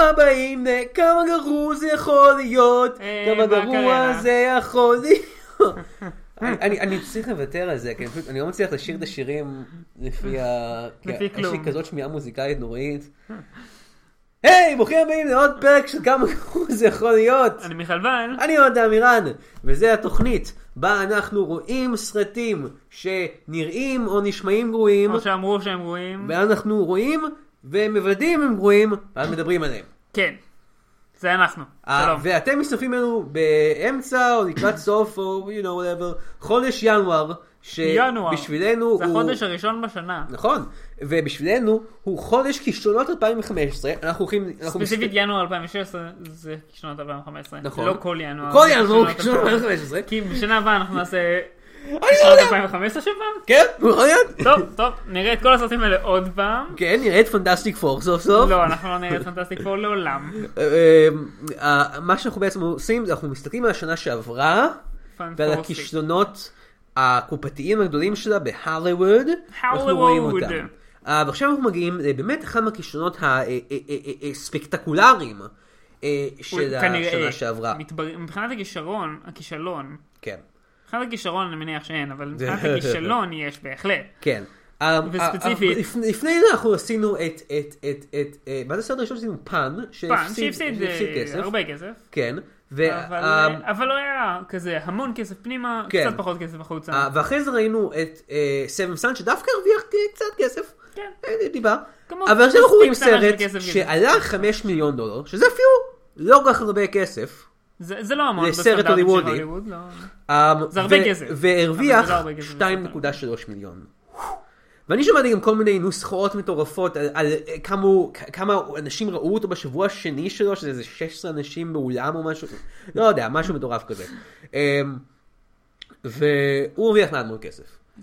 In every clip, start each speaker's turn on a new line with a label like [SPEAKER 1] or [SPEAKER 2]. [SPEAKER 1] הבאים, נה, כמה גרוע זה יכול להיות,
[SPEAKER 2] אה,
[SPEAKER 1] כמה
[SPEAKER 2] בקריירה.
[SPEAKER 1] גרוע זה יכול להיות. אני- אני אני צריך לוותר על זה, כי אני פשוט- אני לא מצליח לשיר את השירים לפי ה... כי
[SPEAKER 2] לפי
[SPEAKER 1] יש לי
[SPEAKER 2] כלום.
[SPEAKER 1] כזאת שמיעה מוזיקלית נוראית. היי, ברוכים הבאים לעוד פרק של כמה גרוע זה יכול להיות.
[SPEAKER 2] אני מיכל ון,
[SPEAKER 1] אני אוהד אמירן, וזה התוכנית בה אנחנו רואים סרטים שנראים או נשמעים גרועים,
[SPEAKER 2] כמו שאמרו שהם רואים.
[SPEAKER 1] ואז אנחנו רואים ומוודאים אם הם גרועים, ואז מדברים עליהם.
[SPEAKER 2] כן. זה אנחנו.
[SPEAKER 1] אה,
[SPEAKER 2] שלום.
[SPEAKER 1] ואתם מצטרפים אלינו באמצע או לקראת סוף או you know whatever, חודש ינואר,
[SPEAKER 2] ינואר.
[SPEAKER 1] שבשבילנו
[SPEAKER 2] זה
[SPEAKER 1] הוא...
[SPEAKER 2] החודש הראשון בשנה.
[SPEAKER 1] נכון, ובשבילנו הוא חודש כישלונות 2015, אנחנו הולכים... אנחנו מסת-
[SPEAKER 2] ספציפית ינואר 2016 זה שנות 2015.
[SPEAKER 1] נכון.
[SPEAKER 2] לא כל ינואר.
[SPEAKER 1] כל
[SPEAKER 2] זה
[SPEAKER 1] ינואר הוא כישלונות
[SPEAKER 2] כישלונות
[SPEAKER 1] 2015.
[SPEAKER 2] כי בשנה הבאה אנחנו נעשה
[SPEAKER 1] לא
[SPEAKER 2] שנות
[SPEAKER 1] יודע.
[SPEAKER 2] 2015 שפעם.
[SPEAKER 1] כן, יכול להיות.
[SPEAKER 2] טוב, טוב, נראה את כל הסרטים האלה עוד פעם.
[SPEAKER 1] כן, נראה את פנטסטיק פור סוף סוף.
[SPEAKER 2] לא, אנחנו לא נראה את פנטסטיק פור לעולם.
[SPEAKER 1] אה, אה, מה שאנחנו בעצם עושים זה אנחנו מסתכלים על השנה שעברה ועל
[SPEAKER 2] פנטסטיק.
[SPEAKER 1] הכישלונות הקופתיים הגדולים שלה בהליווד. אנחנו
[SPEAKER 2] הוליווד.
[SPEAKER 1] רואים אותם. אה, ועכשיו אנחנו מגיעים לבאמת אחד מהכישלונות אה, הספקטקולריים
[SPEAKER 2] הוא
[SPEAKER 1] אה, של
[SPEAKER 2] כנראה,
[SPEAKER 1] השנה שעברה.
[SPEAKER 2] מתבר- מבחינת הכישרון, הכישלון,
[SPEAKER 1] כן.
[SPEAKER 2] מבחינת הכישרון אני מניח שאין, אבל
[SPEAKER 1] זה-
[SPEAKER 2] מבחינת הכישלון יש בהחלט.
[SPEAKER 1] כן. אה,
[SPEAKER 2] וספציפית.
[SPEAKER 1] אה, לפני לפני זה אנחנו עשינו את, את, את, את, אה, מה זה הסרט הראשון שעשינו? פן,
[SPEAKER 2] פעם
[SPEAKER 1] שהפסיד
[SPEAKER 2] שהפסיד
[SPEAKER 1] שהפסיד
[SPEAKER 2] אה, הרבה כסף,
[SPEAKER 1] כן.
[SPEAKER 2] אבל,
[SPEAKER 1] וה-
[SPEAKER 2] אה, אבל לא היה כזה המון כסף פנימה,
[SPEAKER 1] כן.
[SPEAKER 2] קצת פחות כסף החוצה.
[SPEAKER 1] אה, ואחרי זה ראינו את אה, סבן סאן שדווקא הרוויח כ- קצת כסף.
[SPEAKER 2] כן.
[SPEAKER 1] אה, דיבה.
[SPEAKER 2] כמו-
[SPEAKER 1] אבל עכשיו אנחנו רואים
[SPEAKER 2] מספיק קטנה של
[SPEAKER 1] סרט
[SPEAKER 2] כסף גדול.
[SPEAKER 1] שעלה 5 מיליון דולר, שזה אפילו לא כל כך הרבה כסף.
[SPEAKER 2] זה, זה לא המון
[SPEAKER 1] זה סרט
[SPEAKER 2] בסטנדרטים של
[SPEAKER 1] הוליוודי.
[SPEAKER 2] הוליווד, לא.
[SPEAKER 1] אה,
[SPEAKER 2] זה הרבה
[SPEAKER 1] ו-
[SPEAKER 2] כסף. אבל
[SPEAKER 1] והרוויח
[SPEAKER 2] זה לא הרבה כסף
[SPEAKER 1] 2.3 מיליון. ואני שמעתי גם כל מיני נוסחאות מטורפות על, על אה, כמה, הוא- כ- כמה אנשים ראו אותו בשבוע השני שלו, שזה איזה 16 אנשים באולם או משהו, לא יודע, משהו מטורף כזה. אה, והוא הרוויח מעט מאוד כסף.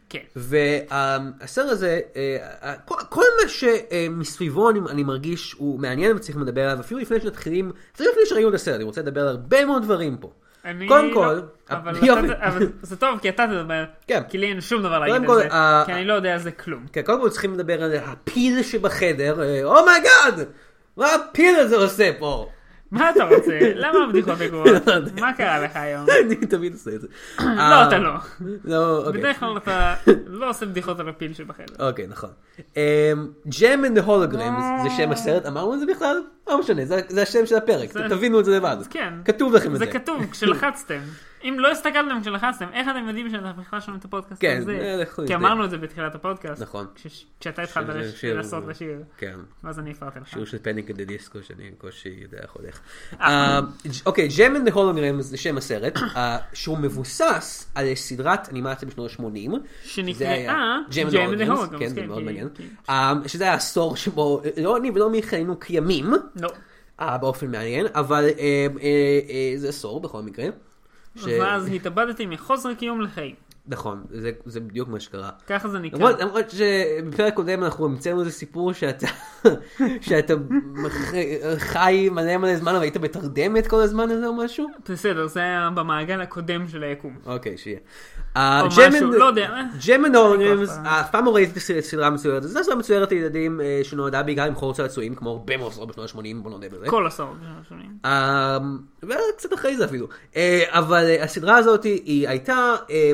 [SPEAKER 2] כן.
[SPEAKER 1] והסרט הזה, אה, ה- כל, כל מה שמסביבו אני, אני מרגיש הוא מעניין וצריך לדבר עליו, אפילו לפני שמתחילים, אפילו לפני שראינו את הסרט, אני רוצה לדבר על הרבה מאוד דברים פה.
[SPEAKER 2] אני
[SPEAKER 1] קודם
[SPEAKER 2] לא-
[SPEAKER 1] כל,
[SPEAKER 2] אבל,
[SPEAKER 1] יופי.
[SPEAKER 2] אתה, אבל זה טוב כי אתה תדבר,
[SPEAKER 1] כן.
[SPEAKER 2] כי לי אין שום דבר
[SPEAKER 1] קודם
[SPEAKER 2] להגיד על
[SPEAKER 1] כל, אה,
[SPEAKER 2] זה,
[SPEAKER 1] ה-
[SPEAKER 2] כי אני לא יודע על זה כלום.
[SPEAKER 1] כן, קודם כל צריכים לדבר על הפיל שבחדר, אה, אומייגאד! מה הפיל הזה עושה פה?
[SPEAKER 2] מה אתה רוצה? למה הבדיחות הגרועות?
[SPEAKER 1] לא יודע.
[SPEAKER 2] מה קרה לך היום?
[SPEAKER 1] אני תמיד עושה את זה.
[SPEAKER 2] לא, אתה לא.
[SPEAKER 1] לא, אוקיי.
[SPEAKER 2] בדרך כלל אתה לא עושה בדיחות על הפיל שבחדר.
[SPEAKER 1] אוקיי, נכון. ג'ם אנד הולוגרמס
[SPEAKER 2] אה.
[SPEAKER 1] זה שם הסרט, אמרנו את זה בכלל? לא משנה, זה- זה השם של הפרק,
[SPEAKER 2] זה-
[SPEAKER 1] תבינו את זה לבד.
[SPEAKER 2] כן.
[SPEAKER 1] כתוב לכם את זה.
[SPEAKER 2] זה כתוב כשלחצתם. אם לא הסתכלתם כשלחצתם, איך אתם יודעים שאתם בכלל שומעים את הפודקאסט
[SPEAKER 1] כן, אה,
[SPEAKER 2] הזה?
[SPEAKER 1] לכו נבדק.
[SPEAKER 2] כי אמרנו את זה בתחילת הפודקאסט.
[SPEAKER 1] נכון.
[SPEAKER 2] כש- כשאתה התחלת
[SPEAKER 1] שזה
[SPEAKER 2] לש-
[SPEAKER 1] שיר-
[SPEAKER 2] לעשות לשיר,
[SPEAKER 1] כן.
[SPEAKER 2] ואז אני הפרעתי לך.
[SPEAKER 1] שיר של פניק דה דיסקו שאני בקושי יודע איך הולך. אה, ג'- אוקיי, ג'ם אנד הולוגרם זה שם הסרט, אה, שהוא מבוסס על סדרת אנימציה בשנות ה-80.
[SPEAKER 2] שנקראה
[SPEAKER 1] ג'ם
[SPEAKER 2] Gem and
[SPEAKER 1] אנד
[SPEAKER 2] the
[SPEAKER 1] הולוגרם.
[SPEAKER 2] Holograms,
[SPEAKER 1] כן, זה
[SPEAKER 2] כן,
[SPEAKER 1] מאוד
[SPEAKER 2] כי-
[SPEAKER 1] מעניין.
[SPEAKER 2] כי-
[SPEAKER 1] אה, שזה היה עשור שבו לא אני ולא מיכה היינו קיימים,
[SPEAKER 2] לא.
[SPEAKER 1] אה, באופן מעניין, אבל אה, אה, אה, זה עשור בכל מקרה. ש-
[SPEAKER 2] ואז התאבדתי מחוסר קיום לחיים.
[SPEAKER 1] נכון, זה- זה בדיוק מה שקרה.
[SPEAKER 2] ככה זה נקרא.
[SPEAKER 1] למרות, למרות שבפרק קודם אנחנו המצאנו איזה סיפור שאתה, שאתה מח- חי מלא מלא זמן והיית בתרדמת כל הזמן הזה או משהו?
[SPEAKER 2] בסדר, זה היה במעגל הקודם של היקום.
[SPEAKER 1] אוקיי, שיהיה.
[SPEAKER 2] או משהו, לא יודע.
[SPEAKER 1] ג'מן
[SPEAKER 2] אף
[SPEAKER 1] אורנמס,
[SPEAKER 2] פעם.
[SPEAKER 1] אף פעם לא ראיתי את הסדרה המצוירת, זו סדרה מצוירת לילדים אה, שנועדה בעיקר למכור צעצועים, כמו הרבה מאוד סדרות בשנות ה-80, בוא נודה בזה.
[SPEAKER 2] כל עשור. בשלוש שנים.
[SPEAKER 1] אה, וקצת אחרי זה אפילו. אה, אבל אה, הסדרה הזאת היא הייתה אה,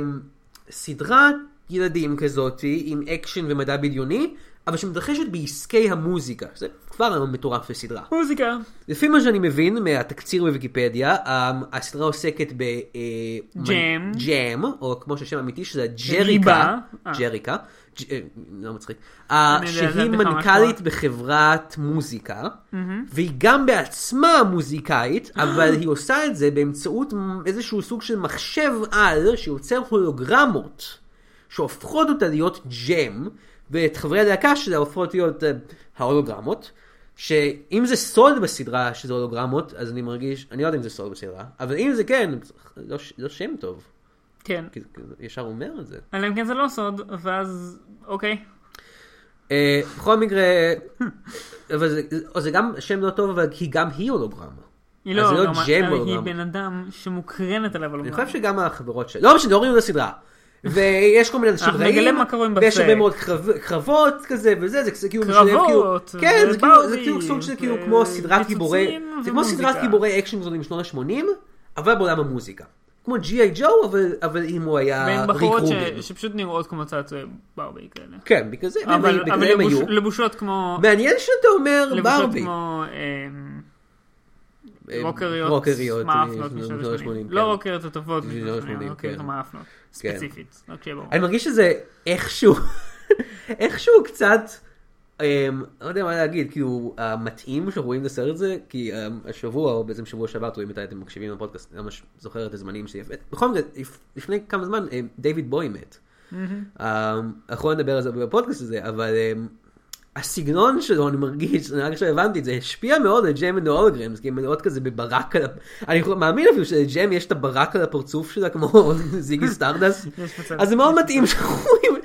[SPEAKER 1] סדרת ילדים כזאת עם אקשן ומדע בדיוני, אבל שמתרחשת בעסקי המוזיקה. זה כבר היום מטורף בסדרה.
[SPEAKER 2] מוזיקה.
[SPEAKER 1] לפי מה שאני מבין מהתקציר בוויקיפדיה, אה, הסדרה עוסקת ב... אה, מנ-
[SPEAKER 2] ג'ם.
[SPEAKER 1] ג'ם, או כמו שהשם האמיתי, שזה
[SPEAKER 2] ריבה.
[SPEAKER 1] ג'ריקה.
[SPEAKER 2] אה.
[SPEAKER 1] ג'ריקה. ג'- אה, לא מצחיק. אה,
[SPEAKER 2] אני יודע, זה
[SPEAKER 1] שהיא
[SPEAKER 2] בכלל
[SPEAKER 1] מנכ"לית
[SPEAKER 2] משהו.
[SPEAKER 1] בחברת מוזיקה, והיא גם בעצמה מוזיקאית, אבל היא עושה את זה באמצעות איזשהו סוג של מחשב על שיוצר הולוגרמות, שהופכות אותה להיות ג'ם, ואת חברי הלהקה שלה הופכות להיות אה, ההולוגרמות. שאם זה סוד בסדרה שזה הולוגרמות, אז אני מרגיש, אני לא יודע אם זה סוד בסדרה, אבל אם זה כן, לא, ש- לא שם טוב,
[SPEAKER 2] כן.
[SPEAKER 1] כי כי זה ישר אומר את זה.
[SPEAKER 2] אלא אם כן זה לא סוד, ואז, אוקיי.
[SPEAKER 1] אה, בכל מקרה, אבל זה, או זה גם שם לא טוב, אבל כי גם היא הולוגרמה.
[SPEAKER 2] היא
[SPEAKER 1] אז
[SPEAKER 2] לא,
[SPEAKER 1] זה לא
[SPEAKER 2] גם-
[SPEAKER 1] ג'ם
[SPEAKER 2] אלא היא
[SPEAKER 1] הולוגרמה.
[SPEAKER 2] בן אדם שמוקרנת עליו
[SPEAKER 1] אני
[SPEAKER 2] הולוגרמה.
[SPEAKER 1] חושב שגם החברות שלה, לא משנה, לא ראינו את הסדרה. ויש כל מיני אנשים
[SPEAKER 2] אנחנו
[SPEAKER 1] רעים,
[SPEAKER 2] אה, נגלה מה קורה עם
[SPEAKER 1] ויש
[SPEAKER 2] בסרט.
[SPEAKER 1] הרבה מאוד קרב- קרבות כזה וזה, זה כאילו,
[SPEAKER 2] קרבות,
[SPEAKER 1] שניהם כאילו, כן, זה כאילו, זה
[SPEAKER 2] ובאזים,
[SPEAKER 1] כאילו סוג של כאילו
[SPEAKER 2] ו-
[SPEAKER 1] כמו סדרת
[SPEAKER 2] פיצוצים
[SPEAKER 1] גיבורי, זה כמו
[SPEAKER 2] ומוזיקה.
[SPEAKER 1] סדרת גיבורי אקשן גדולים משנות ה-80, אבל בעולם המוזיקה. כמו ג'י.איי ג'ו, אבל- אבל אם הוא היה
[SPEAKER 2] בין
[SPEAKER 1] ריק
[SPEAKER 2] בחורות ש-
[SPEAKER 1] רובין.
[SPEAKER 2] שפשוט נראות כמו צעצועי ברבי כאלה.
[SPEAKER 1] כן, בגלל זה,
[SPEAKER 2] אבל
[SPEAKER 1] בגלל
[SPEAKER 2] אבל
[SPEAKER 1] זה הם
[SPEAKER 2] לבוש-
[SPEAKER 1] היו.
[SPEAKER 2] לבושות כמו...
[SPEAKER 1] מעניין שאתה אומר
[SPEAKER 2] לבושות
[SPEAKER 1] ברבי.
[SPEAKER 2] כמו... אמ,
[SPEAKER 1] אה,
[SPEAKER 2] רוקריות,
[SPEAKER 1] רוקריות,
[SPEAKER 2] מאפנות
[SPEAKER 1] אה,
[SPEAKER 2] משנות
[SPEAKER 1] משנות
[SPEAKER 2] ה-80.
[SPEAKER 1] ה-שמונים,
[SPEAKER 2] לא
[SPEAKER 1] כן.
[SPEAKER 2] רוקריות הטובות,
[SPEAKER 1] משנות
[SPEAKER 2] משנות
[SPEAKER 1] ה-שמונים,
[SPEAKER 2] ה-שמונים, רוקריות
[SPEAKER 1] כן.
[SPEAKER 2] המאפנות,
[SPEAKER 1] כן.
[SPEAKER 2] ספציפית, רק שיהיה ברור.
[SPEAKER 1] אני מרגיש שזה איכשהו, איכשהו קצת, אמ, לא יודע מה להגיד, כאילו, המתאים שרואים את הסרט הזה, כי אמ, השבוע, או בעצם שבוע שעבר, תלוי מתי אתם מקשיבים לפודקאסט, אני ממש זוכר את הזמנים שלי. בכל מקרה, לפ- לפני כמה זמן, אמ, דיוויד בוי מת.
[SPEAKER 2] Mm-hmm.
[SPEAKER 1] אמ, אנחנו לא נדבר על זה בפודקאסט הזה, אבל אמ, הסגנון שלו, אני מרגיש, אני רק עכשיו הבנתי את זה, השפיע מאוד על ג'ם אנד הולגרמס, כי הם מלאות כאילו, כזה בברק על ה... אני מאמין אפילו שלג'ם יש את הברק על הפרצוף שלה, כמו זיגי סטרדס.
[SPEAKER 2] יש מצב.
[SPEAKER 1] אז זה מאוד מתאים שאנחנו רואים,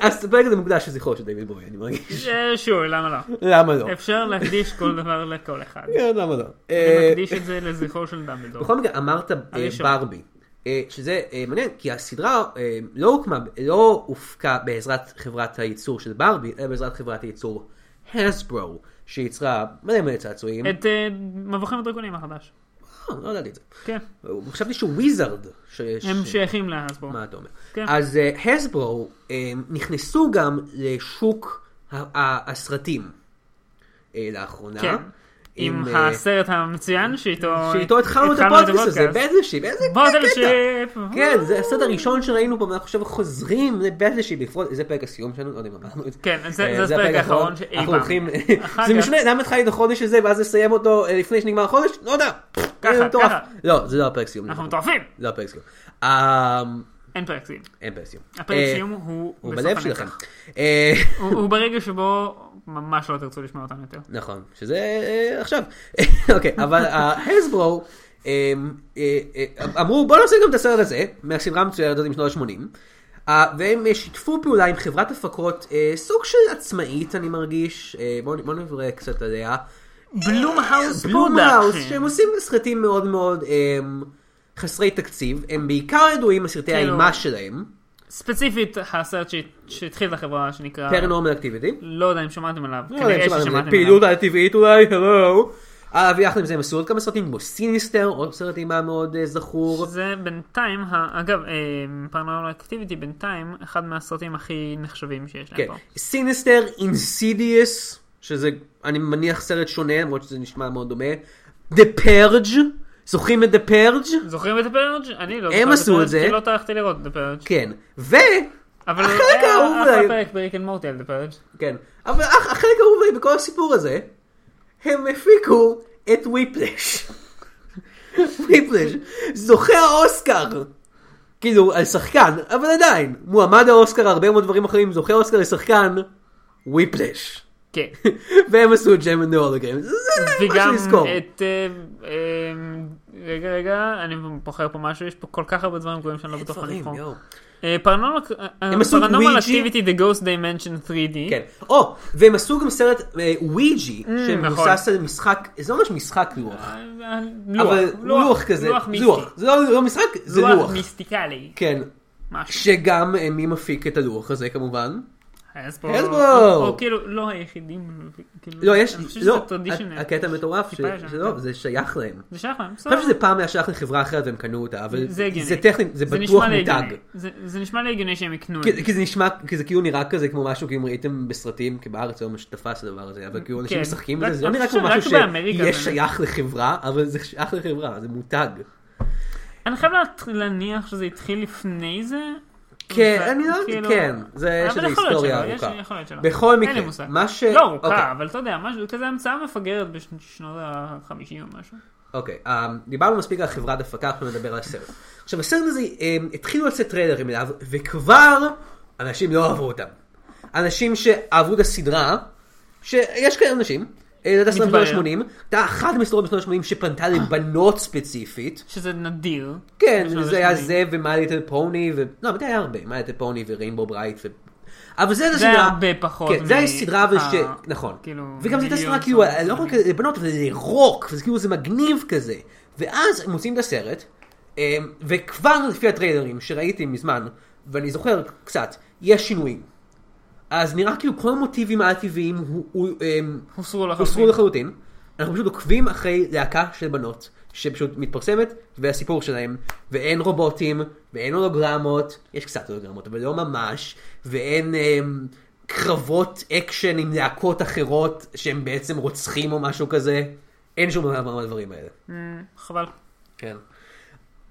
[SPEAKER 1] אז הפרק הזה מוקדש לזכרו של דיוויד בוי, אני מרגיש.
[SPEAKER 2] אה, שוב, למה לא?
[SPEAKER 1] למה לא?
[SPEAKER 2] אפשר להקדיש כל דבר לכל אחד.
[SPEAKER 1] כן, למה לא?
[SPEAKER 2] אני
[SPEAKER 1] אה,
[SPEAKER 2] מקדיש את זה לזכרו של דמבלדור.
[SPEAKER 1] בכל מקרה, אמרת אה,
[SPEAKER 2] הראשון.
[SPEAKER 1] ברבי. אה, שזה אה, מעניין, כי הסדרה אה, לא הוקמה, לא הופקה בעזרת חברת הייצור של ברבי, אלא בעזרת חברת הייצור הסברו, שייצרה מלא מלא צעצועים.
[SPEAKER 2] את אה, מבוכים ודרקונים החדש.
[SPEAKER 1] אה, לא ידעתי את זה.
[SPEAKER 2] כן.
[SPEAKER 1] חשבתי שהוא וויזרד. ש-
[SPEAKER 2] הם
[SPEAKER 1] ש-
[SPEAKER 2] שייכים להסבור.
[SPEAKER 1] מה אתה אומר?
[SPEAKER 2] כן.
[SPEAKER 1] אז הסברו נכנסו גם לשוק ה- ה- הסרטים אה, לאחרונה.
[SPEAKER 2] כן. עם
[SPEAKER 1] אה,
[SPEAKER 2] הסרט המצוין שאיתו...
[SPEAKER 1] שאיתו התחלנו את הפודקאסט הזה, בטלשיפ, איזה קטע.
[SPEAKER 2] בוטלשיפ.
[SPEAKER 1] כן, זה הסרט הראשון שראינו פה, ואנחנו עכשיו חוזרים לבטלשיפ, לפחות, זה פרק הסיום שלנו, לא יודע אם אמרנו את זה.
[SPEAKER 2] כן, זה-
[SPEAKER 1] אה,
[SPEAKER 2] זה הפרק האחרון שאי
[SPEAKER 1] אנחנו
[SPEAKER 2] פעם.
[SPEAKER 1] הולכים,
[SPEAKER 2] אחר
[SPEAKER 1] זה
[SPEAKER 2] כך-
[SPEAKER 1] משנה, למה התחלתי את החודש הזה, ואז לסיים אותו אה, לפני שנגמר החודש? לא יודע. זה מטורף.
[SPEAKER 2] ככה.
[SPEAKER 1] לא, זה לא הפרק סיום.
[SPEAKER 2] אנחנו מטורפים.
[SPEAKER 1] לא הפרק סיום. אה,
[SPEAKER 2] אין פרק סיום.
[SPEAKER 1] אין פרק סיום.
[SPEAKER 2] הפרק
[SPEAKER 1] אה,
[SPEAKER 2] סיום הוא
[SPEAKER 1] הוא
[SPEAKER 2] בסוף
[SPEAKER 1] בלב
[SPEAKER 2] הנצח.
[SPEAKER 1] שלכם. אה,
[SPEAKER 2] הוא הוא ברגע שבו ממש לא תרצו לשמוע אותם יותר.
[SPEAKER 1] נכון, שזה אה, עכשיו. אוקיי, אבל הסברו אה, אמרו בוא נעשה גם את הסרט הזה, מהסדרה המצוירת הזאת משנות ה-80, והם אה, שיתפו פעולה עם חברת הפקות אה, סוג של עצמאית אני מרגיש, אה, בואו בואו נברא קצת עליה.
[SPEAKER 2] בלום האוס
[SPEAKER 1] בלומהאוס, שהם עושים סרטים מאוד מאוד אה, חסרי תקציב, הם בעיקר ידועים בסרטי
[SPEAKER 2] כאילו-
[SPEAKER 1] האימה שלהם,
[SPEAKER 2] ספציפית הסרט שהת- שהתחיל את החברה שנקרא...
[SPEAKER 1] פרנורמל אקטיביטי.
[SPEAKER 2] לא יודע אם שמעתם עליו.
[SPEAKER 1] לא יודע אם
[SPEAKER 2] כנראה
[SPEAKER 1] שמעתם,
[SPEAKER 2] ששמעתם
[SPEAKER 1] זה
[SPEAKER 2] עליו.
[SPEAKER 1] פעילות על טבעית אולי, הלו. אה, ויחד עם זה הם עשו עוד כמה סרטים כמו סיניסטר, עוד סרט אימה מאוד אה, זכור.
[SPEAKER 2] זה בינתיים, ה- אגב, פרנורמל אקטיביטי בינתיים, אחד מהסרטים הכי נחשבים שיש להם
[SPEAKER 1] כן.
[SPEAKER 2] פה.
[SPEAKER 1] סיניסטר, אינסידיאס, שזה אני מניח סרט שונה, למרות שזה נשמע מאוד דומה. דה פרג', זוכרים את דה פרג'?
[SPEAKER 2] זוכרים את הפרג'? אני לא
[SPEAKER 1] הם
[SPEAKER 2] זוכר
[SPEAKER 1] עשו את
[SPEAKER 2] הפרג',
[SPEAKER 1] זה.
[SPEAKER 2] כי לא טרחתי לראות את הפרג'.
[SPEAKER 1] כן. ו...
[SPEAKER 2] אבל
[SPEAKER 1] החלק
[SPEAKER 2] היה
[SPEAKER 1] האהוב
[SPEAKER 2] אחלה
[SPEAKER 1] עליי.
[SPEAKER 2] פרק בריק אנד מורטי על דה פרג'.
[SPEAKER 1] כן. אבל הח- החלק האהוב עליי בכל הסיפור הזה, הם הפיקו את וויפלש. וויפלש. זוכה האוסקר. כאילו, על שחקן, אבל עדיין, מועמד האוסקר, הרבה מאוד דברים אחרים, זוכה האוסקר לשחקן, וויפלש.
[SPEAKER 2] כן.
[SPEAKER 1] והם עשו את ג'ם ונאולוגרם, זה זה
[SPEAKER 2] וגם
[SPEAKER 1] משהו לזכור.
[SPEAKER 2] את... אה, אה, רגע, רגע, אני בוחר פה משהו, יש פה כל כך הרבה דברים גרועים שאני לא בטוח מה
[SPEAKER 1] דברים,
[SPEAKER 2] לבחור.
[SPEAKER 1] יואו.
[SPEAKER 2] אה, פרנורמל
[SPEAKER 1] עשו את וויג'י.
[SPEAKER 2] אקטיביטי, The Ghost Dimension 3D.
[SPEAKER 1] כן. או, והם עשו גם סרט אה, וויג'י, שמבוסס
[SPEAKER 2] נכון.
[SPEAKER 1] על משחק, זה לא ממש משחק לוח.
[SPEAKER 2] אה, אה, לוח,
[SPEAKER 1] אבל לוח כזה,
[SPEAKER 2] לוח מיסטי.
[SPEAKER 1] לוח. זה לא לא משחק, זה לוח.
[SPEAKER 2] לוח מיסטיקלי.
[SPEAKER 1] כן.
[SPEAKER 2] משהו.
[SPEAKER 1] שגם אה, מי מפיק את הלוח הזה כמובן.
[SPEAKER 2] הסבור.
[SPEAKER 1] הסבור.
[SPEAKER 2] או כאילו, לא היחידים. כאילו,
[SPEAKER 1] לא, יש,
[SPEAKER 2] אני חושב שזה
[SPEAKER 1] לא,
[SPEAKER 2] traditional.
[SPEAKER 1] ה- הקטע המטורף,
[SPEAKER 2] טיפה
[SPEAKER 1] ש-
[SPEAKER 2] ישן. כן.
[SPEAKER 1] שלא, זה שייך להם.
[SPEAKER 2] זה שייך להם,
[SPEAKER 1] אני
[SPEAKER 2] בסדר.
[SPEAKER 1] חושב שזה פעם היה שייך לחברה אחרת והם קנו אותה, אבל
[SPEAKER 2] זה הגיוני.
[SPEAKER 1] זה טכנית, זה
[SPEAKER 2] נשמע
[SPEAKER 1] בטוח
[SPEAKER 2] לי
[SPEAKER 1] מותג. כן,
[SPEAKER 2] הגיוני. זה- זה נשמע לי הגיוני שהם יקנו את
[SPEAKER 1] כי
[SPEAKER 2] זה.
[SPEAKER 1] כי זה נשמע, כי זה כאילו נראה כזה כמו משהו, כאילו ראיתם בסרטים, כי בארץ לא ממש תפס הדבר הזה, אבל כאילו אנשים
[SPEAKER 2] כן.
[SPEAKER 1] משחקים
[SPEAKER 2] רק-
[SPEAKER 1] בזה, זה לא
[SPEAKER 2] אני
[SPEAKER 1] נראה
[SPEAKER 2] חושב
[SPEAKER 1] כמו משהו
[SPEAKER 2] שרק באמריקה
[SPEAKER 1] שיהיה
[SPEAKER 2] זה-
[SPEAKER 1] שייך לחברה, אבל זה שייך לחברה, זה מותג.
[SPEAKER 2] אני חייב להת- להניח שזה התחיל לפני זה.
[SPEAKER 1] כן,
[SPEAKER 2] ו-
[SPEAKER 1] אני לא-
[SPEAKER 2] כאילו-
[SPEAKER 1] כן, זה-
[SPEAKER 2] אבל
[SPEAKER 1] יש איזו
[SPEAKER 2] יכול להיות
[SPEAKER 1] היסטוריה
[SPEAKER 2] שלא, יש-
[SPEAKER 1] ארוכה.
[SPEAKER 2] יכול להיות שלא.
[SPEAKER 1] בכל
[SPEAKER 2] אין לי
[SPEAKER 1] מקרה,
[SPEAKER 2] מושג.
[SPEAKER 1] מה ש-
[SPEAKER 2] לא
[SPEAKER 1] אוקיי.
[SPEAKER 2] ארוכה, אבל אתה יודע, משהו כזה המצאה מפגרת בשנות ה-50 או משהו.
[SPEAKER 1] אוקיי, um, דיברנו מספיק על חברת הפקה, אנחנו נדבר על הסרט. עכשיו הסרט הזה, um, התחילו לצאת טריילרים אליו, וכבר אנשים לא אהבו אותם. אנשים שאהבו את הסדרה, שיש כאלה אנשים, אה, אתה סרט
[SPEAKER 2] מתברר.
[SPEAKER 1] בשנות ה-80, אתה אחת מסדרות בשנות ה-80 שפנתה לבנות ספציפית.
[SPEAKER 2] שזה נדיר.
[SPEAKER 1] כן,
[SPEAKER 2] בשנות
[SPEAKER 1] זה היה
[SPEAKER 2] ה-שמונים.
[SPEAKER 1] זה ומיי ליטל פוני, ו... לא, מתי היה הרבה? מיי ליטל פוני וריינבו ברייט ו... אבל זה
[SPEAKER 2] זה
[SPEAKER 1] הסדרה...
[SPEAKER 2] היה הרבה פחות.
[SPEAKER 1] כן, זה היה
[SPEAKER 2] מ-
[SPEAKER 1] סדרה אבל ש...
[SPEAKER 2] ה-
[SPEAKER 1] נכון.
[SPEAKER 2] כאילו,
[SPEAKER 1] וגם זו הייתה
[SPEAKER 2] מיליון
[SPEAKER 1] סדרה כאילו,
[SPEAKER 2] סרטים.
[SPEAKER 1] לא רק לבנות, אבל זה רוק, וזה כאילו זה מגניב כזה. אה, ואז הם מוצאים את הסרט, אמ, וכבר לפי הטריילרים שראיתי מזמן, ואני זוכר קצת, יש שינויים. אז נראה כאילו כל המוטיבים העל-טבעיים הוא- הוא, אמ,
[SPEAKER 2] הוסרו
[SPEAKER 1] הוסרו
[SPEAKER 2] לחלוטין.
[SPEAKER 1] לחלוטין. אנחנו פשוט עוקבים אחרי להקה של בנות, שפשוט מתפרסמת, והסיפור שלהם, ואין רובוטים, ואין הולוגרמות, יש קצת הולוגרמות, אבל לא ממש, ואין אמ, קרבות אקשן עם להקות אחרות שהם בעצם רוצחים או משהו כזה, אין שום דבר מהדברים האלה.
[SPEAKER 2] אמ, חבל.
[SPEAKER 1] כן.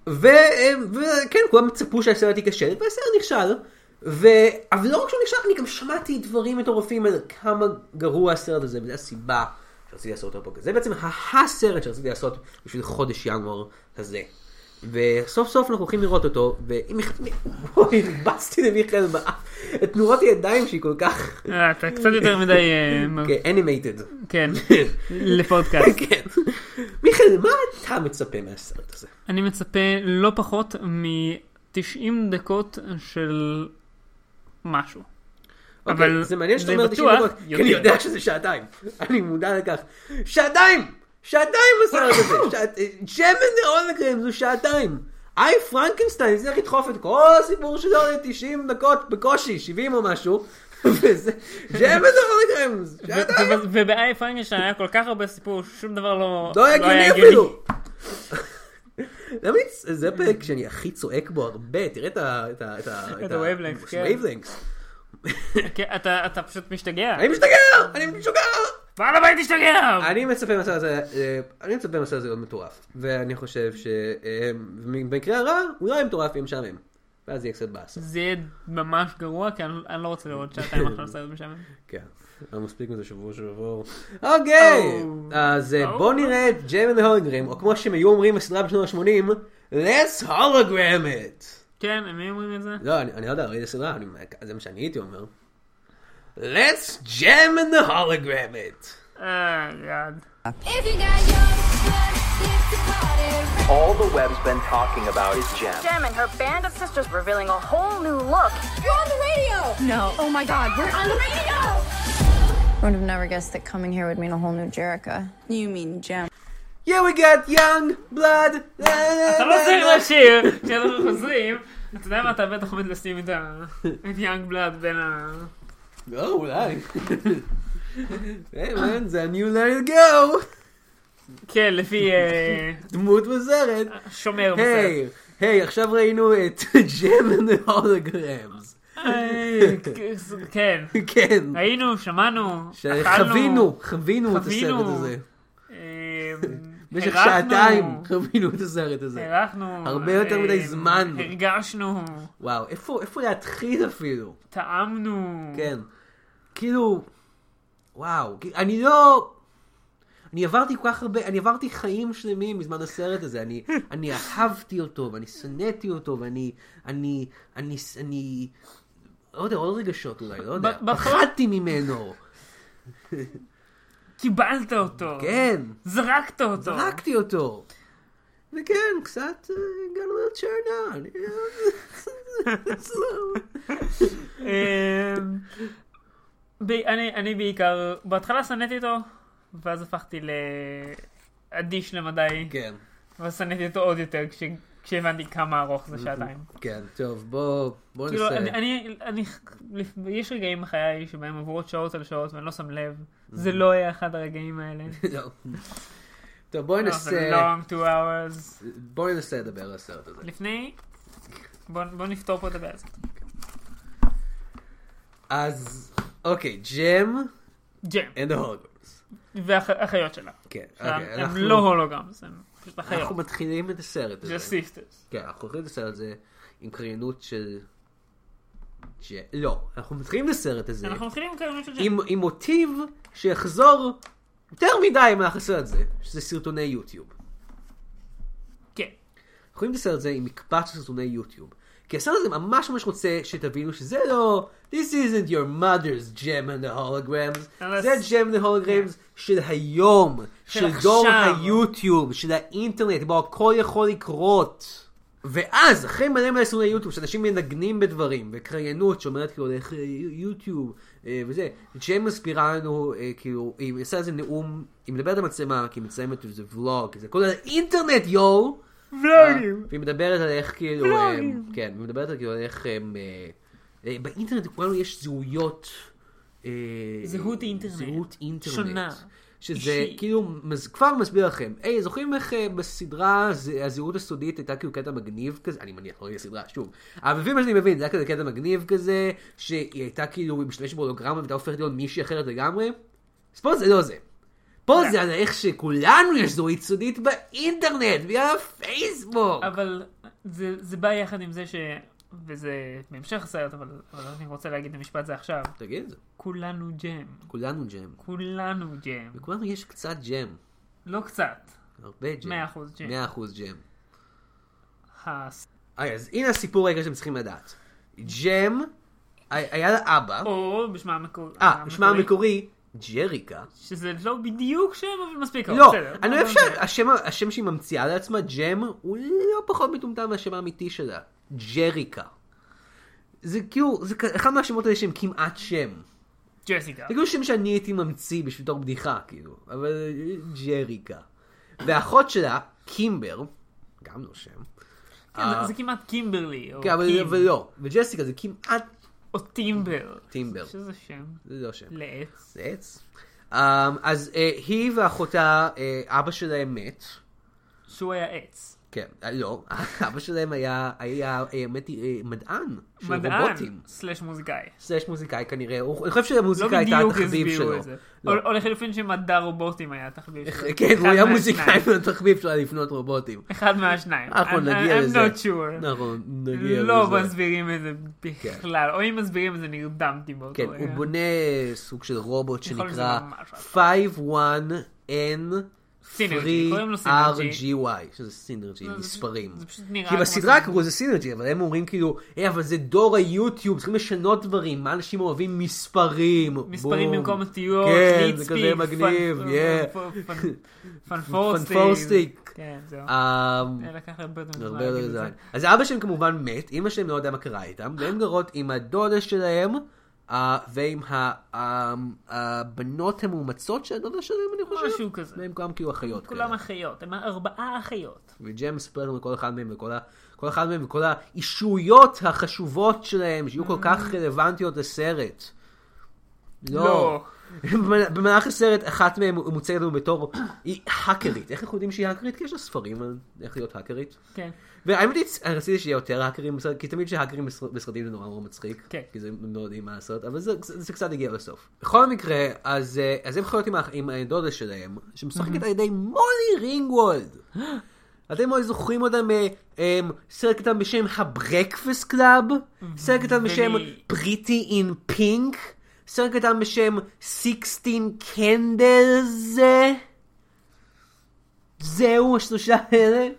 [SPEAKER 1] וכן, כולם צפו שהסרט ייכשל, והסרט נכשל. ו... אבל לא רק שהוא נכשל, אני גם שמעתי דברים מטורפים על כמה גרוע הסרט הזה, וזו הסיבה שרציתי לעשות אותו פה. זה בעצם הסרט שרציתי לעשות בשביל חודש ינואר הזה. וסוף סוף אנחנו הולכים לראות אותו, ואם... אוי, הרבצתי למיכאל באף. את תנועות הידיים שהיא כל כך...
[SPEAKER 2] אה, אתה קצת יותר מדי... אה, מ-
[SPEAKER 1] אנימייטד.
[SPEAKER 2] כן, לפודקאסט.
[SPEAKER 1] כן. מיכאל, מה אתה מצפה מהסרט הזה?
[SPEAKER 2] אני מצפה לא פחות מ-90 דקות של משהו.
[SPEAKER 1] אוקיי,
[SPEAKER 2] אבל
[SPEAKER 1] זה מעניין שאתה
[SPEAKER 2] זה
[SPEAKER 1] אומר 90
[SPEAKER 2] בטוח
[SPEAKER 1] דקות, כי
[SPEAKER 2] יותר.
[SPEAKER 1] אני יודע שזה שעתיים. אני מודע לכך. שעתיים! שעתיים בסרט הזה! שעת- שמן להולגרם זו שעתיים! איי פרנקנשטיין הצליח לדחוף את כל הסיפור שלו ל-90 דקות בקושי, 70 או משהו. וזה, שמן להולגרם! שעתיים!
[SPEAKER 2] ובאי פרנקשטיין היה כל כך הרבה סיפור, שום דבר לא...
[SPEAKER 1] לא היה
[SPEAKER 2] היה
[SPEAKER 1] הגיוני אפילו! למה אני- זה פרק שאני הכי צועק בו הרבה, תראה את ה... את ה... את ה...
[SPEAKER 2] את ה-wavelengths, כן.
[SPEAKER 1] wavelengths.
[SPEAKER 2] כן, אתה אתה פשוט משתגע.
[SPEAKER 1] אני משתגע! אני משוגע!
[SPEAKER 2] בעל הבית השתגע!
[SPEAKER 1] אני מצפה מהסרט הזה, אה, אני מצפה מהסרט הזה להיות מטורף. ואני חושב שבמקרה הרע, הוא לא יהיה מטורף יהיה משעמם. ואז יהיה קצת באסה.
[SPEAKER 2] זה יהיה ממש גרוע, כי אני אני לא רוצה לראות שעתיים אחרי סרט משעמם.
[SPEAKER 1] כן. היה מספיק מזה שבוע שעבור. אוקיי!
[SPEAKER 2] Oh.
[SPEAKER 1] אז אה,
[SPEAKER 2] Oh.
[SPEAKER 1] בואו נראה את ג'יימן הולגרם, או כמו שהם היו אומרים בסדרה בשנות ה-80, let's hologram it!
[SPEAKER 2] כן, מי אומרים את זה?
[SPEAKER 1] לא, אני אני לא יודע, ראיתי סדרה, אני- זה מה שאני הייתי אומר. let's German hologram it!
[SPEAKER 2] אה, יד.
[SPEAKER 3] If you got your butt, it's a party.
[SPEAKER 4] All the web's been talking about is Jem.
[SPEAKER 5] Jem and her band of sisters revealing a whole new look.
[SPEAKER 3] You're on the radio! No. Oh my god, we're on the radio!
[SPEAKER 6] Would have never guessed that coming here would mean a whole new Jericho. You mean Jim.
[SPEAKER 1] Yeah, we got young blood!
[SPEAKER 2] אתה לא צריך לשיר, כשאנחנו חוזרים, אתה יודע מה, אתה בטח עומד לשים את ה- את יאנג בלאד בין ה...
[SPEAKER 1] לא, אולי. היי מן, זה ה-new let it go!
[SPEAKER 2] כן, לפי אה,
[SPEAKER 1] דמות בסרט.
[SPEAKER 2] שומר בסרט.
[SPEAKER 1] היי, היי, עכשיו ראינו את ג'ם הולוגרמס.
[SPEAKER 2] אה, כ- כן,
[SPEAKER 1] כן.
[SPEAKER 2] ראינו, שמענו, אכלנו,
[SPEAKER 1] חווינו, חווינו את
[SPEAKER 2] חווינו.
[SPEAKER 1] הסרט הזה.
[SPEAKER 2] אה,
[SPEAKER 1] במשך
[SPEAKER 2] הרחנו,
[SPEAKER 1] שעתיים חווינו את הסרט הזה.
[SPEAKER 2] הארכנו,
[SPEAKER 1] כן. הרבה יותר מדי
[SPEAKER 2] אה,
[SPEAKER 1] זמן.
[SPEAKER 2] הרגשנו,
[SPEAKER 1] וואו, איפה איפה להתחיל אפילו?
[SPEAKER 2] טעמנו,
[SPEAKER 1] כן. כאילו, וואו, כי- אני לא... אני עברתי כל כך הרבה, אני עברתי חיים שלמים בזמן הסרט הזה, אני, אני אהבתי אותו, ואני שנאתי אותו, ואני, אני, אני, אני, לא יודע, עוד רגשות אולי, לא יודע,
[SPEAKER 2] ב- בפועל-
[SPEAKER 1] פחדתי ממנו,
[SPEAKER 2] קיבלת אותו,
[SPEAKER 1] כן,
[SPEAKER 2] זרקת אותו,
[SPEAKER 1] זרקתי אותו. וכן, קצת אה, הגענו לצ'רנה, אני-
[SPEAKER 2] אמ, ב- אני, אני בעיקר, בהתחלה שנאתי אותו, ואז הפכתי לאדיש למדי,
[SPEAKER 1] כן,
[SPEAKER 2] ואז שנאתי אותו עוד יותר כש, כשהבנתי כמה ארוך זה שעתיים.
[SPEAKER 1] כן, טוב, בוא, בוא
[SPEAKER 2] כאילו,
[SPEAKER 1] ננסה.
[SPEAKER 2] אני, אני, אני, לפ- יש רגעים בחיי שבהם עבורות שעות על שעות ואני לא שם לב,
[SPEAKER 1] Mm-hmm.
[SPEAKER 2] זה לא היה אחד הרגעים האלה.
[SPEAKER 1] לא. טוב, בוא
[SPEAKER 2] That was a
[SPEAKER 1] ננסה.
[SPEAKER 2] long two hours.
[SPEAKER 1] בואי ננסה לדבר על הסרט הזה.
[SPEAKER 2] לפני, בוא, בוא נפתור פה את הבעיה הזאת.
[SPEAKER 1] אז, אוקיי, ג'ם
[SPEAKER 2] ג'ם,
[SPEAKER 1] and the holograms.
[SPEAKER 2] והאחיות שלה.
[SPEAKER 1] כן,
[SPEAKER 2] הם
[SPEAKER 1] אוקיי,
[SPEAKER 2] הם
[SPEAKER 1] אנחנו-
[SPEAKER 2] לא הולוגרמס, הם פשוט
[SPEAKER 1] אנחנו
[SPEAKER 2] אחיות.
[SPEAKER 1] מתחילים את הסרט
[SPEAKER 2] זה
[SPEAKER 1] הזה.
[SPEAKER 2] סיסטרס.
[SPEAKER 1] כן, אנחנו הולכים את הסרט הזה עם קריינות של... ג'- לא, אנחנו מתחילים את הסרט הזה
[SPEAKER 2] אנחנו מתחילים עם קריינות של ג'ם.
[SPEAKER 1] עם עם מוטיב שיחזור יותר מדי במהלך הסרט הזה, שזה סרטוני יוטיוב.
[SPEAKER 2] כן.
[SPEAKER 1] אנחנו רואים את הסרט הזה עם מקבץ של סרטוני יוטיוב. כי הסרט הזה ממש ממש רוצה שתבינו שזה לא, This isn't your mother's gem and the holograms,
[SPEAKER 2] אבל
[SPEAKER 1] זה gem
[SPEAKER 2] הס-
[SPEAKER 1] and the holograms של היום,
[SPEAKER 2] של
[SPEAKER 1] של דור
[SPEAKER 2] עכשיו.
[SPEAKER 1] היוטיוב, של האינטרנט, בו הכל יכול לקרות. ואז, אחרי מלא מלא סרטוני יוטיוב, שאנשים מנגנים בדברים, וקריינות שאומרת כאילו, איך אה, יוטיוב, אה, וזה, ג'יי מסבירה לנו, אה, כאילו, היא עושה איזה נאום, היא מדברת על מצלמה, כי היא מצלמת איזה ולוג, זה כל האינטרנט, יואו!
[SPEAKER 2] ולוגים.
[SPEAKER 1] אה, והיא מדברת על איך כאילו, הם, כן, היא מדברת על כאילו על איך הם, אה, אה, באינטרנט לכולנו יש זהויות. אה,
[SPEAKER 2] זהות אינטרנט.
[SPEAKER 1] זהות אינטרנט.
[SPEAKER 2] שונה.
[SPEAKER 1] שזה
[SPEAKER 2] אישית.
[SPEAKER 1] כאילו, מז, כבר מסביר לכם, היי, זוכרים איך אה, בסדרה זה- הזהות הסודית הייתה כאילו קטע מגניב כזה, אני מניח, לא ראיתי סדרה, שוב. אבל לפי מה שאני מבין, זה היה כזה קטע מגניב כזה, שהיא הייתה כאילו, היא משתמשת בהולוגרמה והייתה הופכת להיות מישהי אחרת לגמרי? אז פה זה לא זה. פה
[SPEAKER 2] כן.
[SPEAKER 1] זה על איך שכולנו יש זהות סודית באינטרנט, בגלל הפייסבוק.
[SPEAKER 2] אה, אבל זה זה בא יחד עם זה ש... וזה בהמשך הסרט, אבל אבל אני רוצה להגיד את המשפט הזה עכשיו.
[SPEAKER 1] תגיד את זה.
[SPEAKER 2] כולנו ג'ם.
[SPEAKER 1] כולנו ג'ם.
[SPEAKER 2] כולנו ג'ם.
[SPEAKER 1] לכולנו יש קצת ג'ם.
[SPEAKER 2] לא קצת.
[SPEAKER 1] הרבה ג'ם.
[SPEAKER 2] מאה אחוז ג'ם.
[SPEAKER 1] 100 אחוז ג'ם.
[SPEAKER 2] הס-
[SPEAKER 1] אוקיי, אז הנה הסיפור העיקר שאתם צריכים לדעת. ג'ם, ה- היה לה אבא,
[SPEAKER 2] או בשמה המקור- המקורי.
[SPEAKER 1] אה, בשמה המקורי, ג'ריקה.
[SPEAKER 2] שזה לא בדיוק שם, אבל מספיק קרוב.
[SPEAKER 1] לא,
[SPEAKER 2] בסדר.
[SPEAKER 1] אני
[SPEAKER 2] לא
[SPEAKER 1] חושב
[SPEAKER 2] משנה.
[SPEAKER 1] שהשם שהיא ממציאה לעצמה, ג'ם, הוא לא פחות מטומטם מהשם האמיתי שלה. ג'ריקה. זה כאילו, זה כ- אחד מהשמות האלה שהם כמעט שם.
[SPEAKER 2] ג'סיקה.
[SPEAKER 1] זה כאילו שם שאני הייתי ממציא בשביל תור בדיחה, כאילו. אבל אה, ג'ריקה. והאחות שלה, קימבר, גם לא שם.
[SPEAKER 2] כן, זה- זה כמעט קימברלי. או
[SPEAKER 1] אה. כן, אבל
[SPEAKER 2] קים,
[SPEAKER 1] אבל לא. וג'סיקה זה כמעט,
[SPEAKER 2] או טימבר.
[SPEAKER 1] טימבר.
[SPEAKER 2] שזה שם
[SPEAKER 1] זה לא שם.
[SPEAKER 2] לעץ.
[SPEAKER 1] זה עץ. אמ, אז אה, היא ואחותה, אה, אבא שלהם מת.
[SPEAKER 2] שהוא היה עץ.
[SPEAKER 1] כן, אה, לא. אבא שלהם היה, היה, אה, מת, אה, מדען. של רובוטים.
[SPEAKER 2] מדען. סלאש מוזיקאי.
[SPEAKER 1] סלש מוזיקאי כנראה. הוא- אני חושב
[SPEAKER 2] לא
[SPEAKER 1] שהמוזיקה הייתה
[SPEAKER 2] בדיוק
[SPEAKER 1] התחביב
[SPEAKER 2] הסבירו
[SPEAKER 1] שלו.
[SPEAKER 2] את זה.
[SPEAKER 1] לא.
[SPEAKER 2] או- או לחילופין שמדע רובוטים היה התחביב שלו.
[SPEAKER 1] כן, הוא
[SPEAKER 2] אחד
[SPEAKER 1] היה
[SPEAKER 2] מהשניים.
[SPEAKER 1] מוזיקאי והתחביב שלו היה לבנות רובוטים.
[SPEAKER 2] אחד מהשניים.
[SPEAKER 1] אנחנו
[SPEAKER 2] I'm-
[SPEAKER 1] נגיע לזה.
[SPEAKER 2] I'm not sure.
[SPEAKER 1] נכון, נגיע לזה.
[SPEAKER 2] לא מסבירים את זה בכלל. או אם מסבירים את זה נרדמתי באותו
[SPEAKER 1] כן,
[SPEAKER 2] רגע.
[SPEAKER 1] הוא בונה סוג של רובוט
[SPEAKER 2] אוקיי. יכול להיות
[SPEAKER 1] שנקרא
[SPEAKER 2] שזה ממש רק
[SPEAKER 1] 51N3RGY,
[SPEAKER 2] סינרג'י, קוראים לו סינרג'י.
[SPEAKER 1] שזה סינרג'י,
[SPEAKER 2] זה
[SPEAKER 1] מספרים.
[SPEAKER 2] פשוט- זה פשוט נראה
[SPEAKER 1] כי
[SPEAKER 2] כמו
[SPEAKER 1] בסדרה
[SPEAKER 2] סינרג'י.
[SPEAKER 1] קראו לזה סינרג'י, אבל הם אומרים כאילו, היי, אבל זה דור היוטיוב, צריכים לשנות דברים, מה אנשים אוהבים? מספרים.
[SPEAKER 2] מספרים
[SPEAKER 1] בום.
[SPEAKER 2] במקום אותיות,
[SPEAKER 1] כן,
[SPEAKER 2] ליטספיק,
[SPEAKER 1] זה כזה מגניב,
[SPEAKER 2] פנ-
[SPEAKER 1] yeah.
[SPEAKER 2] פ- פ- פנפורסטיק.
[SPEAKER 1] פנפורסטיק.
[SPEAKER 2] כן, זהו.
[SPEAKER 1] אמ,
[SPEAKER 2] זה לקח לי הרבה יותר
[SPEAKER 1] הרבה
[SPEAKER 2] זמן
[SPEAKER 1] יותר
[SPEAKER 2] להגיד את זה.
[SPEAKER 1] זמן. אז אבא שלהם כמובן מת, אימא שלהם לא יודע מה קרה איתם, והם גרות עם הדודה שלהם, אה, ועם ה- ה- הבנות המאומצות של הדודה שלהם, אני חושב.
[SPEAKER 2] משהו כזה.
[SPEAKER 1] והם כולם כאילו אחיות.
[SPEAKER 2] כולם
[SPEAKER 1] כאלה.
[SPEAKER 2] אחיות, הם ארבעה אחיות.
[SPEAKER 1] וג'ם ספר לנו כל אחד מהם וכל ה- כל אחד מהם וכל האישויות החשובות שלהם, שיהיו כל כך
[SPEAKER 2] Mm.
[SPEAKER 1] רלוונטיות לסרט. לא.
[SPEAKER 2] לא.
[SPEAKER 1] במ- במהלך הסרט אחת מהם מוצגת לנו בתור, היא האקרית. איך אנחנו יודעים שהיא האקרית? כי יש לה ספרים על איך להיות האקרית.
[SPEAKER 2] כן.
[SPEAKER 1] והאמת היא, אה, רציתי שיהיה יותר האקרים בסרט, כי תמיד שהאקרים בסר- בסרטים זה נורא נורא מצחיק,
[SPEAKER 2] כן.
[SPEAKER 1] כי זה הם לא יודעים מה לעשות, אבל זה, זה, זה קצת הגיע לסוף. בכל מקרה, אז, אה, אז הם חיות עם, האח- עם הדודה שלהם, שמשחקת על ידי מולי רינגוולד. אתם אולי זוכרים אה, אותה מסרט קטן בשם הברקפסט קלאב, סרט קטן בשם
[SPEAKER 2] ומי-
[SPEAKER 1] פריטי אין פינק, סרט קטן בשם 16 קנדלס. זהו השלושה האלה.
[SPEAKER 2] היא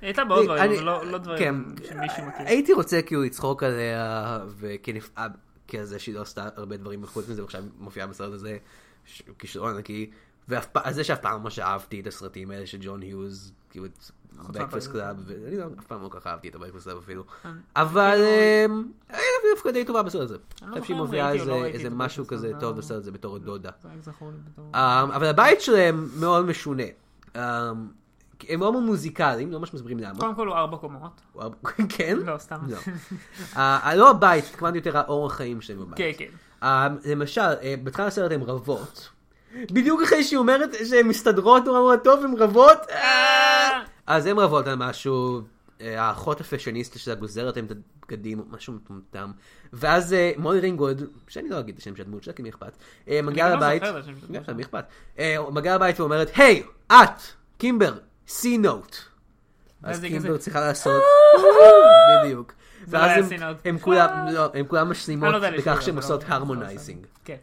[SPEAKER 2] הייתה בעוד דברים,
[SPEAKER 1] אני-
[SPEAKER 2] אבל לא- לא דברים
[SPEAKER 1] כן.
[SPEAKER 2] שמישהו מכיר.
[SPEAKER 1] הייתי רוצה כאילו לצחוק עליה וכנפעל כזה שהיא לא עשתה הרבה דברים חוץ מזה ועכשיו היא מופיעה בסרט הזה ש- כישרון ענקי ואף פעם זה שאף פעם ממש אהבתי את הסרטים האלה של ג'ון היוז כאילו את
[SPEAKER 2] מהפרק.
[SPEAKER 1] בקפסט קלאב ואני לא אף פעם לא כל כך אהבתי את הבקפסט קלאב אפילו
[SPEAKER 2] אה, לא-
[SPEAKER 1] אבל אמ, היה לה דווקא די טובה בסרט הזה. אני חושב
[SPEAKER 2] זוכר
[SPEAKER 1] שהיא
[SPEAKER 2] אם
[SPEAKER 1] מופיעה
[SPEAKER 2] ראיתי או לא
[SPEAKER 1] איזה-
[SPEAKER 2] ראיתי
[SPEAKER 1] איזה
[SPEAKER 2] את
[SPEAKER 1] משהו
[SPEAKER 2] ה-Breakfast
[SPEAKER 1] כזה
[SPEAKER 2] Club.
[SPEAKER 1] טוב בסרט הזה בתור דודה.
[SPEAKER 2] זה רק זכור לי בתור...
[SPEAKER 1] אמ, אבל הבית שלהם מאוד משונה. אמ, הם מאוד מוזיקליים, לא ממש מסבירים למה.
[SPEAKER 2] קודם כל הוא ארבע קומות.
[SPEAKER 1] וואו, כן?
[SPEAKER 2] לא, סתם.
[SPEAKER 1] לא. אה, לא הבית, התכוונתי יותר האורח חיים שלהם בבית.
[SPEAKER 2] כן, כן.
[SPEAKER 1] אה, למשל, אה, בתחילת הסרט הן רבות. בדיוק אחרי שהיא אומרת שהן מסתדרות נורא נורא טוב, הן רבות. אה! אז הן רבות על משהו, אה, האחות הפשיוניסטית שלה גוזרת להם את הבגדים, משהו מטומטם. ואז אה, מולי רינגולד, שאני לא אגיד את השם של הדמות שלה, כי מי אכפת, אה, מגיעה
[SPEAKER 2] גם לא
[SPEAKER 1] לבית,
[SPEAKER 2] זוכר את השם של הדמות שלה.
[SPEAKER 1] מי אכפת, אה, מגיעה לבית ואומרת, היי, את, קימבר, סי נוט.
[SPEAKER 2] ואז
[SPEAKER 1] אז
[SPEAKER 2] היא
[SPEAKER 1] קימבר
[SPEAKER 2] כזה-
[SPEAKER 1] צריכה לעשות, בדיוק.
[SPEAKER 2] זה לא היה
[SPEAKER 1] ואז
[SPEAKER 2] סי
[SPEAKER 1] הם-
[SPEAKER 2] נוט.
[SPEAKER 1] הם כולם, לא, הם כולם
[SPEAKER 2] אני
[SPEAKER 1] משלימות
[SPEAKER 2] לא יודע לשיר,
[SPEAKER 1] בכך
[SPEAKER 2] אבל
[SPEAKER 1] שהן
[SPEAKER 2] לא-
[SPEAKER 1] עושות
[SPEAKER 2] לא
[SPEAKER 1] הרמונייזינג.
[SPEAKER 2] עושה. כן.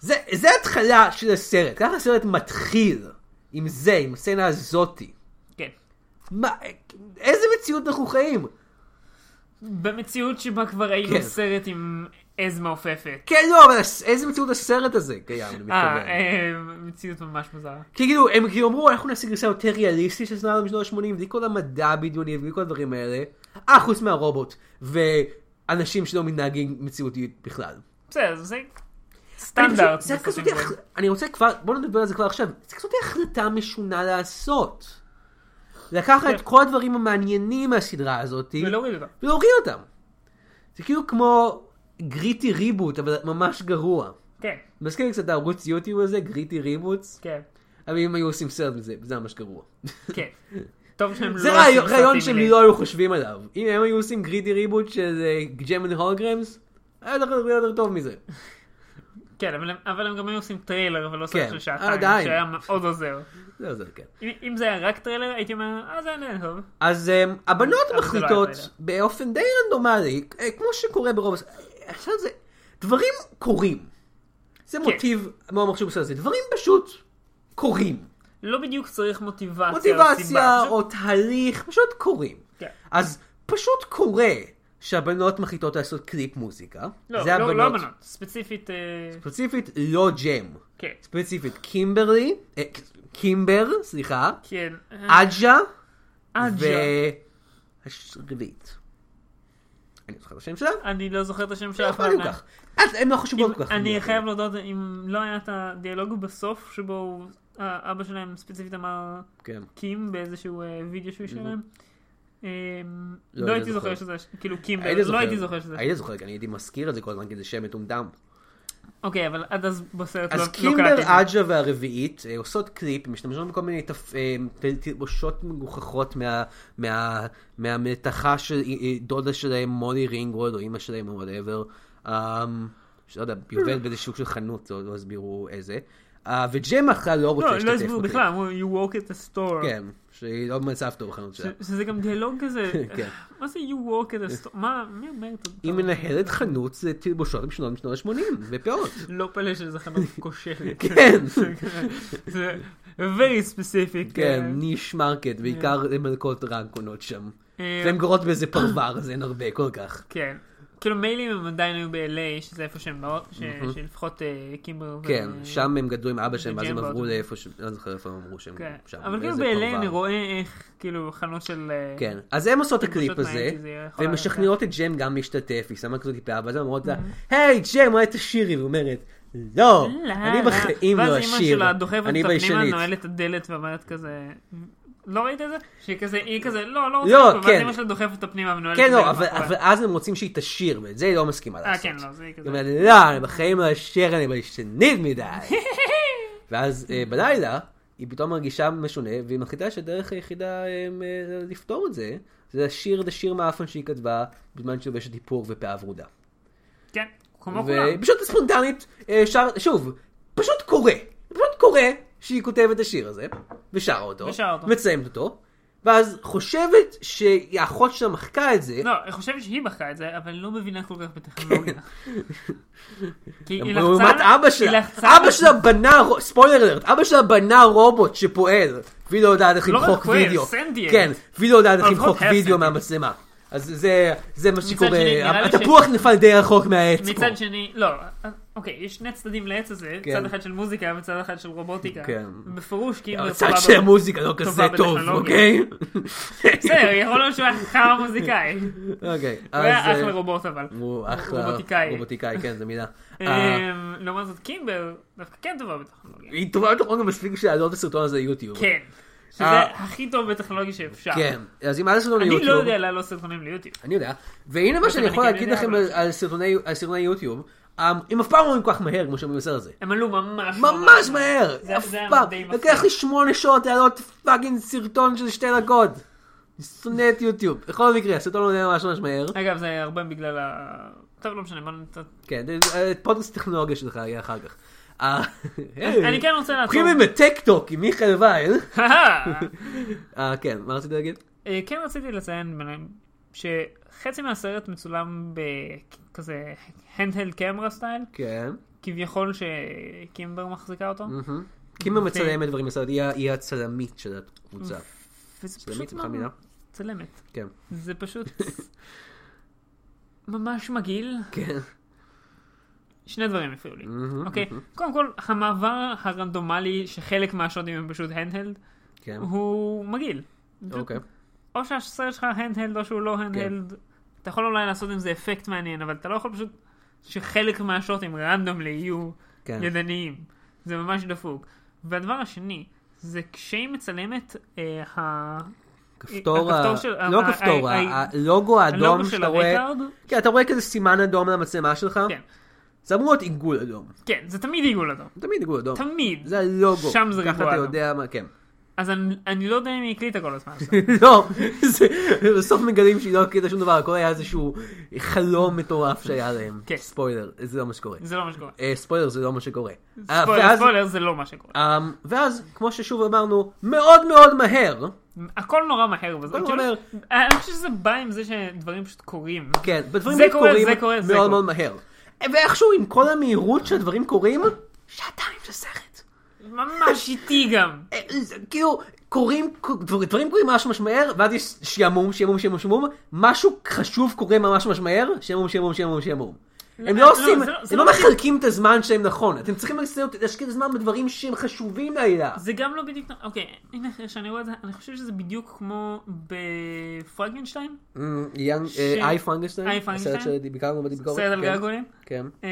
[SPEAKER 1] זה, זה התחלה של הסרט, ככה הסרט מתחיל עם זה, עם הסצנה הזאתי.
[SPEAKER 2] כן.
[SPEAKER 1] מה, איזה מציאות אנחנו חיים?
[SPEAKER 2] במציאות שבה כבר ראינו
[SPEAKER 1] כן.
[SPEAKER 2] סרט עם עז מעופפת.
[SPEAKER 1] כן, לא, אבל הס- איזה מציאות הסרט הזה קיים, אני
[SPEAKER 2] אה,
[SPEAKER 1] מתכוון.
[SPEAKER 2] אה, מציאות ממש מוזרה.
[SPEAKER 1] כי כאילו, הם כאילו אמרו, אנחנו נעשה גרסה יותר ריאליסטית של סצנה משנות ה-80, בלי כל המדע הבדיוני ובלי כל הדברים האלה. אה, חוץ מהרובוט, ואנשים שלא מתנהגים מציאותית בכלל.
[SPEAKER 2] בסדר, זה
[SPEAKER 1] אני חושב-
[SPEAKER 2] סטנדרט.
[SPEAKER 1] זה
[SPEAKER 2] בסרטים
[SPEAKER 1] כזאת,
[SPEAKER 2] כאלה.
[SPEAKER 1] הח- אני רוצה כבר, בוא נדבר על זה כבר עכשיו, זה כזאת החלטה משונה לעשות. לקחת את כל הדברים המעניינים מהסדרה הזאת,
[SPEAKER 2] כן. ולהוריד אותה.
[SPEAKER 1] ולהוריד אותם. זה כאילו כמו גריטי ריבוט, אבל ממש גרוע.
[SPEAKER 2] כן,
[SPEAKER 1] מזכיר לי קצת הערוץ יוטיוב הזה, גריטי ריבוטס,
[SPEAKER 2] כן,
[SPEAKER 1] אבל אם היו עושים סרט מזה, זה ממש גרוע.
[SPEAKER 2] כן. טוב שהם לא...
[SPEAKER 1] זה
[SPEAKER 2] עושים
[SPEAKER 1] רעיון- רעיון
[SPEAKER 2] סרטים
[SPEAKER 1] שהם
[SPEAKER 2] מלאים.
[SPEAKER 1] לא היו חושבים עליו. אם הם היו עושים גריטי ריבוט של ג'מן הולגרמס, היה יותר- היה יותר טוב מזה.
[SPEAKER 2] כן, אבל הם- אבל הם גם היו עושים טריילר, אבל לא
[SPEAKER 1] כן,
[SPEAKER 2] סרט של שעתיים,
[SPEAKER 1] עדיין.
[SPEAKER 2] שהיה מאוד עוזר.
[SPEAKER 1] זה עוזר, כן.
[SPEAKER 2] אם אם זה היה רק טריילר, הייתי אומר, אה, זה היה נראה טוב.
[SPEAKER 1] אז אמ, הבנות
[SPEAKER 2] אבל זה לא
[SPEAKER 1] מחליטות
[SPEAKER 2] היה פרידה.
[SPEAKER 1] באופן די רנדומלי, אה, כמו שקורה ברוב... הס- אה, עכשיו זה... דברים קורים. זה
[SPEAKER 2] כן.
[SPEAKER 1] מוטיב מאוד מחשוב בסרט הזה. דברים פשוט קורים.
[SPEAKER 2] לא בדיוק צריך מוטיבציה. או סיבה,
[SPEAKER 1] מוטיבציה
[SPEAKER 2] פשוט-
[SPEAKER 1] או תהליך, פשוט קורים.
[SPEAKER 2] כן.
[SPEAKER 1] אז פשוט קורה שהבנות מחליטות לעשות קליפ מוזיקה.
[SPEAKER 2] לא,
[SPEAKER 1] זה
[SPEAKER 2] לא- לא הבנות. ספציפית, אה,
[SPEAKER 1] ספציפית לא ג'ם.
[SPEAKER 2] כן.
[SPEAKER 1] ספציפית קימברלי, אה, קימבר, סליחה,
[SPEAKER 2] כן. אה,
[SPEAKER 1] עג'ה,
[SPEAKER 2] עג'ה.
[SPEAKER 1] והשרביט. אני לא זוכר את השם שלה,
[SPEAKER 2] אני לא זוכר את השם של
[SPEAKER 1] לא
[SPEAKER 2] אף אחד.
[SPEAKER 1] אכפת לי כל כך. אז הן לא חשובות כל כך.
[SPEAKER 2] אני חייב להודות, אם לא היה את הדיאלוג בסוף, שבו הוא- אה, אבא שלהם ספציפית אמר
[SPEAKER 1] כן.
[SPEAKER 2] קים באיזשהו אה, וידאו שהוא שלהם,
[SPEAKER 1] לא,
[SPEAKER 2] לא
[SPEAKER 1] אני
[SPEAKER 2] הייתי
[SPEAKER 1] זוכר.
[SPEAKER 2] זוכר שזה, כאילו קים,
[SPEAKER 1] היית
[SPEAKER 2] לא
[SPEAKER 1] זוכר.
[SPEAKER 2] הייתי זוכר שזה.
[SPEAKER 1] היית זוכר, כי אני הייתי מזכיר את זה כל הזמן, כי זה שם מטומטם.
[SPEAKER 2] אוקיי, אבל עד אז בסרט לא לא
[SPEAKER 1] אז
[SPEAKER 2] קלטתי.
[SPEAKER 1] קימבר
[SPEAKER 2] את זה.
[SPEAKER 1] עג'ה והרביעית אה, עושות קליפ, משתמשות בכל מיני תפ- אה, ת- תלבושות מגוחכות מה- מה- מהמלתחה של אה, אה, דודה שלהם, מולי רינגרוד, או אימא שלהם, או וואטאבר. שלא יודע, היא עובדת באיזה שוק של חנות, לא לא הסבירו איזה. אה, וג'מה בכלל לא רוצה
[SPEAKER 2] לא,
[SPEAKER 1] להשתתף.
[SPEAKER 2] לא הסבירו
[SPEAKER 1] בקליפ.
[SPEAKER 2] בכלל, אמרו you walk at the store.
[SPEAKER 1] כן, שהיא לא במצב טוב בחנות שלה.
[SPEAKER 2] ש- שזה גם דיאלוג כזה,
[SPEAKER 1] כן.
[SPEAKER 2] מה זה you walk at the store? מה, מי אומר את זה?
[SPEAKER 1] היא מנהלת חנות זה תלבושות משנות משנות ה-80, בפאות.
[SPEAKER 2] לא פלא שזה חנות כושלת.
[SPEAKER 1] כן.
[SPEAKER 2] זה very specific.
[SPEAKER 1] כן,
[SPEAKER 2] אה,
[SPEAKER 1] ניש מרקט, בעיקר מלכות רג קונות שם.
[SPEAKER 2] כן. אה,
[SPEAKER 1] והן גרות באיזה פרבר, אז אין הרבה כל כך.
[SPEAKER 2] כן. כאילו מילא אם הם עדיין היו ב-LA, שזה איפה שהם באות, ש- שלפחות אה, קימבר ו...
[SPEAKER 1] כן, שם הם גדלו עם אבא שלהם, ואז הם
[SPEAKER 2] וג'מבו.
[SPEAKER 1] עברו לאיפה ש... לא זוכר איפה הם אמרו שהם
[SPEAKER 2] כן.
[SPEAKER 1] שם.
[SPEAKER 2] אבל כאילו
[SPEAKER 1] באיזה
[SPEAKER 2] ב-LA
[SPEAKER 1] פרבר.
[SPEAKER 2] אני רואה איך, כאילו, חנות של... אה,
[SPEAKER 1] כן, אז הם עושות את
[SPEAKER 2] תלבושות
[SPEAKER 1] הקליפ הזה,
[SPEAKER 2] מהאייטיז, זה יכול כן.
[SPEAKER 1] והן
[SPEAKER 2] היה
[SPEAKER 1] משכנעות את ג'ם גם להשתתף, היא שמה כזאת טיפה, ואז הן אומרות לה, היי ג'ם, אולי תשירי, והיא אומרת, לא,
[SPEAKER 2] Mm-hmm. לא,
[SPEAKER 1] אני
[SPEAKER 2] לא.
[SPEAKER 1] בחיים לא
[SPEAKER 2] ואז אימא
[SPEAKER 1] אשיר,
[SPEAKER 2] שלה דוחפת
[SPEAKER 1] אני
[SPEAKER 2] אותה פנימה,
[SPEAKER 1] ביישנית.
[SPEAKER 2] נועלת את הדלת ואומרת כזה... לא ראית את זה? שהיא כזה, היא כזה, לא, לא
[SPEAKER 1] לא,
[SPEAKER 2] רוצה, ואז
[SPEAKER 1] כן.
[SPEAKER 2] אימא שלה דוחפת אותה פנימה ונועלת את
[SPEAKER 1] כן,
[SPEAKER 2] הדלת.
[SPEAKER 1] לא, אבל
[SPEAKER 2] מאחוריה.
[SPEAKER 1] אבל אז הם רוצים שהיא תשיר, ואת זה היא לא מסכימה
[SPEAKER 2] אה,
[SPEAKER 1] לעשות.
[SPEAKER 2] כן, לא, זה
[SPEAKER 1] היא
[SPEAKER 2] כזה.
[SPEAKER 1] אומרת, לא, אני בחיים לא אשיר, אני ביישנית מדי. ואז אה, בלילה, היא פתאום מרגישה משונה, והיא מחליטה שהדרך היחידה אה, אה, לפתור את זה, זה לשיר את השיר מהאפן שהיא כתבה, בזמן שהיא לובשת איפור ופאה ורודה.
[SPEAKER 2] כן, כמו כולם.
[SPEAKER 1] והיא פשוט ספונטנית, אה, שר, שוב, פשוט קורה, פשוט קורה שהיא כותבת את השיר הזה, ושרה אותו,
[SPEAKER 2] ושרה אותו.
[SPEAKER 1] מציימת אותו, ואז חושבת שהאחות שלה מחקה את זה,
[SPEAKER 2] לא, אני חושבת שהיא בחרה את זה, אבל לא מבינה כל כך בטכנולוגיה. כי היא לחצה...
[SPEAKER 1] לעומת אבא
[SPEAKER 2] היא
[SPEAKER 1] שלה.
[SPEAKER 2] לחצה
[SPEAKER 1] אבא שלה בנה, רו- ספוילר אלרט, אבא שלה בנה רובוט שפועל, והיא לא יודעת איך
[SPEAKER 2] לא רק
[SPEAKER 1] למחוק
[SPEAKER 2] פועל,
[SPEAKER 1] וידאו.
[SPEAKER 2] sentient.
[SPEAKER 1] כן, והיא לא יודעת איך
[SPEAKER 2] לפחות
[SPEAKER 1] למחוק
[SPEAKER 2] היה
[SPEAKER 1] וידאו
[SPEAKER 2] sentient.
[SPEAKER 1] מהמצלמה. אז זה, זה מה שקורה,
[SPEAKER 2] שני, נראה לי ש-
[SPEAKER 1] התפוח נפל די רחוק מהעץ פה.
[SPEAKER 2] מצד שני, לא, אוקיי, יש שני צדדים לעץ הזה,
[SPEAKER 1] כן.
[SPEAKER 2] צד אחד של מוזיקה וצד אחד של רובוטיקה.
[SPEAKER 1] כן.
[SPEAKER 2] בפירוש, כאילו...
[SPEAKER 1] הצד
[SPEAKER 2] סבבה.
[SPEAKER 1] של המוזיקה לא כזה טוב,
[SPEAKER 2] בטכנולוגיה.
[SPEAKER 1] אוקיי?
[SPEAKER 2] בסדר, יכול להיות שהוא היה חרא מוזיקאי. הוא
[SPEAKER 1] אוקיי, אז...
[SPEAKER 2] היה
[SPEAKER 1] אה,
[SPEAKER 2] אחלה רובוט אבל.
[SPEAKER 1] הוא אחלה
[SPEAKER 2] רובוטיקאי.
[SPEAKER 1] רובוטיקאי, כן, זו מילה. אה,
[SPEAKER 2] אמ, לעומת זאת, קימבר דווקא כן טובה בטכנולוגיה.
[SPEAKER 1] היא טובה בטכנולוגיה מספיק בשביל לעלות את הסרטון הזה ליוטיוב.
[SPEAKER 2] כן. שזה
[SPEAKER 1] אה.
[SPEAKER 2] הכי טוב בטכנולוגיה שאפשר.
[SPEAKER 1] כן, אז אם היה סרטון ליוטיוב...
[SPEAKER 2] אני לא יודע לעלות סרטונים ליוטיוב.
[SPEAKER 1] אני יודע. והנה מה שאני
[SPEAKER 2] אני
[SPEAKER 1] יכול
[SPEAKER 2] כן
[SPEAKER 1] להגיד
[SPEAKER 2] יודע,
[SPEAKER 1] לכם
[SPEAKER 2] אבל-
[SPEAKER 1] על- על סרטוני- על סרטוני יוטיוב, אמ, הם אף פעם לא עולים כל כך מהר כמו שהם בסרט הזה.
[SPEAKER 2] הם עלו ממש
[SPEAKER 1] ממש מהר!
[SPEAKER 2] זה-
[SPEAKER 1] אף
[SPEAKER 2] זה היה
[SPEAKER 1] פעם. אוקיי,
[SPEAKER 2] די מפחיד.
[SPEAKER 1] לקח לי שמונה שעות לעלות פאגינג סרטון של שתי דקות. אני שונא את יוטיוב. בכל מקרה, הסרטון עולה ממש ממש מהר.
[SPEAKER 2] אגב, זה הרבה בגלל ה... טוב, לא משנה, בוא נצא...
[SPEAKER 1] כן, זה- אה, פודקאסט טכנולוגיה שלך יהיה אחר כך. אה,
[SPEAKER 2] אני כן רוצה לעצור.
[SPEAKER 1] הולכים עם הטק טוק עם מיכאל וייל. אה, כן, מה רצית להגיד?
[SPEAKER 2] אה, כן רציתי לציין ביניהם שחצי מהסרט מצולם בכזה הנדהלד קמרה סטייל,
[SPEAKER 1] כן.
[SPEAKER 2] כביכול שקימבר מחזיקה
[SPEAKER 1] אה,
[SPEAKER 2] אותו,
[SPEAKER 1] קימה מצלמת דברים בסרט, היא ה- היא הצלמית של הקבוצה.
[SPEAKER 2] וזה
[SPEAKER 1] צלמית,
[SPEAKER 2] פשוט
[SPEAKER 1] בכלל מילה?
[SPEAKER 2] צלמת.
[SPEAKER 1] כן.
[SPEAKER 2] זה פשוט ממש מגעיל.
[SPEAKER 1] כן.
[SPEAKER 2] שני דברים הפריעו לי, אוקיי? קודם כל, המעבר הרנדומלי שחלק מהשוטים הם פשוט הנדהלד,
[SPEAKER 1] כן.
[SPEAKER 2] הוא מגעיל.
[SPEAKER 1] אוקיי. כן.
[SPEAKER 2] או שהסרט שלך הנדהלד או שהוא לא הנדהלד. אתה יכול אולי לעשות עם זה אפקט מעניין, אבל אתה לא יכול פשוט שחלק מהשוטים רנדומלי יהיו
[SPEAKER 1] כן.
[SPEAKER 2] ידניים. זה ממש דפוק. והדבר השני, זה כשהיא מצלמת, אה, ה-
[SPEAKER 1] הכפתור, ה-
[SPEAKER 2] הכפתור של-
[SPEAKER 1] לא
[SPEAKER 2] ה-
[SPEAKER 1] הכפתור,
[SPEAKER 2] ה-
[SPEAKER 1] ה-
[SPEAKER 2] ה-
[SPEAKER 1] הלוגו האדום
[SPEAKER 2] הלוגו של
[SPEAKER 1] שאתה רואה,
[SPEAKER 2] הרקארד?
[SPEAKER 1] כן, אתה רואה כזה סימן אדום על המצלמה שלך,
[SPEAKER 2] כן,
[SPEAKER 1] זה אמור להיות עיגול אדום,
[SPEAKER 2] כן, זה תמיד עיגול אדום.
[SPEAKER 1] תמיד עיגול אדום,
[SPEAKER 2] תמיד.
[SPEAKER 1] זה הלוגו,
[SPEAKER 2] שם זה
[SPEAKER 1] ככה
[SPEAKER 2] ריבוע
[SPEAKER 1] אתה
[SPEAKER 2] אדום.
[SPEAKER 1] יודע מה, כן,
[SPEAKER 2] אז אני- אני לא יודע אם היא הקליטה כל הזמן.
[SPEAKER 1] לא, זה- בסוף מגלים שהיא לא הקליטה שום דבר, הכל היה איזשהו חלום מטורף שהיה להם,
[SPEAKER 2] כן.
[SPEAKER 1] ספוילר, זה לא מה שקורה,
[SPEAKER 2] זה לא מה שקורה.
[SPEAKER 1] אה, ספוילר זה לא מה שקורה, אה,
[SPEAKER 2] ספוילר,
[SPEAKER 1] ואז-
[SPEAKER 2] ספוילר זה לא מה שקורה.
[SPEAKER 1] אמ, ואז, כמו ששוב אמרנו, מאוד מאוד מהר,
[SPEAKER 2] הכל נורא מהר. וזה-
[SPEAKER 1] הכל
[SPEAKER 2] כאילו,
[SPEAKER 1] מהר.
[SPEAKER 2] אני חושב שזה בא עם זה שדברים פשוט קורים.
[SPEAKER 1] כן, בדברים
[SPEAKER 2] זה
[SPEAKER 1] האלה
[SPEAKER 2] קורה,
[SPEAKER 1] קורים
[SPEAKER 2] זה קורה, זה
[SPEAKER 1] מאוד
[SPEAKER 2] קורה.
[SPEAKER 1] מאוד מהר. ואיכשהו עם כל המהירות שהדברים קורים, שעתיים של סרט.
[SPEAKER 2] ממש איטי גם.
[SPEAKER 1] אה, זה- כאילו, קורים, דבר- דברים קורים ממש ממש מהר, ואז יש שעמום, שעמום, שעמום, שעמום, משהו חשוב קורה ממש ממש מהר, שעמום, שעמום, שעמום, שעמום. הם
[SPEAKER 2] לא,
[SPEAKER 1] לא עושים,
[SPEAKER 2] זה לא- זה
[SPEAKER 1] הם לא
[SPEAKER 2] לא בדיוק.
[SPEAKER 1] מחלקים את הזמן שלהם נכון, אתם צריכים לעשות- להשקיע זמן בדברים שהם חשובים לעילה.
[SPEAKER 2] זה גם לא בדיוק... אוקיי, הנה אחרי שאני רואה את זה, אני חושב שזה בדיוק כמו בפרגנשטיין,
[SPEAKER 1] Mm,
[SPEAKER 2] ש-
[SPEAKER 1] איי פרנגשטיין,
[SPEAKER 2] איי פרנקנשטיין?
[SPEAKER 1] אה, הסרט שביקרנו בביקורת,
[SPEAKER 2] סרט על
[SPEAKER 1] כן,
[SPEAKER 2] געגועים.
[SPEAKER 1] כן.
[SPEAKER 2] אמ,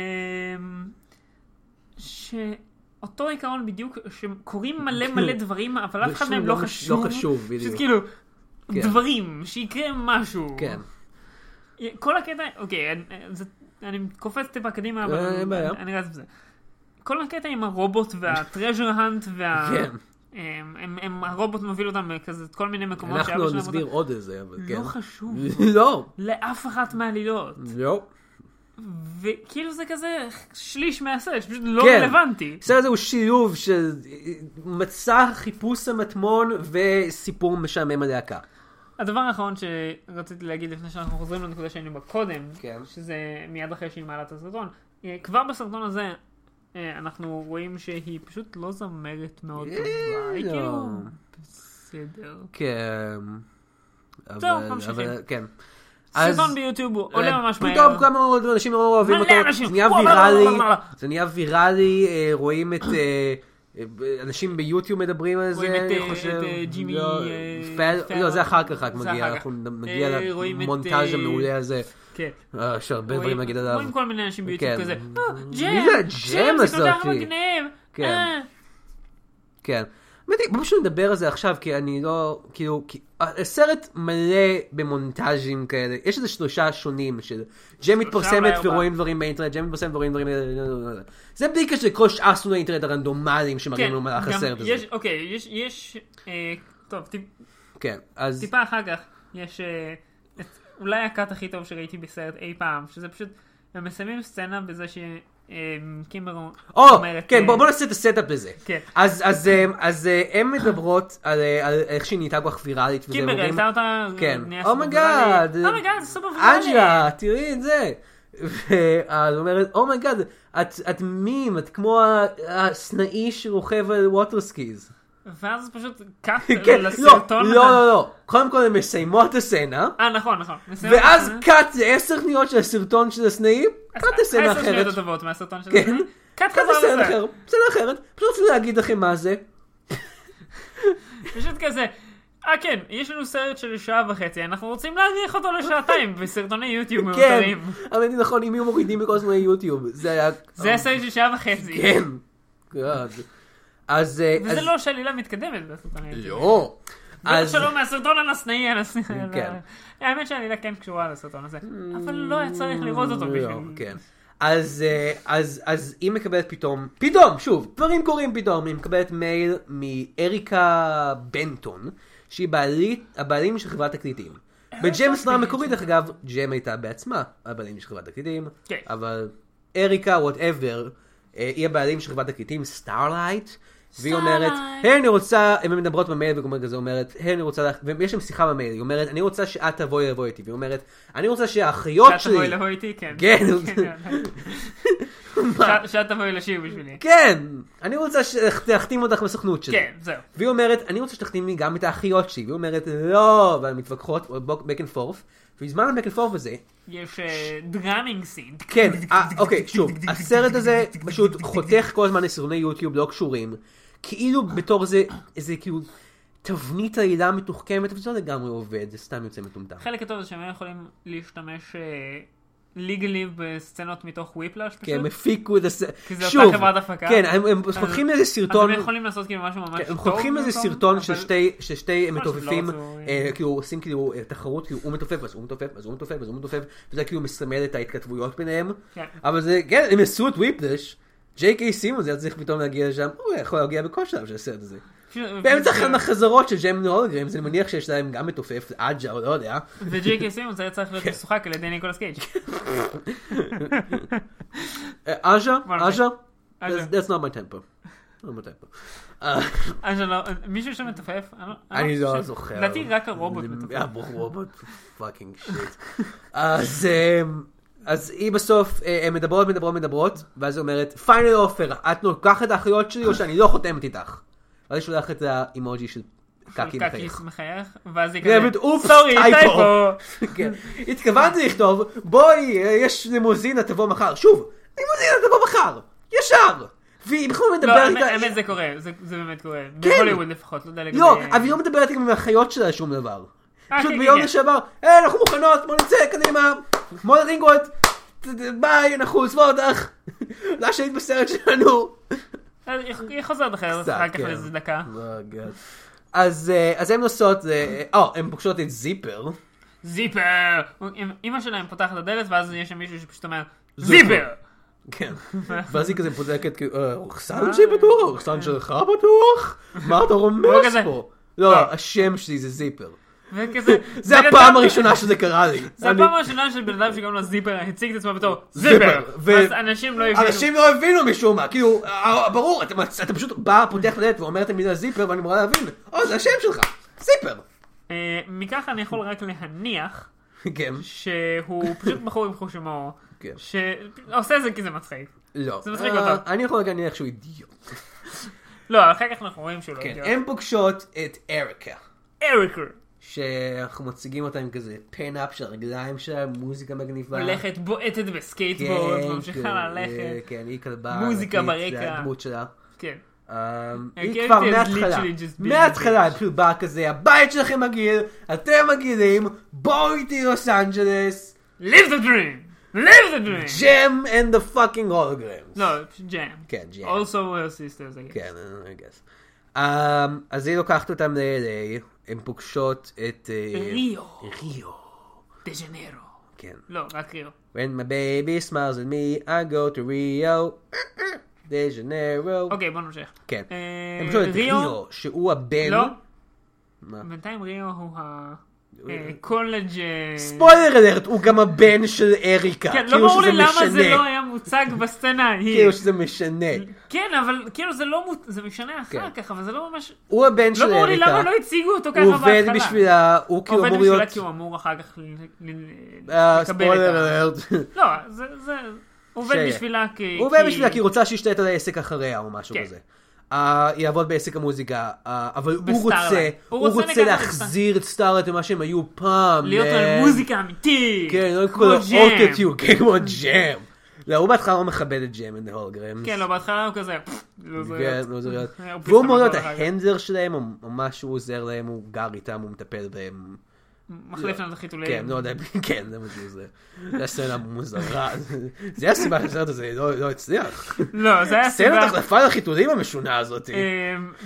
[SPEAKER 2] שאותו עיקרון בדיוק, שקורים מלא מלא דברים, אבל אף אחד
[SPEAKER 1] ושום
[SPEAKER 2] מהם
[SPEAKER 1] לא
[SPEAKER 2] לא
[SPEAKER 1] מש-
[SPEAKER 2] חשוב.
[SPEAKER 1] לא חשוב, בדיוק.
[SPEAKER 2] פשוט כאילו,
[SPEAKER 1] כן.
[SPEAKER 2] דברים, שיקרה משהו.
[SPEAKER 1] כן.
[SPEAKER 2] כל הקטע, אוקיי, אני- זה- אני קופץ טיפה קדימה, אבל
[SPEAKER 1] אה, אין
[SPEAKER 2] אני-
[SPEAKER 1] בעיה.
[SPEAKER 2] אני רץ בזה. כל הקטע עם הרובוט והטרז'ר האנט וה...
[SPEAKER 1] כן.
[SPEAKER 2] הם, הם, הם, הרובוט מוביל אותם כזה את כל מיני מקומות
[SPEAKER 1] אנחנו
[SPEAKER 2] שאבא
[SPEAKER 1] עוד
[SPEAKER 2] שלהם
[SPEAKER 1] נסביר
[SPEAKER 2] רוצה-
[SPEAKER 1] עוד איזה, אבל כן.
[SPEAKER 2] לא חשוב
[SPEAKER 1] לא,
[SPEAKER 2] לאף אחת מהעלילות.
[SPEAKER 1] לא.
[SPEAKER 2] וכאילו זה כזה שליש מהסרט, שפשוט לא
[SPEAKER 1] כן.
[SPEAKER 2] רלוונטי.
[SPEAKER 1] הסרט הזה הוא שילוב של מצע חיפוש המטמון וסיפור משעמם הלהקה.
[SPEAKER 2] הדבר האחרון שרציתי להגיד לפני שאנחנו חוזרים לנקודה שהיינו בה קודם,
[SPEAKER 1] כן.
[SPEAKER 2] שזה מיד אחרי שהיא מעלה את הסרטון, אה, כבר בסרטון הזה אה, אנחנו רואים שהיא פשוט לא זמרת מאוד
[SPEAKER 1] אה,
[SPEAKER 2] טובה, היא
[SPEAKER 1] לא.
[SPEAKER 2] כאילו בסדר.
[SPEAKER 1] כן. אבל-
[SPEAKER 2] טוב, ממשיכים.
[SPEAKER 1] אבל- כן.
[SPEAKER 2] סרטון ביוטיוב הוא עולה ממש מהר.
[SPEAKER 1] אה, פתאום כמה עוד אנשים נורא אוהבים
[SPEAKER 2] מלא
[SPEAKER 1] אותו,
[SPEAKER 2] אנשים.
[SPEAKER 1] זה נהיה
[SPEAKER 2] וואו, וואו,
[SPEAKER 1] ויראלי,
[SPEAKER 2] וואו, וואו.
[SPEAKER 1] זה נהיה ויראלי, אה, רואים את אה, אה, אנשים ביוטיוב מדברים על
[SPEAKER 2] רואים
[SPEAKER 1] זה,
[SPEAKER 2] את,
[SPEAKER 1] אני
[SPEAKER 2] אה,
[SPEAKER 1] חושב,
[SPEAKER 2] את, אה, ג'ימי,
[SPEAKER 1] לא,
[SPEAKER 2] אה,
[SPEAKER 1] פל-
[SPEAKER 2] פל-
[SPEAKER 1] לא זה אחר כך רק
[SPEAKER 2] זה
[SPEAKER 1] מגיע,
[SPEAKER 2] אחר כך.
[SPEAKER 1] אנחנו נגיע
[SPEAKER 2] אה, רואים את,
[SPEAKER 1] למונטאז'
[SPEAKER 2] אה,
[SPEAKER 1] המעולה הזה,
[SPEAKER 2] כן.
[SPEAKER 1] אה, יש הרבה דברים
[SPEAKER 2] רואים-
[SPEAKER 1] להגיד עליו,
[SPEAKER 2] רואים כל מיני אנשים ביוטיוב
[SPEAKER 1] כן.
[SPEAKER 2] כזה, "אה,
[SPEAKER 1] מי
[SPEAKER 2] ג'ם,
[SPEAKER 1] זה הג'ם
[SPEAKER 2] ג'ם זה כל כך
[SPEAKER 1] הזאתי?"
[SPEAKER 2] מגניב,
[SPEAKER 1] כן.
[SPEAKER 2] אה,
[SPEAKER 1] כן. האמת היא, בוא פשוט נדבר על זה עכשיו, כי אני לא, כאילו, כי- הסרט מלא במונטאז'ים כאלה, יש איזה שלושה שונים של ג'ם מתפרסמת
[SPEAKER 2] אולי ארבעה.
[SPEAKER 1] ורואים דברים באינטרנט, ג'ם מתפרסמת ורואים דברים, זה בלי קשר לכל שאר סוגי האינטרנט הרנדומליים שמראים
[SPEAKER 2] כן,
[SPEAKER 1] לנו במהלך
[SPEAKER 2] גם
[SPEAKER 1] הסרט הזה.
[SPEAKER 2] יש- אוקיי, יש- יש, אה, טוב, טיפ-
[SPEAKER 1] כן, אז,
[SPEAKER 2] טיפה אחר כך יש אה, את אולי הקאט הכי טוב שראיתי בסרט אי פעם, שזה פשוט, הם מסיימים סצנה בזה אה, שקימבר
[SPEAKER 1] או, כן, בוא בוא נעשה את הסטאפ לזה.
[SPEAKER 2] אה, כן.
[SPEAKER 1] אז- אז הם- אז אה, הן מדברות על אה, על איך שהיא נהייתה כל כך ויראלית, וזה
[SPEAKER 2] קימבר
[SPEAKER 1] אומרים,
[SPEAKER 2] העלתה אותה,
[SPEAKER 1] כן.
[SPEAKER 2] נהיה
[SPEAKER 1] Oh
[SPEAKER 2] סופר
[SPEAKER 1] my
[SPEAKER 2] ויראלי.
[SPEAKER 1] God.
[SPEAKER 2] Oh my God, זה סופר ויראלי.
[SPEAKER 1] אג'לה, תראי את זה. ואז אומרת, אומייגאד, את, את מים, את כמו ה- הסנאי שרוכב על ווטרסקיז.
[SPEAKER 2] ואז פשוט קאט
[SPEAKER 1] כן, לא,
[SPEAKER 2] לסרטון.
[SPEAKER 1] לא, לא, לא. קודם כל הם מסיימות את הסצנה,
[SPEAKER 2] אה, נכון, נכון. מסיימים את
[SPEAKER 1] ואז
[SPEAKER 2] הסצנה.
[SPEAKER 1] קאט זה עשר שניות של הסרטון של הסנאי, קאט זה סצנה
[SPEAKER 2] עשר שניות
[SPEAKER 1] אחרת.
[SPEAKER 2] הטובות מהסרטון של
[SPEAKER 1] כן.
[SPEAKER 2] זה. קאט
[SPEAKER 1] קאט זה
[SPEAKER 2] חזר
[SPEAKER 1] סצנה
[SPEAKER 2] לסרט.
[SPEAKER 1] אחרת, סצנה אחרת. פשוט רציתי להגיד לכם מה זה.
[SPEAKER 2] פשוט כזה. אה כן, יש לנו סרט של שעה וחצי, אנחנו רוצים להאריך אותו לשעתיים בסרטוני יוטיוב
[SPEAKER 1] כן,
[SPEAKER 2] מאותרים.
[SPEAKER 1] האמת היא נכון, אם היו מורידים מכל זמן יוטיוב, זה היה...
[SPEAKER 2] זה הסרט של שעה וחצי.
[SPEAKER 1] אה, כן. God. אז... אה,
[SPEAKER 2] וזה
[SPEAKER 1] אז-
[SPEAKER 2] לא שעלילה מתקדמת בסרטון היוטיוב.
[SPEAKER 1] לא.
[SPEAKER 2] בטח
[SPEAKER 1] אז-
[SPEAKER 2] שלא מהסרטון על הסנאי, על הסנאי. על
[SPEAKER 1] כן.
[SPEAKER 2] ה- האמת שהעלילה כן קשורה לסרטון הזה, אבל לא היה צריך לראות אותו
[SPEAKER 1] לא,
[SPEAKER 2] בשביל...
[SPEAKER 1] כן. אז, אה, אז, אז היא מקבלת פתאום, פתאום, שוב, דברים קורים פתאום, היא מקבלת מייל מאריקה בנטון, שהיא בעלית, הבעלים של חברת תקליטים.
[SPEAKER 2] אה,
[SPEAKER 1] בג'ם הסדרה המקורית, דרך אגב, ג'ם הייתה בעצמה הבעלים של חברת תקליטים,
[SPEAKER 2] כן.
[SPEAKER 1] אבל אריקה, וואטאבר, היא הבעלים של חברת תקליטים, סטארלייט, והיא אומרת, היי אני רוצה, הן מדברות במייל וכמובן כזה אומרת, היי אני רוצה, לך-" ויש להם שיחה במייל, היא אומרת, אני רוצה שאת תבואי לבוא איתי, והיא אומרת, אני רוצה שהאחיות
[SPEAKER 2] שאת
[SPEAKER 1] שלי,
[SPEAKER 2] תבואי לבוא איתי, כן.
[SPEAKER 1] כן.
[SPEAKER 2] שאת- שאת תבואי לשיר בשבילי.
[SPEAKER 1] כן, אני רוצה שתחתים אותך בסוכנות שלי.
[SPEAKER 2] כן, זהו.
[SPEAKER 1] והיא אומרת, אני רוצה שתחתימי גם את האחיות שלי. והיא אומרת, לא, והן מתווכחות, back and forth. ובזמן ה-back and forth הזה,
[SPEAKER 2] יש אה, דראמינג סין.
[SPEAKER 1] כן, אה, אוקיי, שוב, הסרט הזה פשוט חותך כל הזמן לסרטוני יוטיוב לא קשורים. כאילו בתור זה, איזה כאילו תבנית עלילה מתוחכמת, וזה לא לגמרי עובד, זה סתם יוצא מטומטם.
[SPEAKER 2] החלק הטוב זה שהם היו יכולים להשתמש אה, ליגלי בסצנות מתוך וויפלאש פשוט?
[SPEAKER 1] כי כן, הם הפיקו את הס...
[SPEAKER 2] כי זה אותה
[SPEAKER 1] שוב,
[SPEAKER 2] חברת הפקה?
[SPEAKER 1] כן, הם- הם
[SPEAKER 2] אז-
[SPEAKER 1] חותכים איזה סרטון,
[SPEAKER 2] אז הם יכולים לעשות כאילו משהו ממש טוב.
[SPEAKER 1] כן, הם חותכים איזה
[SPEAKER 2] במקום,
[SPEAKER 1] סרטון של
[SPEAKER 2] אבל-
[SPEAKER 1] שתי- של שתי
[SPEAKER 2] לא
[SPEAKER 1] מתופפים,
[SPEAKER 2] רצו,
[SPEAKER 1] אה,
[SPEAKER 2] אה.
[SPEAKER 1] כאילו עושים כאילו אה, תחרות, כאילו הוא מתופף, אז הוא מתופף, אז הוא מתופף, אז הוא מתופף, וזה כאילו מסמל את ההתכתבויות ביניהם,
[SPEAKER 2] כן.
[SPEAKER 1] אבל זה, כן, הם עשו את וויפלש, ג'יי קיי סימון, זה היה צריך פתאום להגיע לשם, הוא יכול להגיע בכל שלב של הסרט הזה.
[SPEAKER 2] פשוט-
[SPEAKER 1] באמצע
[SPEAKER 2] כאילו, ו-
[SPEAKER 1] החזרות של ג'יימן הולגרמס, אני מניח שיש להם גם מתופף, עג'ה או לא יודע.
[SPEAKER 2] וג'י קיי סימון זה היה צריך
[SPEAKER 1] כן.
[SPEAKER 2] להיות משוחק על ידי ניקולס קייג'.
[SPEAKER 1] אה, עג'ה,
[SPEAKER 2] וואלה.
[SPEAKER 1] עג'ה,
[SPEAKER 2] עג'ה.
[SPEAKER 1] That's- that's not my tempo. Not my tempo. אה,
[SPEAKER 2] אז אני לא- מישהו שמתופף? אני לא-
[SPEAKER 1] אני לא
[SPEAKER 2] חושב.
[SPEAKER 1] זוכר.
[SPEAKER 2] לדעתי רק הרובוט
[SPEAKER 1] אני-
[SPEAKER 2] מתופף.
[SPEAKER 1] אה, הרובוט, פאקינג שיט. אז אמ, אז היא בסוף, אה, הן מדברות, מדברות, מדברות, ואז היא אומרת, פיינל אופר, את לוקחת את האחריות שלי או שאני לא חותמת איתך? ואז היא שולחת את האימוג'י של קקי
[SPEAKER 2] קקי
[SPEAKER 1] מחייך.
[SPEAKER 2] מחייך, ואז היא
[SPEAKER 1] כן,
[SPEAKER 2] כזה,
[SPEAKER 1] אופס,
[SPEAKER 2] סורי,
[SPEAKER 1] טייפו."
[SPEAKER 2] טייפו.
[SPEAKER 1] כן. התכוונתי לכתוב, בואי, אה, יש לימוזינה, תבוא מחר. שוב, לימוזינה, תבוא מחר. ישר. והיא בכלל
[SPEAKER 2] לא,
[SPEAKER 1] מדברת
[SPEAKER 2] האמת
[SPEAKER 1] איתה...
[SPEAKER 2] האמת זה קורה, זה זה באמת קורה. בהוליווד לפחות, לא יודע לגבי...
[SPEAKER 1] כן. לא, אבל היא לא מדברת עם האחיות שלה שום דבר.
[SPEAKER 2] אה,
[SPEAKER 1] פשוט
[SPEAKER 2] כן,
[SPEAKER 1] ביום
[SPEAKER 2] כן.
[SPEAKER 1] שעבר, "אה, אנחנו מוכנות, בוא נצא קדימה, כמו לרינגוט, ת- ת- ביי, אנחנו עוזבות אותך, לא שהיית בסרט שלנו.
[SPEAKER 2] Oh אז אה, היא- היא חוזרת אחר
[SPEAKER 1] קצת,
[SPEAKER 2] אחר כך
[SPEAKER 1] כן.
[SPEAKER 2] לאיזה דקה.
[SPEAKER 1] לא, גאד. אז אה, אז הן נוסעות, אה, או, הן פוגשות את זיפר.
[SPEAKER 2] זיפר! אימא שלהם פותחת את הדלת ואז יש שם מישהו שפשוט אומר זיפר!
[SPEAKER 1] כן. ואז היא כזה בודקת, כאילו, "אה, האוכסן שלי בטוח, האוכסן שלך בטוח? מה אתה
[SPEAKER 2] אה, לא
[SPEAKER 1] רומז
[SPEAKER 2] כזה.
[SPEAKER 1] פה? לא, השם שלי זה זיפר.
[SPEAKER 2] וכזה...
[SPEAKER 1] זה
[SPEAKER 2] בן
[SPEAKER 1] הפעם
[SPEAKER 2] אדם-
[SPEAKER 1] הראשונה שזה קרה לי.
[SPEAKER 2] זה
[SPEAKER 1] אני-
[SPEAKER 2] הפעם הראשונה של בן אדם שקוראים לו זיפר הציג את עצמו בתור
[SPEAKER 1] זיפר,
[SPEAKER 2] זיפר!
[SPEAKER 1] ו-
[SPEAKER 2] אז אנשים לא הבינו.
[SPEAKER 1] אנשים לא הבינו משום מה, כאילו, אה, ברור, אתה מצ- אתה פשוט בא, פותח את הדלת ואומר את המילה זיפר, ואני אמורה להבין, או, זה השם שלך, זיפר.
[SPEAKER 2] אה, מכך אני יכול רק להניח
[SPEAKER 1] כן,
[SPEAKER 2] שהוא פשוט בחור עם חוש הומור.
[SPEAKER 1] כן.
[SPEAKER 2] שעושה את זה כי זה מצחיק.
[SPEAKER 1] לא.
[SPEAKER 2] זה מצחיק
[SPEAKER 1] אה,
[SPEAKER 2] אותם.
[SPEAKER 1] אני יכול להניח שהוא אידיוט.
[SPEAKER 2] לא, אחר כך אנחנו רואים שהוא לא
[SPEAKER 1] כן,
[SPEAKER 2] הגיע.
[SPEAKER 1] הן פוגשות את אריקה,
[SPEAKER 2] אריקר
[SPEAKER 1] אה. שאנחנו מציגים אותה עם כזה פן-אפ של הרגליים שלה, מוזיקה מגניבה.
[SPEAKER 2] הולכת בועטת
[SPEAKER 1] כן,
[SPEAKER 2] בסקייטבורד,
[SPEAKER 1] כן,
[SPEAKER 2] ממשיכה ללכת.
[SPEAKER 1] כן, היא כלבה.
[SPEAKER 2] מוזיקה
[SPEAKER 1] ענקית,
[SPEAKER 2] ברקע.
[SPEAKER 1] זה הדמות שלה.
[SPEAKER 2] כן.
[SPEAKER 1] אמ,
[SPEAKER 2] character
[SPEAKER 1] היא כבר
[SPEAKER 2] is
[SPEAKER 1] מההתחלה,
[SPEAKER 2] literally just being
[SPEAKER 1] מההתחלה
[SPEAKER 2] a bitch.
[SPEAKER 1] היא פשוט באה כזה, הבית שלכם מגעיל, אתם מגעילים, בואו איתי לוס אנג'לס,
[SPEAKER 2] Live the dream! Live the dream!
[SPEAKER 1] ג'ם and the fucking holograms.
[SPEAKER 2] לא, פשוט ג'אם.
[SPEAKER 1] כן, ג'ם.
[SPEAKER 2] Also we're sisters, I guess.
[SPEAKER 1] כן, I guess. אמ, אז היא לוקחת אותם ל-LA, הן פוגשות את... אה,
[SPEAKER 2] ריו.
[SPEAKER 1] ריו.
[SPEAKER 2] דה ז'נרו.
[SPEAKER 1] כן.
[SPEAKER 2] לא, רק ריו.
[SPEAKER 1] When my baby smiles at me, I go to Rio. דה ז'נרו.
[SPEAKER 2] אוקיי, בוא נמשיך.
[SPEAKER 1] כן.
[SPEAKER 2] אה,
[SPEAKER 1] הן פוגשות את
[SPEAKER 2] ריו?
[SPEAKER 1] ריו, שהוא הבן...
[SPEAKER 2] לא.
[SPEAKER 1] מה?
[SPEAKER 2] בינתיים ריו הוא ה... אה, קולג'... אה,
[SPEAKER 1] ספוילר אלרט, הוא גם הבן של אריקה.
[SPEAKER 2] כן, לא
[SPEAKER 1] כאילו
[SPEAKER 2] ברור לי
[SPEAKER 1] שזה
[SPEAKER 2] למה זה
[SPEAKER 1] משנה.
[SPEAKER 2] לא היה מוצג בסצנה ההיא.
[SPEAKER 1] כאילו שזה משנה.
[SPEAKER 2] כן, אבל כאילו זה לא מוצ... זה משנה
[SPEAKER 1] כן.
[SPEAKER 2] אחר כך, אבל זה לא ממש...
[SPEAKER 1] הוא הבן של
[SPEAKER 2] לא ברור לי למה
[SPEAKER 1] אריקה.
[SPEAKER 2] לא הציגו אותו ככה
[SPEAKER 1] הוא
[SPEAKER 2] בהתחלה.
[SPEAKER 1] עובד בשבילה, הוא
[SPEAKER 2] הוא
[SPEAKER 1] כאילו
[SPEAKER 2] עובד
[SPEAKER 1] אמור
[SPEAKER 2] בשבילה
[SPEAKER 1] להיות...
[SPEAKER 2] כי הוא אמור אחר כך ל- ל-
[SPEAKER 1] אה,
[SPEAKER 2] לקבל
[SPEAKER 1] ספוילר
[SPEAKER 2] את ה...
[SPEAKER 1] אלרט.
[SPEAKER 2] לא, זה... זה- הוא עובד
[SPEAKER 1] שיהיה.
[SPEAKER 2] בשבילה כי...
[SPEAKER 1] הוא עובד בשבילה כי היא רוצה שישתה את העסק אחריה או משהו
[SPEAKER 2] כן.
[SPEAKER 1] כזה. אה, יעבוד בעסק המוזיקה, אה, אבל הוא
[SPEAKER 2] בסטארלייט.
[SPEAKER 1] רוצה,
[SPEAKER 2] הוא
[SPEAKER 1] הוא
[SPEAKER 2] רוצה
[SPEAKER 1] רוצה
[SPEAKER 2] לקחת את
[SPEAKER 1] להחזיר את סטארלט למה שהם היו פעם.
[SPEAKER 2] להיות
[SPEAKER 1] man.
[SPEAKER 2] על מוזיקה אמיתית.
[SPEAKER 1] כן, לא את
[SPEAKER 2] כמו
[SPEAKER 1] כל
[SPEAKER 2] ג'ם.
[SPEAKER 1] האוטוטיו, כן, כמו ג'ם. לא, הוא בהתחלה לא מכבד את ג'ם אנד הולגרמס.
[SPEAKER 2] כן, לא, בהתחלה הוא כזה... "פפ, לא זה
[SPEAKER 1] כן,
[SPEAKER 2] להיות."
[SPEAKER 1] לא זה להיות.
[SPEAKER 2] הוא פשוט
[SPEAKER 1] והוא אמור
[SPEAKER 2] הכל
[SPEAKER 1] להיות
[SPEAKER 2] אחר כך.
[SPEAKER 1] ההנדלר שלהם, או או משהו עוזר להם, הוא גר איתם, הוא מטפל בהם.
[SPEAKER 2] מחליף לנו את החיתולים.
[SPEAKER 1] כן, לא יודע, כן, זה מה שזה. זה הסצנה המוזרה. זה הסיבה שהסרט הזה לא לא הצליח.
[SPEAKER 2] לא, זה היה
[SPEAKER 1] סצנת
[SPEAKER 2] סיבה...
[SPEAKER 1] החלפת החיתולים המשונה הזאת.
[SPEAKER 2] אמ,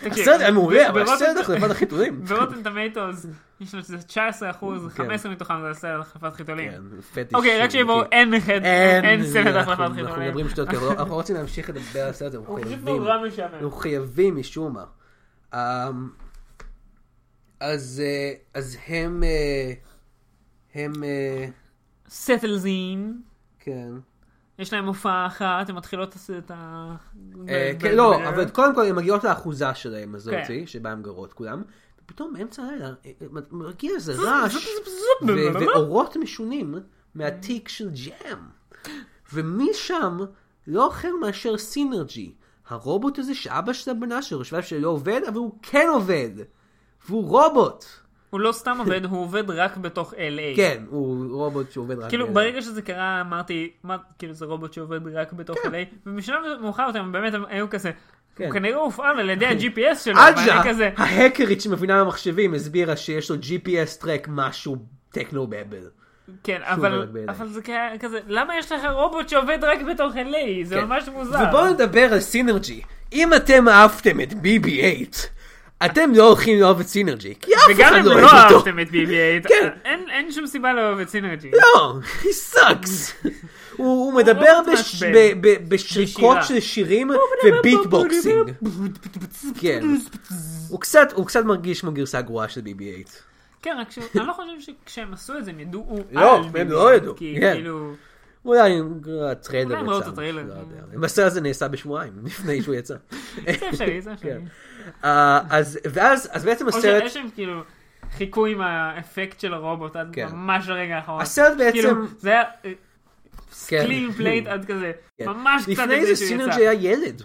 [SPEAKER 2] תקשיב,
[SPEAKER 1] אה, הסרט היה מעולה,
[SPEAKER 2] ב-
[SPEAKER 1] אבל
[SPEAKER 2] ברוטן-
[SPEAKER 1] הסרט החלפת החיתולים.
[SPEAKER 2] ברוטן טמטוס יש לו שזה 19 אחוז, 15 מתוכם זה הסרט החלפת חיתולים.
[SPEAKER 1] כן, פטיש.
[SPEAKER 2] אוקיי, רק שיבואו,
[SPEAKER 1] כן.
[SPEAKER 2] אין חד- אין סרט
[SPEAKER 1] אנחנו-
[SPEAKER 2] החלפת
[SPEAKER 1] אנחנו מדברים
[SPEAKER 2] חיתולים.
[SPEAKER 1] שטויות, כאלה, לא- אנחנו רוצים להמשיך לדבר על הסרט, אנחנו
[SPEAKER 2] הוא פשוט
[SPEAKER 1] חייבים.
[SPEAKER 2] נורא משעמם.
[SPEAKER 1] אנחנו חייבים משום מה. אמ, אז אה, אז הם, אה, הם, אה,
[SPEAKER 2] סטלזין,
[SPEAKER 1] כן.
[SPEAKER 2] יש להם הופעה אחת, הן מתחילות את ה- את ה...
[SPEAKER 1] אה,
[SPEAKER 2] ב-
[SPEAKER 1] כן,
[SPEAKER 2] ב-
[SPEAKER 1] לא,
[SPEAKER 2] ב-
[SPEAKER 1] אבל קודם כל הן מגיעות לאחוזה שלהם
[SPEAKER 2] כן.
[SPEAKER 1] הזאתי, שבה הן גרות כולם, ופתאום באמצע הלילה אה, אה, מגיע איזה רעש, ו-
[SPEAKER 2] בלה, בלה.
[SPEAKER 1] ואורות משונים מהתיק של ג'אם. ומשם, לא אחר מאשר סינרג'י, הרובוט הזה שאבא של הבנה שלו חשבה שלא עובד, אבל הוא כן עובד. והוא רובוט.
[SPEAKER 2] הוא לא סתם עובד, הוא עובד רק בתוך LA.
[SPEAKER 1] כן, הוא רובוט שעובד רק...
[SPEAKER 2] כאילו
[SPEAKER 1] ב-
[SPEAKER 2] ברגע שזה קרה אמרתי מה כאילו זה רובוט שעובד רק בתוך LA ובשלב מאוחר יותר הם באמת הם היו כזה
[SPEAKER 1] כן.
[SPEAKER 2] הוא כנראה הופעל על ידי ה-GPS שלו
[SPEAKER 1] עג'ה,
[SPEAKER 2] ואני כזה
[SPEAKER 1] ההקרית שמבינה במחשבים, הסבירה שיש לו GPS טרק משהו טכנו בבל.
[SPEAKER 2] כן,
[SPEAKER 1] שוב
[SPEAKER 2] אבל,
[SPEAKER 1] רק בידיים.
[SPEAKER 2] אבל זה כ- כזה, למה יש לך רובוט שעובד רק בתוך LA? זה
[SPEAKER 1] כן.
[SPEAKER 2] ממש מוזר.
[SPEAKER 1] ובואו נדבר על סינרג'י. אם אתם אהבתם את BB8, אתם לא הולכים לאהוב את סינרג'י, כי אף
[SPEAKER 2] וגם
[SPEAKER 1] אחד
[SPEAKER 2] אם
[SPEAKER 1] לא
[SPEAKER 2] לא
[SPEAKER 1] אוהב אותו.
[SPEAKER 2] אהבתם את BB-8,
[SPEAKER 1] כן.
[SPEAKER 2] אין- אין שום סיבה לאהוב את סינרג'י.
[SPEAKER 1] לא, he sucks. הוא הוא מדבר
[SPEAKER 2] מאוד
[SPEAKER 1] בש-
[SPEAKER 2] מעצבן.
[SPEAKER 1] ב- ב- בשריקות
[SPEAKER 2] לא בשירה.
[SPEAKER 1] של שירים וביטבוקסינג. כן. הוא קצת- הוא קצת מרגיש כמו גרסה גרועה של BB8.
[SPEAKER 2] כן, רק שאני לא חושב שכשהם עשו את זה הם ידעו אה,
[SPEAKER 1] לא,
[SPEAKER 2] על
[SPEAKER 1] הם
[SPEAKER 2] BB-8,
[SPEAKER 1] לא ידעו,
[SPEAKER 2] כי
[SPEAKER 1] כן.
[SPEAKER 2] כאילו,
[SPEAKER 1] אולי הטריילר
[SPEAKER 2] אולי הם
[SPEAKER 1] יצא.
[SPEAKER 2] ראו את הטריילר. כן.
[SPEAKER 1] לא יודע. למעשה זה נעשה בשבועיים לפני שהוא יצא.
[SPEAKER 2] זה אפשרי, זה אפשרי.
[SPEAKER 1] כן. אה, אז ואז אז בעצם
[SPEAKER 2] או
[SPEAKER 1] הסרט...
[SPEAKER 2] שיש שהם כאילו חיכו עם האפקט של הרובוט עד
[SPEAKER 1] כן.
[SPEAKER 2] ממש לרגע האחרון.
[SPEAKER 1] הסרט בעצם-
[SPEAKER 2] כאילו, זה היה אה,
[SPEAKER 1] כן.
[SPEAKER 2] קלין פלייט עד כזה,
[SPEAKER 1] כן.
[SPEAKER 2] ממש קצת
[SPEAKER 1] לפני זה
[SPEAKER 2] לפני שהוא
[SPEAKER 1] סינרג'י
[SPEAKER 2] יצא.
[SPEAKER 1] היה ילד.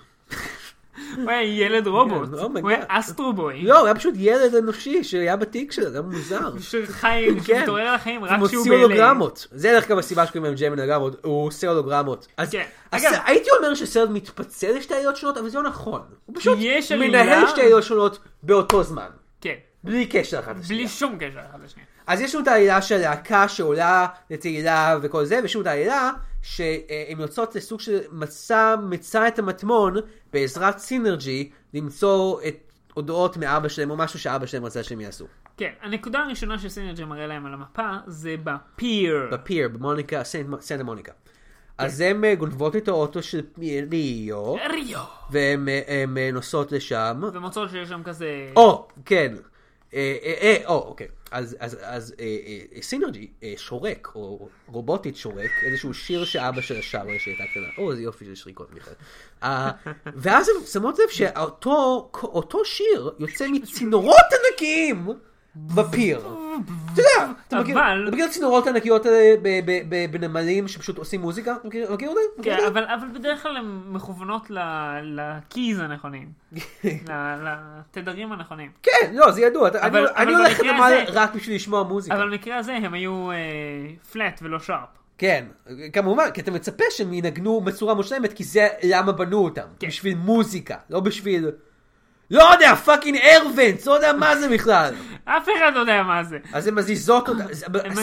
[SPEAKER 2] הוא היה ילד רובוט,
[SPEAKER 1] כן, אומייגאד.
[SPEAKER 2] הוא היה אסטרובוי.
[SPEAKER 1] לא, הוא היה פשוט ילד אנושי שהיה בתיק שלו, זה היה מוזר.
[SPEAKER 2] שחי,
[SPEAKER 1] כן.
[SPEAKER 2] שמתעורר לחיים רק
[SPEAKER 1] הוא
[SPEAKER 2] כשהוא
[SPEAKER 1] מוציא הולוגרמות. זה דרך אגב הסיבה שקוראים להם ג'יימן הולוגרמות, הוא עושה הולוגרמות. אז
[SPEAKER 2] כן.
[SPEAKER 1] אז
[SPEAKER 2] אגב-
[SPEAKER 1] הייתי אומר שהסרט מתפצל לשתי עליות שונות, אבל זה לא נכון. הוא פשוט
[SPEAKER 2] יש
[SPEAKER 1] מנהל
[SPEAKER 2] עלילה-
[SPEAKER 1] שתי עליות שונות באותו זמן.
[SPEAKER 2] כן,
[SPEAKER 1] בלי קשר אחת
[SPEAKER 2] בלי
[SPEAKER 1] לשנייה.
[SPEAKER 2] שום קשר אחד לשני.
[SPEAKER 1] אז יש לנו את העלילה של להקה שעולה לתהילה וכל זה, ויש לנו את העלילה שהן יוצאות לסוג של מצא, מצא את המטמון בעזרת סינרג'י למצוא את הודעות מאבא שלהם או משהו שאבא שלהם רצה שהם יעשו.
[SPEAKER 2] כן, הנקודה הראשונה שסינרג'י מראה להם על המפה זה בפיר.
[SPEAKER 1] בפיר, במוניקה, סנט- סנטה מוניקה. אז הן אה, גונבות את האוטו של ליאו,
[SPEAKER 2] ריו.
[SPEAKER 1] והן אה, הן, אה, נוסעות לשם.
[SPEAKER 2] ומוצאות שיש שם כזה...
[SPEAKER 1] או, כן. אה, אה, אה, או, אוקיי. אז, אז, אז אה, אה, סינרג'י אה, שורק, או רובוטית שורק, איזשהו שיר שאבא שלה שר שהייתה קטנה. או, איזה יופי של שריקות בכלל. אה, ואז הן שמות לב שאותו אותו שיר יוצא מצינורות ענקיים בפיר. אתה יודע, אתה מכיר,
[SPEAKER 2] אבל-
[SPEAKER 1] אתה מכיר צינורות ענקיות האלה אה, ב- ב- ב- בנמלים שפשוט עושים מוזיקה? אתה מכיר מכיר אותם? מכיר
[SPEAKER 2] כן,
[SPEAKER 1] אותם?
[SPEAKER 2] אבל, אבל בדרך כלל הן מכוונות ל- לקיז הנכונים. ל- לתדרים הנכונים.
[SPEAKER 1] כן, לא, זה ידוע. אתה- אני-
[SPEAKER 2] אבל-
[SPEAKER 1] אני
[SPEAKER 2] אבל
[SPEAKER 1] הולך
[SPEAKER 2] במקרה
[SPEAKER 1] לנמל
[SPEAKER 2] הזה-
[SPEAKER 1] רק בשביל לשמוע מוזיקה.
[SPEAKER 2] אבל במקרה הזה הם היו אה, פלט ולא שרפ.
[SPEAKER 1] כן, כמובן, כי אתה מצפה שהם ינגנו בצורה מושלמת, כי זה למה בנו אותם. כן.
[SPEAKER 2] כן.
[SPEAKER 1] בשביל מוזיקה, לא בשביל... לא יודע, פאקינג ארוונס, לא יודע מה זה בכלל.
[SPEAKER 2] אף אחד לא יודע מה זה.
[SPEAKER 1] אז הם מזיזות אותם.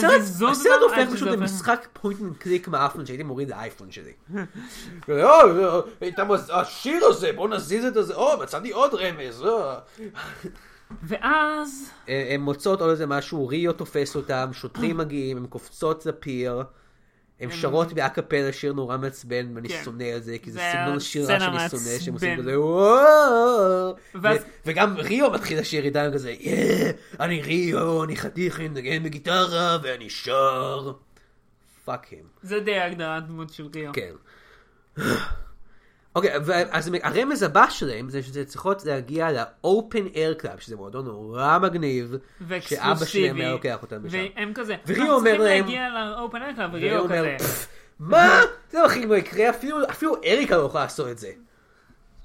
[SPEAKER 2] מזיזות
[SPEAKER 1] הסרט
[SPEAKER 2] אותם
[SPEAKER 1] הופך
[SPEAKER 2] עד
[SPEAKER 1] פשוט
[SPEAKER 2] שזה הופך.
[SPEAKER 1] למשחק פוינט אנד קליק מהאייפון שהייתי מוריד לאייפון שלי. לא, לא, הייתה מז- השיר הזה, בוא נזיז את הזה, או, מצאתי עוד רמז. לא. או.
[SPEAKER 2] ואז...
[SPEAKER 1] אה, הן מוצאות עוד איזה משהו, ריו תופס אותם, שוטרים מגיעים, הן קופצות לפיר, הן שרות באקפלה שיר נורא מעצבן, ואני
[SPEAKER 2] כן.
[SPEAKER 1] שונא את זה, כי זה
[SPEAKER 2] זה
[SPEAKER 1] סגנון שירה
[SPEAKER 2] הסצנה
[SPEAKER 1] שאני שונא, שהם עושים
[SPEAKER 2] מעצבן.
[SPEAKER 1] כזה וואו,
[SPEAKER 2] ואז-
[SPEAKER 1] ו- וגם ריו מתחיל לשיר איתם כזה, "יא, אני ריו, אני חתיך, אני מנגן בגיטרה, ואני שר. פאק הם.
[SPEAKER 2] זה די הגדרת דמות של ריו.
[SPEAKER 1] כן. אוקיי, ו- אז הרמז הבא שלהם זה שזה צריכות להגיע ל-open air club, שזה מועדון נורא מגניב, שאבא שלהם היה לוקח אותם משם.
[SPEAKER 2] והם כזה,
[SPEAKER 1] וריו
[SPEAKER 2] "אנחנו
[SPEAKER 1] אומר
[SPEAKER 2] צריכים
[SPEAKER 1] להם-
[SPEAKER 2] להגיע לאופן אקלה,
[SPEAKER 1] והוא
[SPEAKER 2] וריו
[SPEAKER 1] אומר,
[SPEAKER 2] כזה,
[SPEAKER 1] "פפ, מה? זה לא הכי לא יקרה, אפילו- אפילו אריקה לא יכולה לעשות את זה.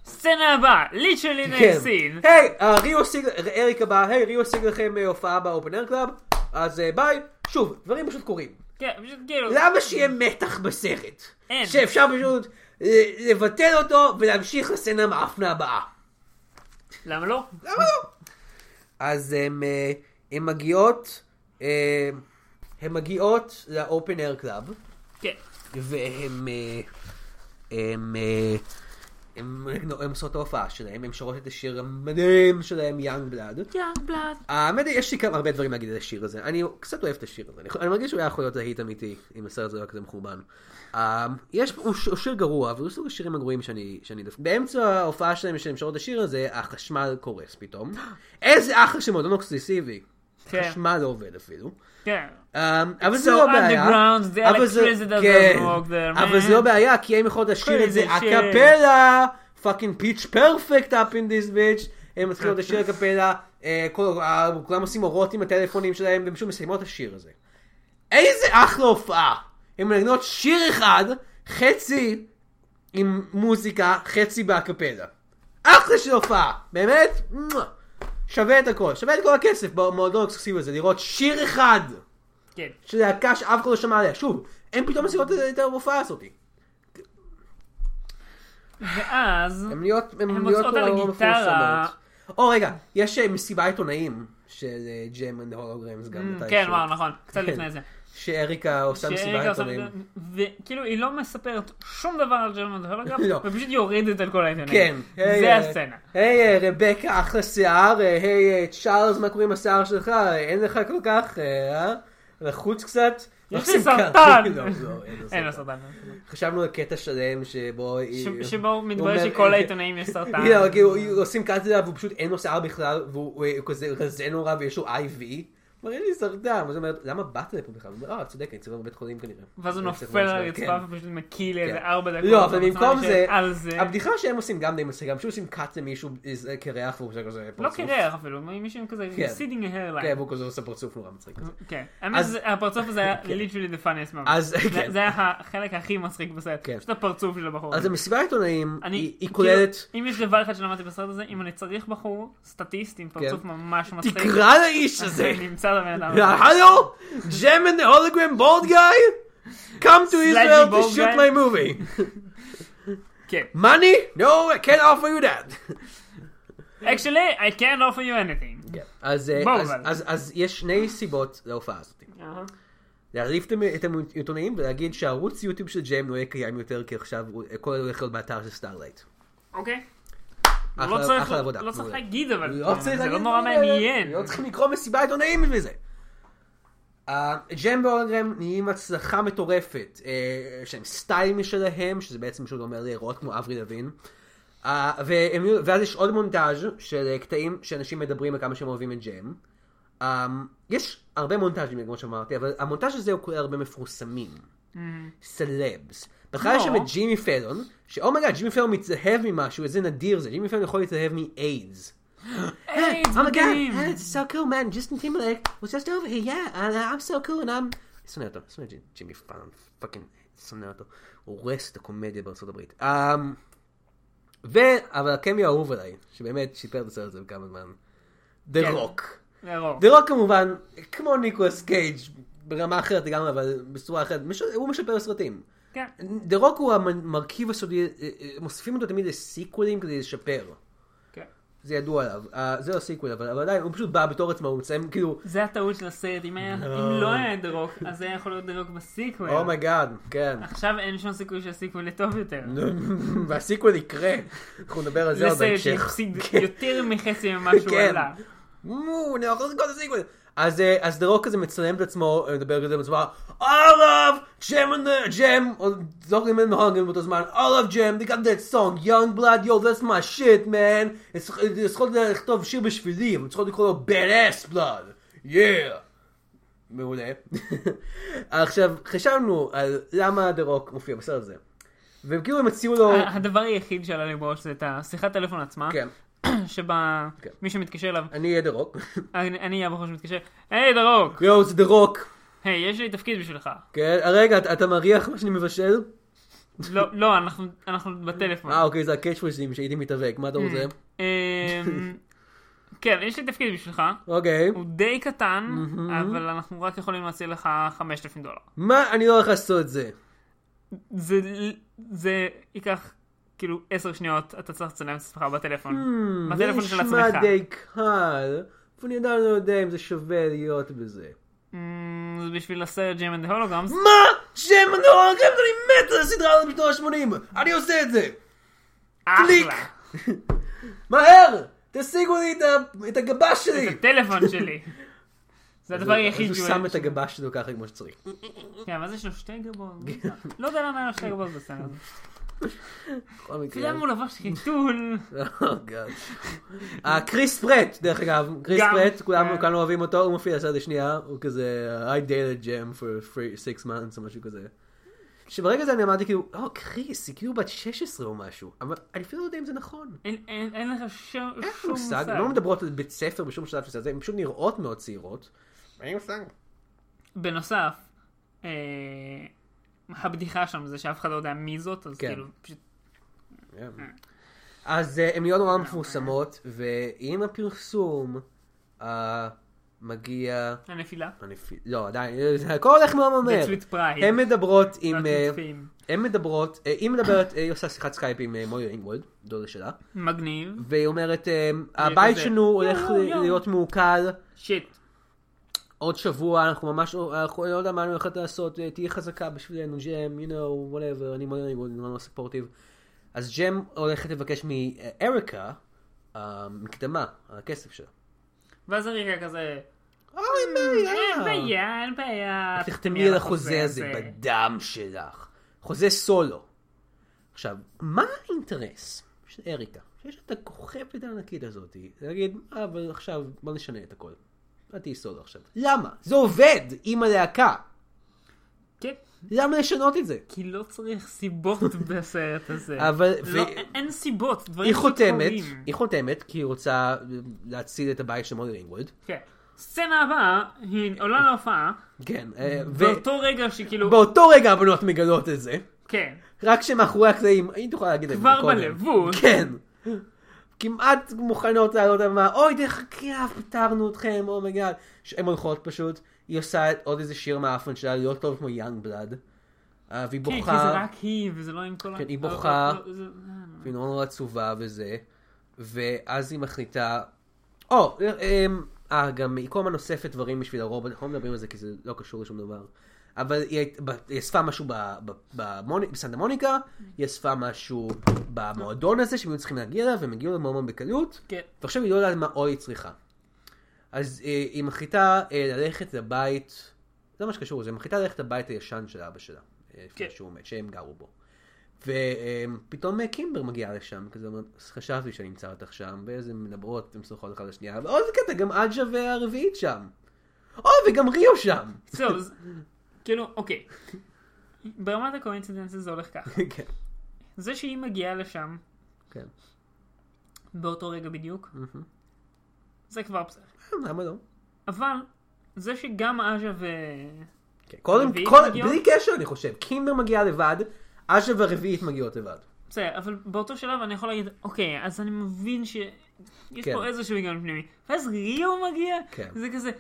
[SPEAKER 2] סצנה הבאה, ליטרלי
[SPEAKER 1] כן.
[SPEAKER 2] נעשין.
[SPEAKER 1] היי, אה, ריו השיג, אריקה באה, היי, ריו השיג לכם אה, הופעה באופן air club, אז אה, ביי. שוב, דברים פשוט קורים.
[SPEAKER 2] כן, פשוט כאילו,
[SPEAKER 1] למה שיהיה מתח בסרט?
[SPEAKER 2] אין.
[SPEAKER 1] שאפשר פשוט אה, לבטל אותו ולהמשיך לסצנה המאפנה הבאה.
[SPEAKER 2] למה לא?
[SPEAKER 1] למה לא? אז הם, אה, הם מגיעות, אה, הם מגיעות לאופן אייר קלאב,
[SPEAKER 2] כן.
[SPEAKER 1] והם, אה, הם, אה, הם, הם עושות את ההופעה שלהם, הם שרות את השיר המדהים שלהם, יאנג בלאד.
[SPEAKER 2] יאנג בלאד.
[SPEAKER 1] האמת היא, יש לי כמה הרבה דברים להגיד על השיר הזה. אני קצת אוהב את השיר הזה. אני, אני מרגיש שהוא היה יכול להיות להיט אמיתי, אם הסרט הזה לא היה כזה מחורבן. Um, יש, הוא, ש, הוא שיר גרוע, והוא סוג השירים הגרועים שאני, שאני דווקא... באמצע ההופעה שלהם, שהם שרות את השיר הזה, החשמל קורס פתאום. איזה אחלה של מועדון אוקסיסיבי.
[SPEAKER 2] כן.
[SPEAKER 1] חשמל לא עובד אפילו.
[SPEAKER 2] כן.
[SPEAKER 1] Um, אבל
[SPEAKER 2] so
[SPEAKER 1] זה לא בעיה.
[SPEAKER 2] underground, the
[SPEAKER 1] אבל זה-
[SPEAKER 2] electricity doesn't
[SPEAKER 1] כן.
[SPEAKER 2] work there,
[SPEAKER 1] אבל
[SPEAKER 2] man.
[SPEAKER 1] זה לא בעיה, כי הם יכולות לשיר את זה
[SPEAKER 2] Crazy shit.
[SPEAKER 1] אקפלה, פאקינג פיץ' פרפקט אפ אין דיס ביץ', הם מתחילות לשיר אקפלה, אה, כל- אה, כולם עושים אורות עם הטלפונים שלהם, והם פשוט מסיימות את השיר הזה. איזה אחלה הופעה! הם מנגנות שיר אחד, חצי עם מוזיקה, חצי באקפלה. אחלה של הופעה, באמת, מואה. שווה את הכל, שווה את כל הכסף במועדון האקסקסיבי הזה, לראות שיר אחד.
[SPEAKER 2] כן.
[SPEAKER 1] של להקה שאף אחד לא שמע עליה. שוב, הם פתאום מסירות את- את ההופעה הזאת.
[SPEAKER 2] ואז,
[SPEAKER 1] הם להיות, הם
[SPEAKER 2] הן
[SPEAKER 1] להיות
[SPEAKER 2] מוצאות על
[SPEAKER 1] נורא לא
[SPEAKER 2] הגיטרה.
[SPEAKER 1] מפורסמות. או רגע, יש אה, מסיבה עיתונאים של ג'ם אנד הולוגרמס גם מתי
[SPEAKER 2] כן,
[SPEAKER 1] שהוא-
[SPEAKER 2] וואו, נכון, קצת
[SPEAKER 1] כן.
[SPEAKER 2] לפני זה.
[SPEAKER 1] שאריקה עושה מסיבה
[SPEAKER 2] שאריקה עושה
[SPEAKER 1] עיתונאים.
[SPEAKER 2] מסיבה- וכאילו, היא לא מספרת שום דבר על ג'רמן הולוגרף,
[SPEAKER 1] לא.
[SPEAKER 2] ופשוט יורדת על כל העיתונאים.
[SPEAKER 1] כן. היי,
[SPEAKER 2] זה
[SPEAKER 1] אה,
[SPEAKER 2] הסצנה.
[SPEAKER 1] היי אה, רבקה, אחלה שיער, אה, היי אה, צ'ארלס, מה קורה עם השיער שלך? אה, אין לך כל כך, אה, אה? לחוץ קצת?
[SPEAKER 2] יש לי
[SPEAKER 1] עושים ככה.
[SPEAKER 2] סרטן!
[SPEAKER 1] לא, לא, אין לו
[SPEAKER 2] אין
[SPEAKER 1] סרטן.
[SPEAKER 2] לו סרטן.
[SPEAKER 1] חשבנו על קטע שלם שבו... היא-
[SPEAKER 2] ש- שבו מתברר
[SPEAKER 1] אה, אומר-
[SPEAKER 2] שכל העיתונאים יש סרטן.
[SPEAKER 1] לא, כאילו, עושים קאט אליו, והוא פשוט אין לו שיער בכלל, והוא אה, הוא- הוא כזה רזה נורא ויש לו IV. מראה לי סרטן, אז אומרת, למה באת לפה בכלל? הוא אומר, אה, צודק, אני צריך בבית חולים כנראה.
[SPEAKER 2] ואז הוא
[SPEAKER 1] אני צריך
[SPEAKER 2] נופל על
[SPEAKER 1] משהו,
[SPEAKER 2] הרצפה
[SPEAKER 1] כן.
[SPEAKER 2] ופשוט מקיא לאיזה
[SPEAKER 1] כן.
[SPEAKER 2] ארבע דקות.
[SPEAKER 1] לא, אבל
[SPEAKER 2] במצב
[SPEAKER 1] במקום זה,
[SPEAKER 2] על זה.
[SPEAKER 1] כן. הבדיחה שהם עושים גם די מצחיקה, הם פשוט עושים קאט למישהו איזה קרח והוא עושה כזה
[SPEAKER 2] לא
[SPEAKER 1] פרצוף.
[SPEAKER 2] קירח אפילו, מישהו עם כזה,
[SPEAKER 1] כן.
[SPEAKER 2] סידינג
[SPEAKER 1] כן,
[SPEAKER 2] ההרליין.
[SPEAKER 1] והוא כזה עושה פרצוף נורא מצחיק. כזה.
[SPEAKER 2] כן. האמת
[SPEAKER 1] אז- כן.
[SPEAKER 2] שהפרצוף הזה היה literally the funniest moment.
[SPEAKER 1] אז-
[SPEAKER 2] זה-
[SPEAKER 1] כן.
[SPEAKER 2] זה היה החלק הכי מצחיק בסרט.
[SPEAKER 1] כן.
[SPEAKER 2] פשוט הפרצוף של הבחור.
[SPEAKER 1] אז
[SPEAKER 2] הזה.
[SPEAKER 1] המסיבת העיתונאים,
[SPEAKER 2] אני-
[SPEAKER 1] היא היא
[SPEAKER 2] כאילו,
[SPEAKER 1] כוללת,
[SPEAKER 2] אם יש דבר אחד שלמדתי בסרט הזה, אם אני צריך בחור סטטיסט עם פרצוף
[SPEAKER 1] כן.
[SPEAKER 2] ממש מצחיק.
[SPEAKER 1] תקרא לאיש הזה!
[SPEAKER 2] אני אמצא את הבן אדם. הזה.
[SPEAKER 1] הלו? ג'ם and the hologram bald guy? Come to
[SPEAKER 2] Slightly
[SPEAKER 1] Israel to
[SPEAKER 2] bald
[SPEAKER 1] shoot
[SPEAKER 2] guy.
[SPEAKER 1] my movie.
[SPEAKER 2] כן.
[SPEAKER 1] Money? No, I can't offer you that.
[SPEAKER 2] Actually, I can't offer you anything.
[SPEAKER 1] אז, אה,
[SPEAKER 2] בואו,
[SPEAKER 1] אז-
[SPEAKER 2] אבל.
[SPEAKER 1] אז- אז יש שני סיבות להופעה הזאת. להעליב את המ- את העיתונאים ולהגיד שהערוץ יוטיוב של ג'ם לא יהיה קיים יותר כי עכשיו הוא- הכל הולך להיות באתר של סטארלייט.
[SPEAKER 2] אוקיי.
[SPEAKER 1] אחלה-
[SPEAKER 2] לא צריך-
[SPEAKER 1] אחלה עבודה.
[SPEAKER 2] לא צריך
[SPEAKER 1] מעולה.
[SPEAKER 2] להגיד אבל.
[SPEAKER 1] לא צריך
[SPEAKER 2] זה
[SPEAKER 1] להגיד
[SPEAKER 2] לא
[SPEAKER 1] את
[SPEAKER 2] נורא
[SPEAKER 1] הדברים האלה.
[SPEAKER 2] מעניין.
[SPEAKER 1] לא צריכים לקרוא מסיבה עיתונאים בשביל זה. אה, ג'ם והולגרם נהיים הצלחה מטורפת. אה, יש להם סטייל משלהם, שזה בעצם פשוט אומר להיראות כמו אברי לוין. אה, והם- ואז יש עוד מונטאז' של אה, קטעים שאנשים מדברים על כמה שהם אוהבים את ג'ם. אה, יש הרבה מונטאז'ים, כמו שאמרתי, אבל המונטאז' הזה הוא כולל הרבה מפורסמים. סלבס. בכלל יש שם
[SPEAKER 2] Mm. לא.
[SPEAKER 1] את ג'ימי פלון, שאומייגאד, ג'ימי פלון מתלהב ממשהו, איזה נדיר זה, ג'ימי פלון יכול להתלהב מאיידס.
[SPEAKER 2] היי,
[SPEAKER 1] Oh my god,
[SPEAKER 2] מדהים.
[SPEAKER 1] hey, it's so cool, man. Justin Timberlake was just over here. Yeah, and, uh, I'm so cool, and I'm... שונא אותו, שונא את ג'ימי פאן, פאקינג, שונא אותו. הוא הורס את הקומדיה בארצות הברית. Um, ו... אבל הקמי האהוב עליי, שבאמת שיפר את הסרט הזה בכמה זמן. דה
[SPEAKER 2] כן.
[SPEAKER 1] רוק.
[SPEAKER 2] זה רוב.
[SPEAKER 1] דה רוק כמובן, כמו ניקולס קייג' ברמה אחרת לגמרי, אבל בצורה אחרת, מש... הוא משפר סרטים.
[SPEAKER 2] כן.
[SPEAKER 1] דה רוק הוא המרכיב הסודי, אה, אה, מוסיפים אותו תמיד לסיקוולים כדי לשפר.
[SPEAKER 2] כן.
[SPEAKER 1] זה ידוע עליו, אה, זה לא סיקוול, אבל אבל עדיין הוא פשוט בא בתור עצמו, הוא מציין כאילו,
[SPEAKER 2] זה הטעות של הסרט, אם היה- אם לא היה דה רוק, אז זה היה יכול להיות דה רוק בסיקוול.
[SPEAKER 1] Oh אומייגאד, כן.
[SPEAKER 2] עכשיו אין שום סיכוי שהסיקוול יהיה טוב יותר.
[SPEAKER 1] והסיקוול יקרה, אנחנו נדבר על זה
[SPEAKER 2] זה
[SPEAKER 1] עוד
[SPEAKER 2] סרט
[SPEAKER 1] בהמשך.
[SPEAKER 2] שהפסיד
[SPEAKER 1] כן.
[SPEAKER 2] יותר מחצי ממה שהוא
[SPEAKER 1] כן.
[SPEAKER 2] עלה.
[SPEAKER 1] מו, אנחנו עושים כל הסיקוול. אז אה, אז דה רוק כזה מצלם את עצמו, אה, מדבר כזה בצורה, All of Jam and the Jam, או זוכרים אין הונגים באותו זמן, All of Jam, they got that song, young blood, yo, that's my shit, man. הם צריכות- הם צריכות לכתוב שיר בשבילי, הם צריכות לקרוא לו bad ass blood, yeah. מעולה. עכשיו, חשבנו על למה דה רוק מופיע בסרט הזה. והם כאילו הם הציעו לו...
[SPEAKER 2] ה- הדבר היחיד שעלה לי בראש זה את השיחת טלפון עצמה,
[SPEAKER 1] כן,
[SPEAKER 2] שבה
[SPEAKER 1] כן.
[SPEAKER 2] מישהו מתקשר אליו,
[SPEAKER 1] אני אהיה דה רוק.
[SPEAKER 2] אני אני אהיה הבחור שמתקשר, היי דה רוק,
[SPEAKER 1] יואו, זה דה רוק.
[SPEAKER 2] היי, יש לי תפקיד בשבילך.
[SPEAKER 1] כן, רגע, אתה- אתה מריח מה שאני מבשל?
[SPEAKER 2] לא, לא, אנחנו- אנחנו בטלפון.
[SPEAKER 1] אה, אוקיי, זה הקאצ'פריזים שהייתי מתאבק, מה אתה
[SPEAKER 2] אה.
[SPEAKER 1] רוצה?
[SPEAKER 2] אמ, כן, יש לי תפקיד בשבילך.
[SPEAKER 1] אוקיי.
[SPEAKER 2] הוא די קטן, אבל אנחנו רק יכולים להציע לך 5,000 דולר.
[SPEAKER 1] מה, אני לא הולך לעשות את זה.
[SPEAKER 2] זה, זה ייקח כאילו 10 שניות, אתה צריך לצלם את עצמך בטלפון. בטלפון של
[SPEAKER 1] Hmm, זה
[SPEAKER 2] עצמך.
[SPEAKER 1] נשמע די קל, ואני עדיין לא יודע אם זה שווה להיות בזה.
[SPEAKER 2] אמ, זה בשביל הסרט ג'ים אנד הולוגרמס.
[SPEAKER 1] מה? שם נורא רגע, אני מת על הסדרה הזאת בתור ה-80! אני עושה את זה! קליק!
[SPEAKER 2] אחלה.
[SPEAKER 1] מהר! תשיגו לי את ה- את הגבש שלי!
[SPEAKER 2] טלפון שלי. זה הדבר היחיד
[SPEAKER 1] אז הוא שם את הגבש שלו ככה כמו שצריך.
[SPEAKER 2] כן, אבל יש לו שתי גבות.
[SPEAKER 1] כן.
[SPEAKER 2] לא יודע למה היה לו שתי גבות בסרט.
[SPEAKER 1] בכל
[SPEAKER 2] אתה
[SPEAKER 1] מקרה.
[SPEAKER 2] יודע למה הוא לבש חיתול?
[SPEAKER 1] Oh God. אה, קריס פרט, דרך אגב, קריס
[SPEAKER 2] גם,
[SPEAKER 1] פרט, כולם
[SPEAKER 2] כן.
[SPEAKER 1] כולם אוהבים אותו, הוא מופיע לסרט השנייה, הוא כזה, I dated Jam for three- six months או משהו כזה. שברגע זה אני אמרתי כאילו, או קריס, היא כאילו בת 16 או משהו, אבל אני אפילו לא יודע אם זה נכון.
[SPEAKER 2] אין- אין אין לך שום
[SPEAKER 1] אין
[SPEAKER 2] שום
[SPEAKER 1] לי מושג, הן לא מדברות על בית ספר בשום שלב של זה, הן פשוט נראות מאוד צעירות. אין לי מושג.
[SPEAKER 2] בנוסף, אה, הבדיחה שם זה שאף אחד לא יודע מי זאת, אז
[SPEAKER 1] כן.
[SPEAKER 2] כאילו, פשוט Mm.
[SPEAKER 1] כן.
[SPEAKER 2] אוקיי.
[SPEAKER 1] אז אה, הן נהיות נורא מפורסמות, ועם הפרסום, אה, מגיע...
[SPEAKER 2] הנפילה.
[SPEAKER 1] הנפיל- לא, עדיין, זה הכל הולך מאוד מהר.
[SPEAKER 2] That's with pride.
[SPEAKER 1] הן מדברות
[SPEAKER 2] Not
[SPEAKER 1] עם...
[SPEAKER 2] with
[SPEAKER 1] אה,
[SPEAKER 2] fame.
[SPEAKER 1] הן מדברות, אה, היא מדברת, אה, היא עושה שיחת סקייפ עם אה, מויר אינגוולד, דודה שלה,
[SPEAKER 2] מגניב.
[SPEAKER 1] והיא אומרת, אה, הבית
[SPEAKER 2] כזה,
[SPEAKER 1] שלנו הולך
[SPEAKER 2] יואו, יואו.
[SPEAKER 1] להיות מעוקל,
[SPEAKER 2] שיט.
[SPEAKER 1] עוד שבוע, אנחנו ממש, אנחנו לא יודע מה אני הולכת לעשות, אה, תהיי חזקה בשבילנו, ג'ם, you know, whatever, אני מויר אינגוולד, אני מאוד ספורטיב. אז ג'ם הולכת לבקש מאריקה, המקדמה, הכסף שלה. "Oh,
[SPEAKER 2] ואז אריקה כזה, "אה,
[SPEAKER 1] אוי, בעיה.
[SPEAKER 2] אין בעיה, אין בעיה.
[SPEAKER 1] אה." את תחתמי על החוזה הזה בדם שלך. חוזה סולו. עכשיו, מה האינטרס של אריקה? שיש את הכוכבת הענקית הזאת, להגיד, "אה, אבל עכשיו בוא נשנה את הכל. אל תהיי סולו עכשיו. למה? זה עובד עם הלהקה.
[SPEAKER 2] כן,
[SPEAKER 1] למה לשנות את זה?
[SPEAKER 2] כי לא צריך סיבות בסרט הזה.
[SPEAKER 1] אבל-
[SPEAKER 2] לא,
[SPEAKER 1] ו-
[SPEAKER 2] אין- אין סיבות, דברים
[SPEAKER 1] היא חותמת,
[SPEAKER 2] שקורים.
[SPEAKER 1] היא חותמת כי היא רוצה אה, להציל את הבית של מולי רינגוולד.
[SPEAKER 2] כן. סצנה הבאה, היא עולה להופעה,
[SPEAKER 1] כן, אה, ו-
[SPEAKER 2] באותו רגע שכאילו,
[SPEAKER 1] באותו רגע הבנות מגלות את זה.
[SPEAKER 2] כן,
[SPEAKER 1] רק שמאחורי הקלעים, אם תוכל להגיד את זה
[SPEAKER 2] כבר
[SPEAKER 1] קודם.
[SPEAKER 2] בלבוש.
[SPEAKER 1] כן. כמעט מוכנות לעלות על מה, אוי, דרך אגב, פתרנו אתכם, oh אומייגאד. הן הולכות פשוט, היא עושה את- עוד איזה שיר מהאפן שלה, לא טוב כמו יאנג בלאד. אה, והיא
[SPEAKER 2] כן, כי זה
[SPEAKER 1] בוכה,
[SPEAKER 2] רק היא, וזה לא עם כל ה...
[SPEAKER 1] כן, היא
[SPEAKER 2] לא,
[SPEAKER 1] בוכה.
[SPEAKER 2] לא, לא, זה-
[SPEAKER 1] והיא נורא נורא עצובה וזה, ואז היא מחליטה, או, אה, אה, אה, גם היא כל הזמן אוספת דברים בשביל הרובוט, אנחנו לא מדברים על זה כי זה לא קשור לשום דבר. אבל היא היית- ב- היא אספה משהו ב- ב- במוני- בסנטה מוניקה, היא אספה משהו במועדון הזה שהם היו צריכים להגיע אליו, והם הגיעו למועדון בקלות,
[SPEAKER 2] כן.
[SPEAKER 1] ועכשיו היא לא יודעת מה עוד היא צריכה. אז אה, היא מחליטה אה, ללכת לבית, זה מה שקשור לזה, היא מחליטה ללכת לבית הישן של אבא שלה, אה, לפני
[SPEAKER 2] כן.
[SPEAKER 1] שהוא מת, שהם גרו בו. ופתאום אה, קימבר מגיעה לשם, כזה אומרת, חשבתי שאני אמצא אותך שם, ואיזה הן מדברות, הן סוחרות אחת לשנייה, ועוד קטע, גם עג'ה והרביעית שם. או, וגם ריו שם.
[SPEAKER 2] זהו, זה- כאילו, אוקיי. ברמת הקואינצידנציה זה הולך ככה.
[SPEAKER 1] כן,
[SPEAKER 2] זה שהיא מגיעה לשם,
[SPEAKER 1] כן.
[SPEAKER 2] באותו רגע בדיוק, זה כבר בסדר.
[SPEAKER 1] למה לא?
[SPEAKER 2] אבל, זה שגם עז'ה ו...
[SPEAKER 1] כן, קודם,
[SPEAKER 2] הרביעית
[SPEAKER 1] קודם-
[SPEAKER 2] מגיעות?
[SPEAKER 1] בלי קשר אני חושב, קימבר מגיעה לבד, עג'ה והרביעית מגיעות לבד.
[SPEAKER 2] בסדר, אבל באותו שלב אני יכול להגיד, אוקיי, אז אני מבין ש... יש
[SPEAKER 1] כן.
[SPEAKER 2] פה איזשהו היגיון פנימי. ואז ריו מגיע,
[SPEAKER 1] כן.
[SPEAKER 2] זה כזה...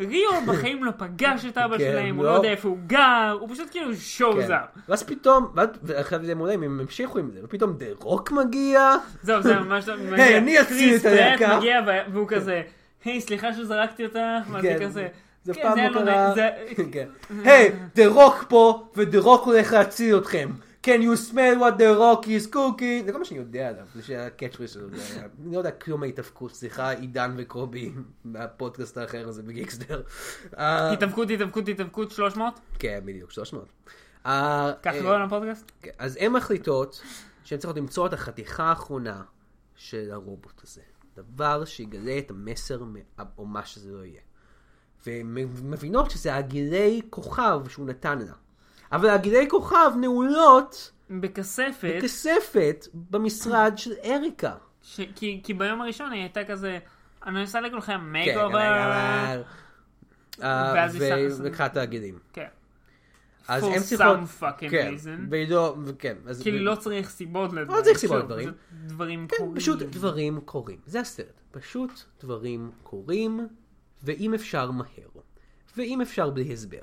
[SPEAKER 2] ריו בחיים לא פגש את אבא
[SPEAKER 1] כן,
[SPEAKER 2] שלהם, הוא
[SPEAKER 1] לא.
[SPEAKER 2] לא יודע איפה הוא גר, הוא פשוט כאילו שואו
[SPEAKER 1] כן.
[SPEAKER 2] זאפ.
[SPEAKER 1] ואז פתאום, ואז- ועכשיו זה מעולה, אם הם המשיכו עם זה, ופתאום דה רוק מגיע,
[SPEAKER 2] זהו, זה ממש...
[SPEAKER 1] היי, אני אציל
[SPEAKER 2] קריס
[SPEAKER 1] את הלהקה.
[SPEAKER 2] פרט מגיע וה- והוא כזה, היי, סליחה שזרקתי אותך, ואז
[SPEAKER 1] כן.
[SPEAKER 2] היא כזה...
[SPEAKER 1] זה
[SPEAKER 2] "כן,
[SPEAKER 1] פעם
[SPEAKER 2] היה
[SPEAKER 1] לא
[SPEAKER 2] לא
[SPEAKER 1] קרה,
[SPEAKER 2] נעים, זה-
[SPEAKER 1] כן. היי, דה רוק פה, ודה רוק הולך להציל אתכם. Can you smell what the rock is cooking? זה כל מה שאני יודע עליו, זה שהקטשרי שלו. זה היה- אני לא יודע כלום מההתאבקות, סליחה, עידן וקובי, מהפודקאסט האחר הזה בגיקסטר. אה,
[SPEAKER 2] התאבקות, התאבקות, התאבקות 300?
[SPEAKER 1] כן, בדיוק, 300. אה,
[SPEAKER 2] ככה לא
[SPEAKER 1] אה,
[SPEAKER 2] קוראים לפודקאסט?
[SPEAKER 1] כן, אז הן מחליטות שהן צריכות למצוא את החתיכה האחרונה של הרובוט הזה. דבר שיגלה את המסר, מה- או מה שזה לא יהיה. והן מבינות שזה הגילי כוכב שהוא נתן לה. אבל הגילי כוכב נעולות
[SPEAKER 2] בכספת,
[SPEAKER 1] כספת במשרד של אריקה.
[SPEAKER 2] ש- כי- כי ביום הראשון היא הייתה כזה, אני עושה לכולכם מייק
[SPEAKER 1] כן,
[SPEAKER 2] אובר.
[SPEAKER 1] אבל- אה,
[SPEAKER 2] ואז היא
[SPEAKER 1] ו-
[SPEAKER 2] שמה-
[SPEAKER 1] ולקחה את הגילים.
[SPEAKER 2] כן.
[SPEAKER 1] אז
[SPEAKER 2] For
[SPEAKER 1] הן צריכות...
[SPEAKER 2] some fucking
[SPEAKER 1] כן,
[SPEAKER 2] reason.
[SPEAKER 1] והיא לא... וכן, אז-
[SPEAKER 2] כאילו לא צריך סיבות לדברים.
[SPEAKER 1] לא צריך סיבות
[SPEAKER 2] שוב,
[SPEAKER 1] לדברים.
[SPEAKER 2] פשוט דברים
[SPEAKER 1] כן,
[SPEAKER 2] קורים.
[SPEAKER 1] פשוט דברים קורים. זה הסרט. פשוט דברים קורים, ואם אפשר מהר. ואם אפשר בלי הסבר.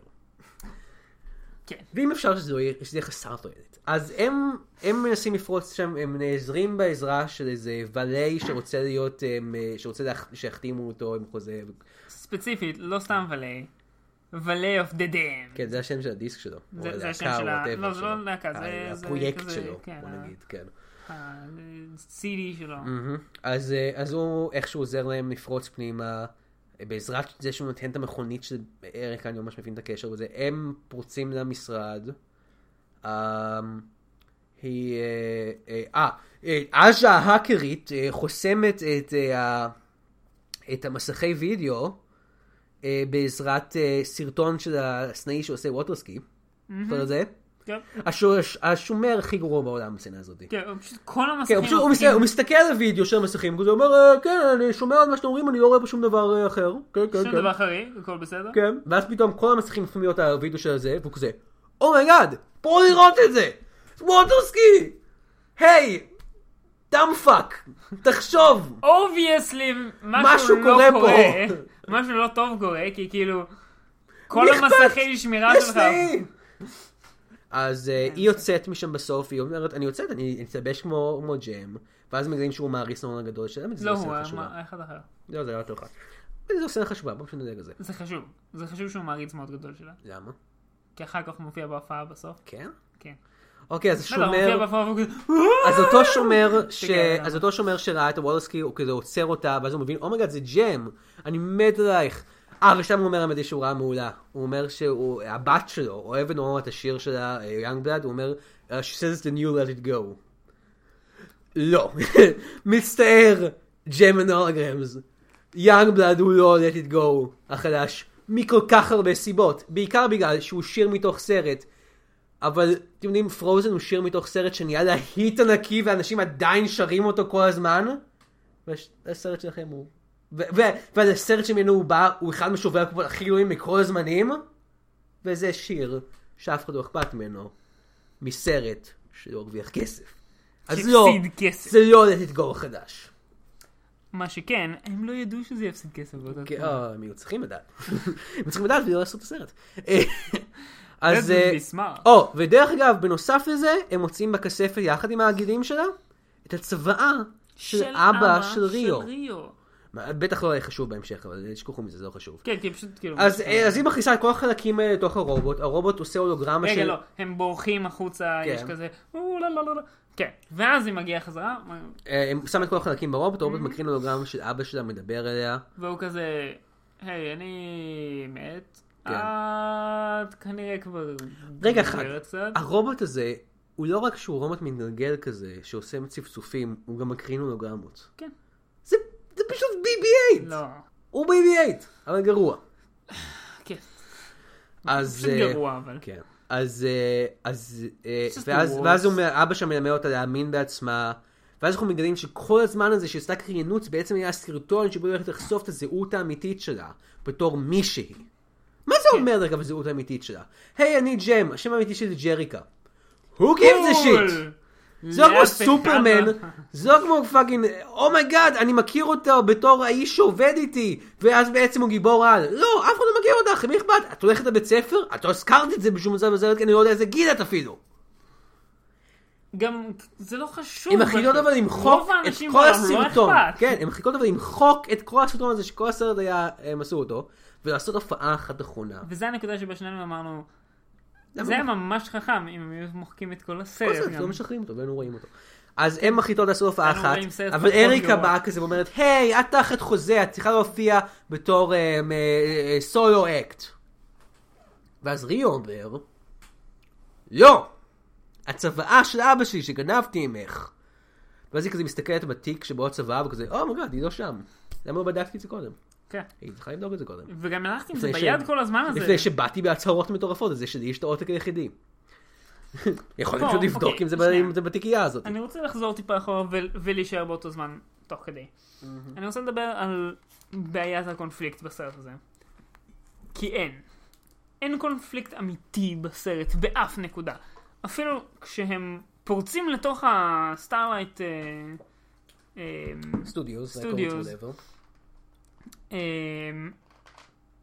[SPEAKER 2] כן.
[SPEAKER 1] ואם אפשר שזה לא יהיה, שזה יהיה חסר תועלת. אז הם, הם מנסים לפרוץ שם, הם נעזרים בעזרה של איזה ולי שרוצה להיות, אמ, אה, שרוצה להח- שיחתימו אותו עם חוזה.
[SPEAKER 2] ספציפית, לא סתם ולי. ולי אוף דה דאם.
[SPEAKER 1] כן, זה השם של הדיסק שלו. או
[SPEAKER 2] זה- זה השם
[SPEAKER 1] הלהקה,
[SPEAKER 2] של
[SPEAKER 1] או
[SPEAKER 2] ה-
[SPEAKER 1] whatever
[SPEAKER 2] לא, זה
[SPEAKER 1] שלו.
[SPEAKER 2] לא להקה, זה-
[SPEAKER 1] ה-
[SPEAKER 2] זה
[SPEAKER 1] הפרויקט
[SPEAKER 2] כזה,
[SPEAKER 1] שלו,
[SPEAKER 2] כן,
[SPEAKER 1] בוא
[SPEAKER 2] ה-
[SPEAKER 1] נגיד, כן.
[SPEAKER 2] ה-CD שלו.
[SPEAKER 1] מהמם. אז, אה, אז הוא איכשהו עוזר להם לפרוץ פנימה, אה, בעזרת זה שהוא נותן את המכונית של אריקה, אני לא ממש מבין את הקשר בזה, הם פורצים למשרד. אה, היא... אה, אה, אה, אה, עז'ה ההאקרית אה, חוסמת את, אה, ה- את המסכי וידאו אה, בעזרת אה, סרטון של הסנאי שעושה ווטרסקי. זוכר את זה?
[SPEAKER 2] כן.
[SPEAKER 1] השו- השומר הכי גרוע בעולם בסצנה הזאת.
[SPEAKER 2] כן, הוא פשוט כל
[SPEAKER 1] כן,
[SPEAKER 2] המסכים...
[SPEAKER 1] הוא פשוט, הוא, מסתכל, הוא מסתכל על הוידאו של המסכים, הוא אומר, "אה, כן, אני שומע על מה שאתם אומרים, אני לא רואה פה שום דבר אה, אחר. כן, כן,
[SPEAKER 2] שום
[SPEAKER 1] כן.
[SPEAKER 2] דבר חריג, הכל בסדר.
[SPEAKER 1] כן, ואז פתאום כל המסכים הופכים להיות הוידאו של הזה, והוא כזה, "Oh אומייגאד, פה לראות את זה! ווטרסקי! היי! דאם פאק! תחשוב!
[SPEAKER 2] אובייסלי
[SPEAKER 1] משהו
[SPEAKER 2] משהו לא
[SPEAKER 1] קורה פה.
[SPEAKER 2] קורה, משהו לא טוב קורה, כי כאילו... כל
[SPEAKER 1] מי אכפת?
[SPEAKER 2] המסכי שמירה
[SPEAKER 1] יש
[SPEAKER 2] שלך.
[SPEAKER 1] לי! אז אה, היא יוצאת משם בסוף, היא אומרת, אני יוצאת, אני אתלבש כמו כמו ג'ם, ואז מגלים שהוא töm האריסון הגדול שלה, האמת, זה
[SPEAKER 2] לא
[SPEAKER 1] לא סצנה
[SPEAKER 2] הוא,
[SPEAKER 1] חשובה.
[SPEAKER 2] אמר- אחד אחר.
[SPEAKER 1] לא, זה היה יותר חד. אבל זו סצנה חשובה, בואו נדאג לזה.
[SPEAKER 2] זה חשוב. זה חשוב שהוא מעריץ מאוד גדול שלה.
[SPEAKER 1] למה?
[SPEAKER 2] כי אחר כך הוא מופיע בהופעה בסוף.
[SPEAKER 1] כן?
[SPEAKER 2] כן.
[SPEAKER 1] אוקיי, אז
[SPEAKER 2] בסדר, הוא מופיע
[SPEAKER 1] השומר,
[SPEAKER 2] בהופעה והוא כזה... "אה,
[SPEAKER 1] אז אותו שומר, ש-
[SPEAKER 2] תגלה לנו.
[SPEAKER 1] אז אותו שומר שראה את הוולסקי, הוא כזה עוצר אותה, ואז הוא מבין, אומייגאד, זה ג'ם, אני מת עלייך. אה, ושם הוא אומר האמת היא שהוא רע מעולה. הוא אומר שהבת שלו אוהבת נורא את השיר שלה, יאנג בלאד, הוא אומר, "Uh, She says it's the new let it go. לא. מצטער, ג'ם ונורגרמס. יאנג בלאד הוא לא let it go החדש, מכל כך הרבה סיבות. בעיקר בגלל שהוא שיר מתוך סרט. אבל אתם יודעים, פרוזן הוא שיר מתוך סרט שנהיה להיט ענקי ואנשים עדיין שרים אותו כל הזמן. והסרט שלכם הוא... ו- ו- והסרט שממנו הוא בא, הוא אחד משובר הקופות הכי גדולים מכל הזמנים. וזה שיר שאף אחד לא אכפת ממנו, מסרט שלא הרוויח כסף. אז לא,
[SPEAKER 2] שהפסיד כסף.
[SPEAKER 1] זה לא let it go החדש.
[SPEAKER 2] מה שכן, הם לא ידעו שזה יפסיד כסף באותה
[SPEAKER 1] כן,
[SPEAKER 2] תקופה.
[SPEAKER 1] אה, הם היו צריכים לדעת. הם צריכים לדעת ולא לעשות את הסרט. לא אה, אז...
[SPEAKER 2] That would
[SPEAKER 1] אה,
[SPEAKER 2] be smart.
[SPEAKER 1] או, ודרך אגב, בנוסף לזה, הם מוצאים בכספת יחד עם הגילים שלה את הצוואה של אבא של ריו. מה, בטח לא היה חשוב בהמשך, אבל תשכחו מזה, זה לא חשוב.
[SPEAKER 2] כן, כי פשוט כאילו...
[SPEAKER 1] אז אה, אז היא מכניסה את כל החלקים האלה לתוך הרובוט, הרובוט עושה הולוגרמה של...
[SPEAKER 2] רגע, לא, הם בורחים החוצה,
[SPEAKER 1] כן.
[SPEAKER 2] יש כזה... "או, לא, לא, לא, לא. כן. ואז היא מגיעה חזרה,
[SPEAKER 1] אה, הם שם את כל החלקים ברובוט, הרובוט
[SPEAKER 2] Mm-hmm.
[SPEAKER 1] מקרין הולוגרמה של אבא שלה, מדבר אליה.
[SPEAKER 2] והוא כזה... היי, אני מת.
[SPEAKER 1] כן.
[SPEAKER 2] את כנראה כבר...
[SPEAKER 1] רגע אחד,
[SPEAKER 2] מדברת קצת."
[SPEAKER 1] הרובוט הזה, הוא לא רק שהוא רובוט מתגלגל כזה, שעושה צפצופים, הוא גם מקרין הולוגרמות.
[SPEAKER 2] כן.
[SPEAKER 1] זה זה פשוט BB-8!
[SPEAKER 2] לא.
[SPEAKER 1] הוא BB-8, אבל גרוע.
[SPEAKER 2] כן.
[SPEAKER 1] אז...
[SPEAKER 2] פשוט
[SPEAKER 1] אה,
[SPEAKER 2] גרוע, אבל.
[SPEAKER 1] כן. אז... אה, אז... אה,
[SPEAKER 2] It's just the
[SPEAKER 1] ואז-
[SPEAKER 2] worst.
[SPEAKER 1] ואז הוא אומר, אבא שם מלמד אותה להאמין בעצמה. ואז אנחנו מגלים שכל הזמן הזה שהיא עשתה קריינות בעצם היה סרטון שבו היא הולכת לחשוף את הזהות האמיתית שלה בתור מישהי. מה
[SPEAKER 2] כן.
[SPEAKER 1] זה אומר לגבי הזהות האמיתית שלה? היי, אני ג'ם, השם האמיתי שלי זה ג'ריקה. Who gives a
[SPEAKER 2] קול!
[SPEAKER 1] shit? זה לא כמו
[SPEAKER 2] לאף אחד
[SPEAKER 1] סופרמן,
[SPEAKER 2] לא-
[SPEAKER 1] זה לא כמו פאקינג, אומייגאד, אני מכיר אותו בתור האיש שעובד איתי, ואז בעצם הוא גיבור על. לא, אף אחד לא מכיר אותך, למי אכפת? את הולכת לבית ספר? את לא הזכרת את זה בשום מצב בזרת, כי אני לא יודע איזה גיל את אפילו.
[SPEAKER 2] לא, גם זה לא חשוב.
[SPEAKER 1] הם מחליטות
[SPEAKER 2] פשוט.
[SPEAKER 1] אבל
[SPEAKER 2] רוב
[SPEAKER 1] למחוק את
[SPEAKER 2] האנשים
[SPEAKER 1] כל
[SPEAKER 2] בעולם לא
[SPEAKER 1] הסרטון.
[SPEAKER 2] אכפת.
[SPEAKER 1] כן, הם מחליטות אבל למחוק את כל הסרטון הזה שכל הסרט היה, הם עשו אותו, ולעשות הופעה אחת אחרונה.
[SPEAKER 2] וזה הנקודה שבה שנינו אמרנו,
[SPEAKER 1] למה
[SPEAKER 2] זה היה
[SPEAKER 1] הם-
[SPEAKER 2] ממש חכם אם הם היו מוחקים את כל
[SPEAKER 1] כל
[SPEAKER 2] הסרט.
[SPEAKER 1] הסרט,
[SPEAKER 2] כן, גם.
[SPEAKER 1] לא משחררים אותו, ואנו רואים אותו. אז הן מחליטות לעשות הופעה
[SPEAKER 2] אנו
[SPEAKER 1] אחת,
[SPEAKER 2] רואים סרט
[SPEAKER 1] אבל
[SPEAKER 2] פחות
[SPEAKER 1] אריקה
[SPEAKER 2] גרוע.
[SPEAKER 1] באה כזה ואומרת, היי, את תחת חוזה, את צריכה להופיע בתור אמ, אה, אה, סולו אקט. ואז ריו אומר, לא, הצוואה של אבא שלי שגנבתי ממך. ואז היא כזה מסתכלת בתיק שבו הצוואה וכזה, או מגד, היא לא שם. למה לא בדקתי את זה קודם?
[SPEAKER 2] כן.
[SPEAKER 1] היא צריכה לבדוק את זה קודם.
[SPEAKER 2] וגם הלכתי עם זה
[SPEAKER 1] לפני
[SPEAKER 2] ביד
[SPEAKER 1] ש-
[SPEAKER 2] כל הזמן הזה.
[SPEAKER 1] לפני שבאתי בהצהרות מטורפות על זה שלי יש את העותק היחידי. יכולים
[SPEAKER 2] טוב,
[SPEAKER 1] פשוט לבדוק
[SPEAKER 2] אוקיי,
[SPEAKER 1] אם זה ב-
[SPEAKER 2] שנייה.
[SPEAKER 1] אם זה בתיקייה הזאת.
[SPEAKER 2] אני רוצה לחזור טיפה אחורה ול- ולהישאר באותו זמן תוך כדי. אני רוצה לדבר על בעיית הקונפליקט בסרט הזה. כי אין. אין קונפליקט אמיתי בסרט באף נקודה. אפילו כשהם פורצים לתוך הסטארלייט אה, אה,
[SPEAKER 1] סטודיוס,
[SPEAKER 2] Studios. אמ,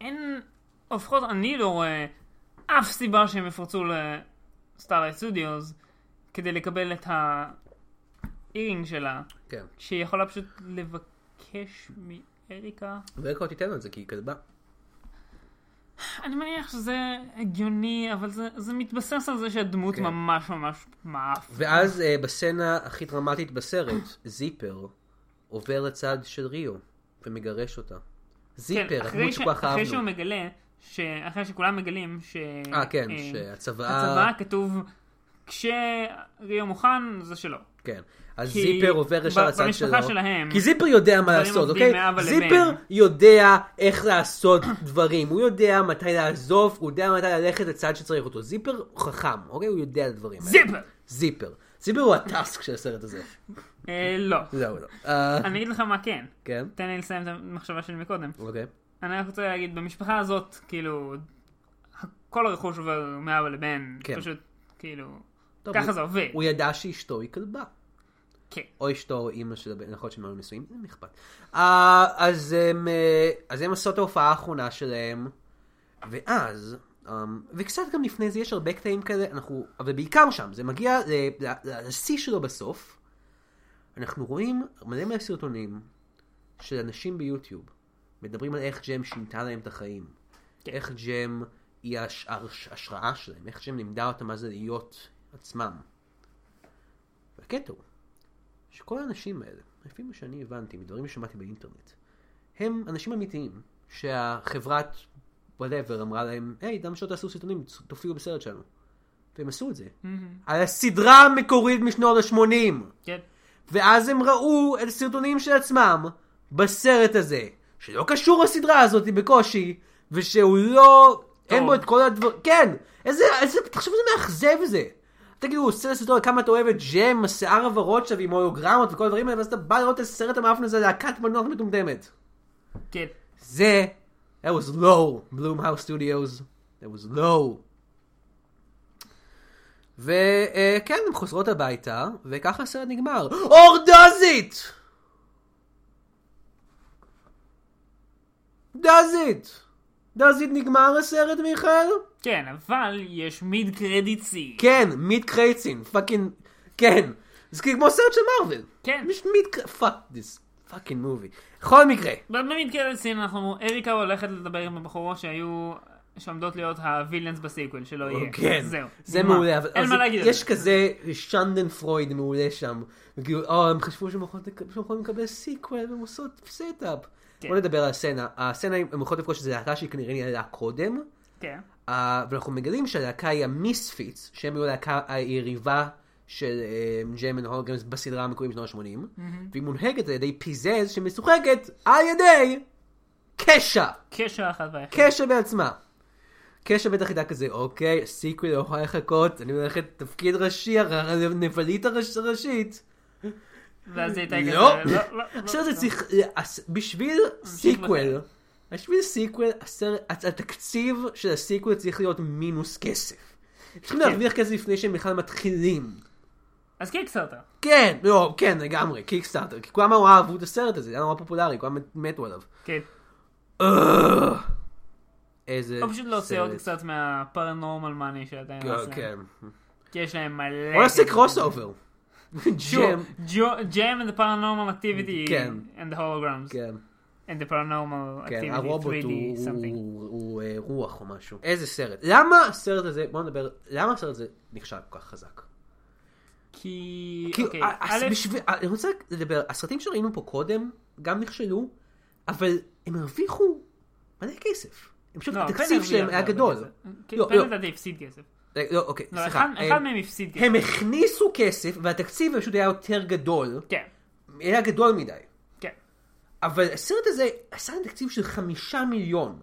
[SPEAKER 2] אין, או לפחות אני לא רואה אף סיבה שהם יפרצו לסטארלייט סודיוס כדי לקבל את האירינג שלה,
[SPEAKER 1] כן.
[SPEAKER 2] שהיא יכולה פשוט לבקש מאריקה.
[SPEAKER 1] ואיך תיתן לא לו את זה כי היא כלבה.
[SPEAKER 2] אני מניח שזה הגיוני, אבל זה, זה מתבסס על זה שהדמות
[SPEAKER 1] כן.
[SPEAKER 2] ממש ממש מעף.
[SPEAKER 1] ואז אה, בסצנה הכי דרמטית בסרט, זיפר עובר לצד של ריו ומגרש אותה. זיפר, כן, הדמות
[SPEAKER 2] כן, אחרי,
[SPEAKER 1] שכל כך
[SPEAKER 2] אחרי שהוא
[SPEAKER 1] אהבנו.
[SPEAKER 2] מגלה, ש... אחרי שכולם מגלים ש...
[SPEAKER 1] אה, כן,
[SPEAKER 2] אה,
[SPEAKER 1] שהצוואה-
[SPEAKER 2] הצבא כתוב, כשריו מוכן, זה שלו.
[SPEAKER 1] כן. אז
[SPEAKER 2] כי
[SPEAKER 1] זיפר עובר ישר
[SPEAKER 2] ב-
[SPEAKER 1] לצד שלו.
[SPEAKER 2] במשפחה שלהם,
[SPEAKER 1] כי זיפר יודע מה
[SPEAKER 2] דברים
[SPEAKER 1] לעשות,
[SPEAKER 2] עובדים
[SPEAKER 1] אוקיי?
[SPEAKER 2] מאב לבן.
[SPEAKER 1] זיפר יודע איך לעשות דברים. הוא יודע מתי לעזוב, הוא יודע מתי ללכת לצד שצריך אותו. זיפר הוא חכם, אוקיי? הוא יודע את הדברים האלה.
[SPEAKER 2] זיפר!
[SPEAKER 1] זיפר. זיפר הוא הטאסק של הסרט הזה.
[SPEAKER 2] אה, לא.
[SPEAKER 1] זהו, לא. אה,
[SPEAKER 2] אני אגיד לך מה כן.
[SPEAKER 1] כן,
[SPEAKER 2] תן לי לסיים את המחשבה שלי מקודם.
[SPEAKER 1] אוקיי.
[SPEAKER 2] אני רק רוצה להגיד, במשפחה הזאת, כאילו, כל הרכוש עובר מאבא לבן.
[SPEAKER 1] כן.
[SPEAKER 2] פשוט, כאילו,
[SPEAKER 1] טוב,
[SPEAKER 2] ככה
[SPEAKER 1] הוא-
[SPEAKER 2] זה עובד.
[SPEAKER 1] הוא ידע שאשתו היא כלבה.
[SPEAKER 2] כן.
[SPEAKER 1] או אשתו או אימא של הבן, נכון שהם היו נשואים, זה אכפת. אה, אז הם, אה, אז הם עשו את ההופעה האחרונה שלהם, ואז, אה, וקצת גם לפני זה יש הרבה קטעים כאלה, אנחנו, אבל בעיקר שם, זה מגיע ל- ל- ל- לשיא שלו בסוף, אנחנו רואים מלא מלא סרטונים של אנשים ביוטיוב, מדברים על איך ג'ם שינתה להם את החיים, איך ג'ם היא ההש- ההש- ההשראה שלהם, איך ג'ם לימדה אותם מה זה להיות עצמם. והקטע הוא, שכל האנשים האלה, לפי מה שאני הבנתי, מדברים ששמעתי באינטרנט, הם אנשים אמיתיים, שהחברת וואטאבר אמרה להם, היי, למה שלא תעשו סרטונים, תופיעו בסרט שלנו. והם עשו את זה. על הסדרה המקורית משנות ה-80!
[SPEAKER 2] כן.
[SPEAKER 1] ואז הם ראו את הסרטונים של עצמם בסרט הזה, שלא קשור לסדרה הזאת בקושי, ושהוא לא... אין בו את כל הדברים... כן! איזה... איזה... תחשוב איזה מאכזב זה! תגידו, הוא עושה סרטון על כמה אתה אוהב את ג'ם, השיער הוורוד שלו עם הולוגרמות וכל הדברים האלה, ואז אתה בא לראות את הסרט המאפן הזה, להקת מנוח מטומטמת.
[SPEAKER 2] כן.
[SPEAKER 1] זה... That was low, Bloomhouse Studios. That was low. וכן, הן חוזרות הביתה, וככה הסרט נגמר. אור does it! does it! does it נגמר הסרט, מיכאל?
[SPEAKER 2] כן, אבל יש מיד קרדיט סי.
[SPEAKER 1] כן, מיד קרייצין, פאקינג, כן. זה כאילו כמו סרט של מארוול.
[SPEAKER 2] כן.
[SPEAKER 1] יש מיד פאק, this fucking movie. בכל מקרה.
[SPEAKER 2] במיד קרדיט סי אנחנו, erika הולכת לדבר עם הבחורות שהיו, שעומדות להיות הווילנס בסיקוול, שלא יהיה.
[SPEAKER 1] כן,
[SPEAKER 2] זהו.
[SPEAKER 1] זה
[SPEAKER 2] נגמר.
[SPEAKER 1] מעולה, אבל
[SPEAKER 2] אין
[SPEAKER 1] אבל
[SPEAKER 2] מה
[SPEAKER 1] זה-
[SPEAKER 2] להגיד. על
[SPEAKER 1] יש
[SPEAKER 2] זה.
[SPEAKER 1] כזה שנדן פרויד מעולה שם, וכאילו, או, הם חשבו שהם יכולים לק- שהם יכולים לקבל סיקוול, והם עושות סטאפ.
[SPEAKER 2] כן.
[SPEAKER 1] בוא נדבר על הסצנה, הסצנה, היא- הם יכולים לפגוש איזו להקה שכנראה נהייתה קודם,
[SPEAKER 2] כן.
[SPEAKER 1] אה, ואנחנו מגלים שהלהקה היא המיספיץ, שהם היו הלהקה היריבה של אה, ג'יימן הולגרמס בסדרה המקורית בשנות ה-80, והיא מונהגת על ידי פיזז שמשוחקת על ידי קשע.
[SPEAKER 2] קשר אחת ואחת.
[SPEAKER 1] קשע בעצמה. קשע בטח ידע כזה, אוקיי, סיקווי לא יכולה לחכות, אני הולכת לתפקיד ראשי, הנבלית הראש- הראשית.
[SPEAKER 2] ואז היא הייתה כזה.
[SPEAKER 1] לא.
[SPEAKER 2] לא, לא,
[SPEAKER 1] עכשיו
[SPEAKER 2] לא,
[SPEAKER 1] זה
[SPEAKER 2] לא.
[SPEAKER 1] צריך, לעש- בשביל סיקוול, בשביל סיקוול, הסרט- התקציב של הסיקוול צריך להיות מינוס כסף. צריכים
[SPEAKER 2] כן.
[SPEAKER 1] להרוויח כסף לפני שהם בכלל מתחילים.
[SPEAKER 2] אז קיקסטארטר.
[SPEAKER 1] כן, לא, כן, לגמרי, קיקסטארטר, כי כולם נורא אהבו את הסרט הזה, זה היה נורא פופולרי, כולם מתו עליו.
[SPEAKER 2] כן.
[SPEAKER 1] אה, איזה
[SPEAKER 2] או לא, פשוט להוציא עוד
[SPEAKER 1] סרט.
[SPEAKER 2] קצת מהפרנורמל מאני שעדיין עושה.
[SPEAKER 1] כן.
[SPEAKER 2] כי יש להם מלא...
[SPEAKER 1] בוא נעשה קרוס אובר.
[SPEAKER 2] ג'ם. ג'ם and the paranormal activity.
[SPEAKER 1] כן.
[SPEAKER 2] And the holograms.
[SPEAKER 1] כן,
[SPEAKER 2] And the paranormal
[SPEAKER 1] כן,
[SPEAKER 2] activity
[SPEAKER 1] הרובוט
[SPEAKER 2] 3D
[SPEAKER 1] הוא-
[SPEAKER 2] something.
[SPEAKER 1] הוא- הוא אה, רוח או משהו. איזה סרט. למה הסרט הזה, בוא נדבר, למה הסרט הזה נכשל כל כך חזק?
[SPEAKER 2] כי...
[SPEAKER 1] כאילו,
[SPEAKER 2] אוקיי,
[SPEAKER 1] ה- הס-
[SPEAKER 2] א',
[SPEAKER 1] בשביל- אני רוצה לדבר, הסרטים שראינו פה קודם גם נכשלו, אבל הם הרוויחו מלא כסף. הם פשוט,
[SPEAKER 2] לא,
[SPEAKER 1] התקציב
[SPEAKER 2] פן
[SPEAKER 1] שלהם
[SPEAKER 2] הרוויח
[SPEAKER 1] היה
[SPEAKER 2] הרבה
[SPEAKER 1] גדול.
[SPEAKER 2] כסף. כן,
[SPEAKER 1] לא,
[SPEAKER 2] פן
[SPEAKER 1] לא.
[SPEAKER 2] לדעתי הפסיד כסף.
[SPEAKER 1] אה, לא, אוקיי,
[SPEAKER 2] לא,
[SPEAKER 1] סליחה.
[SPEAKER 2] אחד-
[SPEAKER 1] אה,
[SPEAKER 2] אחד מהם הפסיד כסף.
[SPEAKER 1] הם הכניסו כסף והתקציב פשוט היה יותר גדול,
[SPEAKER 2] כן,
[SPEAKER 1] היה גדול מדי.
[SPEAKER 2] כן.
[SPEAKER 1] אבל הסרט הזה עשה תקציב של חמישה מיליון.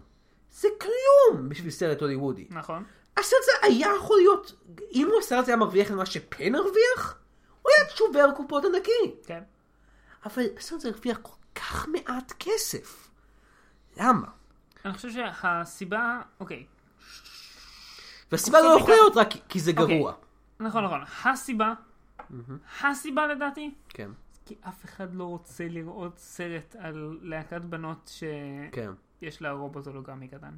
[SPEAKER 1] זה כלום בשביל סרט הוליוודי.
[SPEAKER 2] נכון.
[SPEAKER 1] הסרט הזה היה יכול להיות, אם הוא הסרט הזה היה מרוויח את מה שפן הרוויח, הוא היה שובר קופות ענקי.
[SPEAKER 2] כן.
[SPEAKER 1] אבל הסרט הזה הרוויח כל כך מעט כסף. למה?
[SPEAKER 2] אני חושב שהסיבה... אוקיי.
[SPEAKER 1] והסיבה לא
[SPEAKER 2] בסוף
[SPEAKER 1] יכולה
[SPEAKER 2] בעיקר-
[SPEAKER 1] להיות רק כי זה גרוע.
[SPEAKER 2] נכון, נכון. הסיבה... הסיבה לדעתי
[SPEAKER 1] כן,
[SPEAKER 2] כי אף אחד לא רוצה לראות סרט על להקת בנות
[SPEAKER 1] כן.
[SPEAKER 2] שיש לה רובוט הולוגרמי קטן.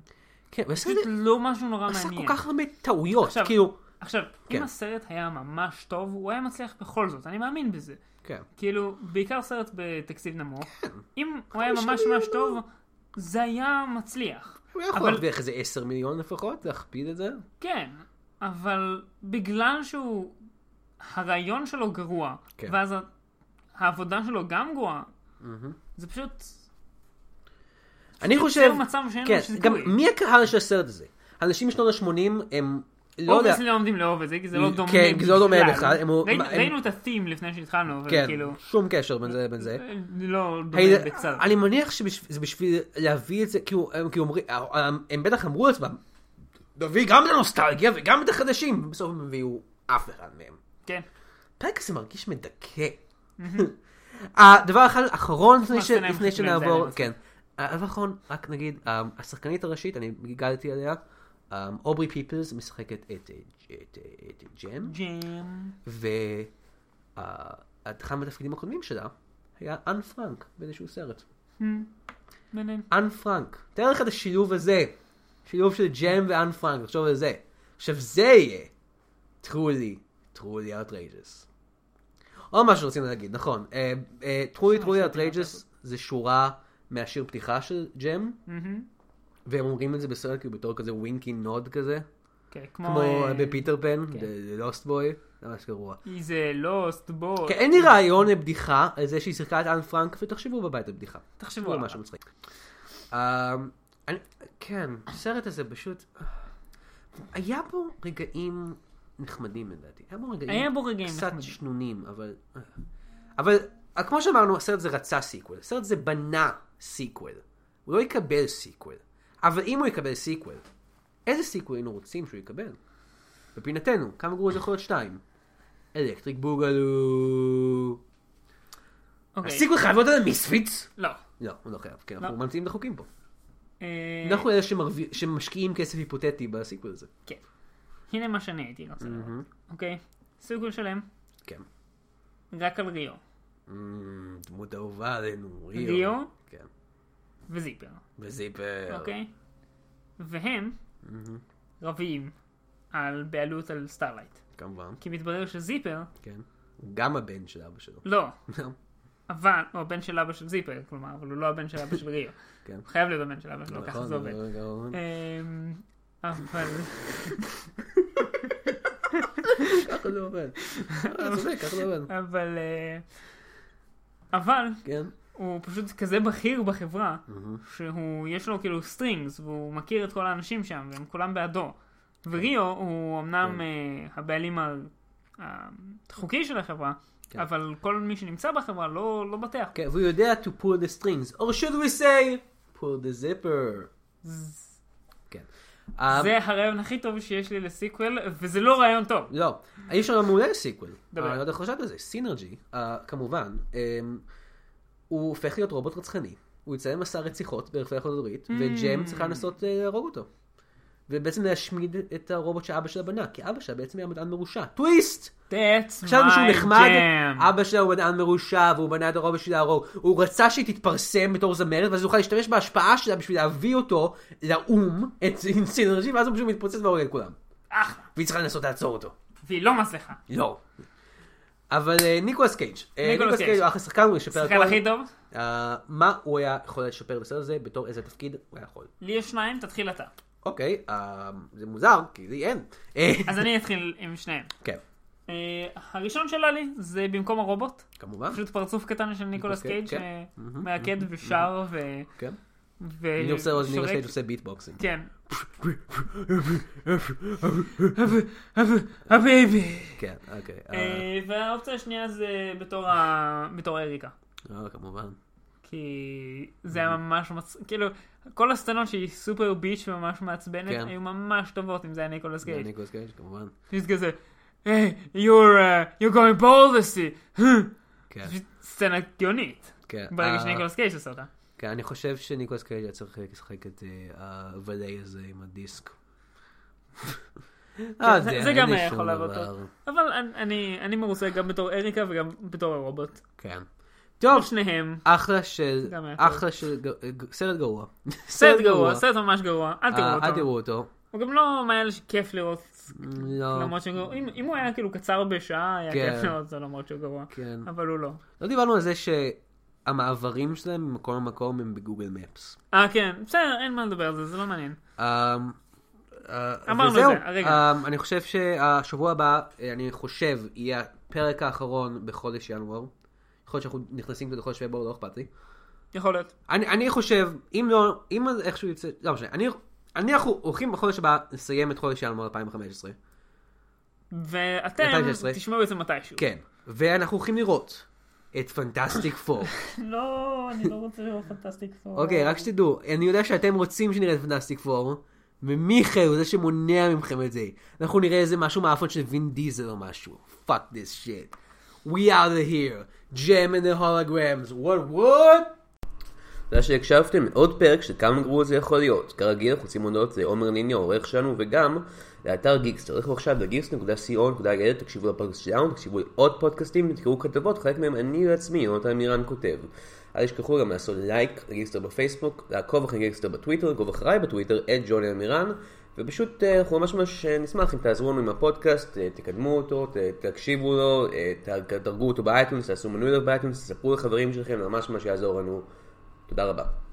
[SPEAKER 1] כן, והסרט
[SPEAKER 2] פשוט
[SPEAKER 1] הזה
[SPEAKER 2] לא משהו נורא
[SPEAKER 1] עשה
[SPEAKER 2] מעניין.
[SPEAKER 1] כל כך הרבה טעויות,
[SPEAKER 2] עכשיו-
[SPEAKER 1] כאילו...
[SPEAKER 2] עכשיו,
[SPEAKER 1] כן.
[SPEAKER 2] אם הסרט היה ממש טוב, הוא היה מצליח בכל זאת, אני מאמין בזה.
[SPEAKER 1] כן.
[SPEAKER 2] כאילו, בעיקר סרט בתקציב נמוך. אם הוא היה
[SPEAKER 1] חמישה
[SPEAKER 2] ממש
[SPEAKER 1] מיליון
[SPEAKER 2] ממש טוב, זה היה מצליח.
[SPEAKER 1] הוא היה יכול
[SPEAKER 2] אבל-
[SPEAKER 1] להרוויח איזה 10 מיליון לפחות, להכפיל את זה.
[SPEAKER 2] כן, אבל בגלל שהוא... הרעיון שלו גרוע,
[SPEAKER 1] כן.
[SPEAKER 2] ואז ה- העבודה שלו גם גרועה, זה פשוט...
[SPEAKER 1] אני חושב...
[SPEAKER 2] מצב שאין
[SPEAKER 1] כן,
[SPEAKER 2] לו סיכוי.
[SPEAKER 1] גם מי הקהל של הסרט הזה? אנשים משנות ה-80 הם... לא יודע.
[SPEAKER 2] אובייסלי לא עומדים לאהוב את זה, כי זה לא
[SPEAKER 1] כן,
[SPEAKER 2] דומה
[SPEAKER 1] כי זה לא דומה בכלל, הם-
[SPEAKER 2] ראינו-
[SPEAKER 1] הם-
[SPEAKER 2] ראינו את ה-theme לפני שהתחלנו,
[SPEAKER 1] כן,
[SPEAKER 2] וכאילו...
[SPEAKER 1] שום קשר בין זה לבין זה.
[SPEAKER 2] לא דומה
[SPEAKER 1] הילד-
[SPEAKER 2] בקצת.
[SPEAKER 1] אני מניח שזה בשביל להביא את זה, כאילו, הם כאילו אומרים, הם- הם בטח אמרו לעצמם, נביא גם את הנוסטלגיה וגם את החדשים, ובסוף הם הביאו אף אחד מהם.
[SPEAKER 2] כן.
[SPEAKER 1] הפרק הזה מרגיש מדכא. הדבר האחד, האחרון לפני
[SPEAKER 2] מה,
[SPEAKER 1] ש-
[SPEAKER 2] סצנה עם
[SPEAKER 1] לפני
[SPEAKER 2] חתולים, זה היה
[SPEAKER 1] שנעבור,
[SPEAKER 2] מצחיק.
[SPEAKER 1] כן. הדבר האחרון, רק נגיד, אה, השחקנית הראשית, אני גיגלתי עליה, אה, אוברי פיפלס משחקת את אה, את, אה, את ג'ם,
[SPEAKER 2] ג'ם.
[SPEAKER 1] והיא אחד מהתפקידים הקודמים שלה היה אן פרנק באיזשהו סרט.
[SPEAKER 2] מעניין.
[SPEAKER 1] אן פרנק. תאר לך את השילוב הזה. שילוב של ג'ם ואן פרנק, תחשוב על זה. עכשיו זה יהיה. truly, truly outrageous. עוד משהו שרצינו להגיד, נכון. אה, אה, truly, truly outrageous זה שורה מהשיר פתיחה של ג'ם. והם אומרים את זה בסרט כאילו בתור כזה ווינקי נוד כזה.
[SPEAKER 2] כן, כמו...
[SPEAKER 1] כמו
[SPEAKER 2] אה,
[SPEAKER 1] בפיטר פן, בלוסט בוי. זה ממש גרוע.
[SPEAKER 2] He's a lost boy.
[SPEAKER 1] כן, אין לי רעיון לבדיחה על זה שהיא שיחקה את אן פרנק, ותחשבו בבית על בדיחה.
[SPEAKER 2] תחשבו
[SPEAKER 1] תחשבו על
[SPEAKER 2] עליו.
[SPEAKER 1] לא משהו מצחיק. אמ, אני- כן, הסרט הזה פשוט... היה בו רגעים נחמדים לדעתי. היה בו רגעים...
[SPEAKER 2] היה בו רגעים
[SPEAKER 1] קצת
[SPEAKER 2] נחמדים.
[SPEAKER 1] שנונים, אבל... אבל אה, כמו שאמרנו, הסרט הזה רצה סיקוול. הסרט הזה בנה סיקוול. הוא לא יקבל סיקוול. אבל אם הוא יקבל סיקוול, איזה סיקוול היינו רוצים שהוא יקבל? בפינתנו, כמה גרוע זה יכול להיות שתיים? אלקטריק בוגלו.
[SPEAKER 2] אוקיי.
[SPEAKER 1] הסיקוול חייב להיות על המיספיץ?
[SPEAKER 2] לא.
[SPEAKER 1] לא, הוא לא חייב, כי
[SPEAKER 2] לא.
[SPEAKER 1] אנחנו ממציאים את החוקים פה.
[SPEAKER 2] אה,
[SPEAKER 1] אנחנו אלה שמרוויח- שמשקיעים כסף היפותטי בסיקוול הזה.
[SPEAKER 2] כן. הנה מה שאני הייתי רוצה לראות. אוקיי? סיגול שלם,
[SPEAKER 1] כן.
[SPEAKER 2] רק על ריו. Mm,
[SPEAKER 1] אמ, דמות אהובה עלינו, ריו. אה.
[SPEAKER 2] ריו?
[SPEAKER 1] כן.
[SPEAKER 2] וזיפר.
[SPEAKER 1] וזיפר.
[SPEAKER 2] אוקיי? והם רבים על בעלות על סטארלייט.
[SPEAKER 1] כמובן,
[SPEAKER 2] כי מתברר שזיפר,
[SPEAKER 1] כן. הוא גם הבן של אבא שלו.
[SPEAKER 2] לא, אבל, הוא הבן של אבא של זיפר, כלומר, אבל הוא לא הבן של אבא של ריו.
[SPEAKER 1] כן.
[SPEAKER 2] הוא חייב להיות הבן של אבא שלו, ככה
[SPEAKER 1] נכון,
[SPEAKER 2] זה עובד.
[SPEAKER 1] נכון.
[SPEAKER 2] אמ, אבל,
[SPEAKER 1] ככה זה עובד. אה, צודק, ככה זה עובד.
[SPEAKER 2] אבל, אה, אבל,
[SPEAKER 1] כן.
[SPEAKER 2] הוא פשוט כזה בכיר בחברה, שהוא, יש לו כאילו סטרינגס, והוא מכיר את כל האנשים שם, והם כולם בעדו. וריו
[SPEAKER 1] כן.
[SPEAKER 2] הוא אמנם אה, הבעלים ה- החוקי של החברה,
[SPEAKER 1] כן.
[SPEAKER 2] אבל כל מי שנמצא בחברה לא לא בטח.
[SPEAKER 1] כן, והוא יודע to pull the strings, or should we say, pull the zipper. כן. אמ,
[SPEAKER 2] זה הרעיון הכי טוב שיש לי לסיקוול, וזה לא רעיון טוב.
[SPEAKER 1] לא, יש לנו מעולה לסיקוול.
[SPEAKER 2] דבר.
[SPEAKER 1] אני לא יודע איך חשבת על זה, סינרג'י, אה, כמובן. אמ, הוא הופך להיות רובוט רצחני, הוא יצא למסע רציחות ברחבי החוד הדורית,
[SPEAKER 2] Mm.
[SPEAKER 1] וג'ם צריכה לנסות אה, להרוג אותו. ובעצם להשמיד את הרובוט שאבא שלה בנה, כי אבא שלה בעצם היה מדען מרושע. טוויסט!
[SPEAKER 2] That's my
[SPEAKER 1] חשבנו שהוא נחמד, אה.
[SPEAKER 2] jam.
[SPEAKER 1] אבא שלה הוא מדען מרושע, והוא בנה את הרובוט בשביל להרוג. הוא רצה שהיא תתפרסם בתור זמרת, ואז הוא יוכל להשתמש בהשפעה שלה בשביל להביא אותו לאו"ם, את סינרג'י, ואז הוא פשוט מתפוצץ והורג את כולם.
[SPEAKER 2] אחלה.
[SPEAKER 1] והיא צריכה לנסות לעצור אותו.
[SPEAKER 2] והיא לא מצליחה.
[SPEAKER 1] לא. אבל אה, ניקולס קייג'. אה,
[SPEAKER 2] ניקולס
[SPEAKER 1] ניקולס
[SPEAKER 2] קייג'.
[SPEAKER 1] קייג' הוא אחלה שחקן, הוא ישפר
[SPEAKER 2] השחקן הכי טוב.
[SPEAKER 1] אה, מה הוא היה יכול לשפר בסרט הזה, בתור איזה תפקיד הוא היה יכול.
[SPEAKER 2] לי יש שניים, תתחיל אתה.
[SPEAKER 1] אוקיי, אה, זה מוזר, כי לי אין. אה,
[SPEAKER 2] אז אני אתחיל עם שניהם.
[SPEAKER 1] כן,
[SPEAKER 2] אה, הראשון שלה לי זה במקום הרובוט.
[SPEAKER 1] כמובן.
[SPEAKER 2] פשוט פרצוף קטן של ניקולס
[SPEAKER 1] אוקיי,
[SPEAKER 2] קייג'
[SPEAKER 1] כן.
[SPEAKER 2] שמאגד ושר ו...
[SPEAKER 1] כן.
[SPEAKER 2] ו-
[SPEAKER 1] אני רוצה לראות את ניקולס
[SPEAKER 2] אה, שורק-
[SPEAKER 1] קייג' עושה ביטבוקסינג.
[SPEAKER 2] כן. הבייבי.
[SPEAKER 1] כן, אוקיי. אה,
[SPEAKER 2] והאופציה השנייה זה בתור ה- בתור האריקה.
[SPEAKER 1] אה, כמובן.
[SPEAKER 2] כי זה היה ממש מצ... כאילו, כל הסצנות שהיא סופר ביץ' וממש מעצבנת,
[SPEAKER 1] כן.
[SPEAKER 2] היו ממש טובות אם זה היה ניקולס
[SPEAKER 1] זה
[SPEAKER 2] קייג'.
[SPEAKER 1] ניקולס קייג', כמובן.
[SPEAKER 2] פשוט כזה, היי, you're uh, you're going boldly.
[SPEAKER 1] כן,
[SPEAKER 2] פשוט סצנה גאונית.
[SPEAKER 1] כן.
[SPEAKER 2] ברגע
[SPEAKER 1] אה,
[SPEAKER 2] שניקולס קייג' עושה אותה.
[SPEAKER 1] כן, אני חושב שניקולס קייג' היה צריך לשחק את אה, הוודאי הזה עם הדיסק. אה,
[SPEAKER 2] כן, זה-
[SPEAKER 1] אין
[SPEAKER 2] זה
[SPEAKER 1] לי
[SPEAKER 2] גם היה
[SPEAKER 1] שום
[SPEAKER 2] יכול לעבוד
[SPEAKER 1] דבר.
[SPEAKER 2] טוב. אבל אני- אני אני מרוצה גם בתור הריקה וגם בתור הרובוט.
[SPEAKER 1] כן.
[SPEAKER 2] כל
[SPEAKER 1] טוב,
[SPEAKER 2] שניהם.
[SPEAKER 1] אחלה של,
[SPEAKER 2] גם היה טוב.
[SPEAKER 1] אחלה של, ג- ג- סרט גרוע.
[SPEAKER 2] סרט גרוע, סרט ממש גרוע, אל
[SPEAKER 1] אה,
[SPEAKER 2] תראו
[SPEAKER 1] אל
[SPEAKER 2] אותו.
[SPEAKER 1] תראו אותו.
[SPEAKER 2] הוא גם לא מאלה שכיף לראות,
[SPEAKER 1] לא,
[SPEAKER 2] למרות שהוא גרוע. אם אם הוא היה כאילו קצר בשעה, היה
[SPEAKER 1] כן.
[SPEAKER 2] כיף לראות אותו למרות שהוא גרוע.
[SPEAKER 1] כן.
[SPEAKER 2] אבל הוא לא.
[SPEAKER 1] לא דיברנו על זה שהמעברים שלהם ממקום למקום הם בגוגל מפס. אמ,
[SPEAKER 2] אה כן, בסדר, אין מה לדבר על זה, זה לא מעניין.
[SPEAKER 1] אה,
[SPEAKER 2] אמרנו
[SPEAKER 1] וזהו.
[SPEAKER 2] את זה, הרגע.
[SPEAKER 1] אמ, אני חושב שהשבוע הבא, אה, אני חושב, יהיה הפרק האחרון בחודש ינואר. יכול להיות שאנחנו נכנסים קצת לחודש פברואר, לא אכפת לי.
[SPEAKER 2] יכול להיות.
[SPEAKER 1] אני, אני חושב, אם לא, אם אז איכשהו יוצא, לא משנה, אני, אני אנחנו הולכים בחודש הבא לסיים את חודש ינואר 2015.
[SPEAKER 2] ואתם
[SPEAKER 1] 2016.
[SPEAKER 2] תשמעו את זה מתישהו.
[SPEAKER 1] כן, ואנחנו הולכים לראות את פנטסטיק פור.
[SPEAKER 2] לא, אני לא רוצה לראות פנטסטיק פור.
[SPEAKER 1] אוקיי, רק שתדעו, אני יודע שאתם רוצים שנראה את פנטסטיק פור, ומיכאל הוא זה שמונע מכם את זה. אנחנו נראה איזה משהו מהאפון של וין דיזל או משהו. fuck this shit. We out of here. Jam and the holograms. What what? תודה שהקשבתם לעוד פרק של כמה גרוע זה יכול להיות. כרגיל אנחנו רוצים להודות לעומר ליני העורך שלנו וגם לאתר גיקס. תלכו עכשיו לגיקס.co.il, תקשיבו לפודקאסט שלנו, תקשיבו לעוד פודקאסטים, תקראו כתבות, חלק מהם אני בעצמי, יונתן מירן כותב. אל תשכחו גם לעשות לייק לגיקסטר בפייסבוק, לעקוב אחרי גיקסטר בטוויטר, לעקוב אחריי בטוויטר, את ג'וני אמירן. ופשוט אה, אנחנו ממש ממש אה, נשמח אם תעזרו לנו עם הפודקאסט, אה, תקדמו אותו, ת- תקשיבו לו, אה, ת- תדרגו אותו באייטונס, תעשו מנוי לו באייטונס, תספרו לחברים שלכם, זה ממש ממש יעזור לנו. תודה רבה.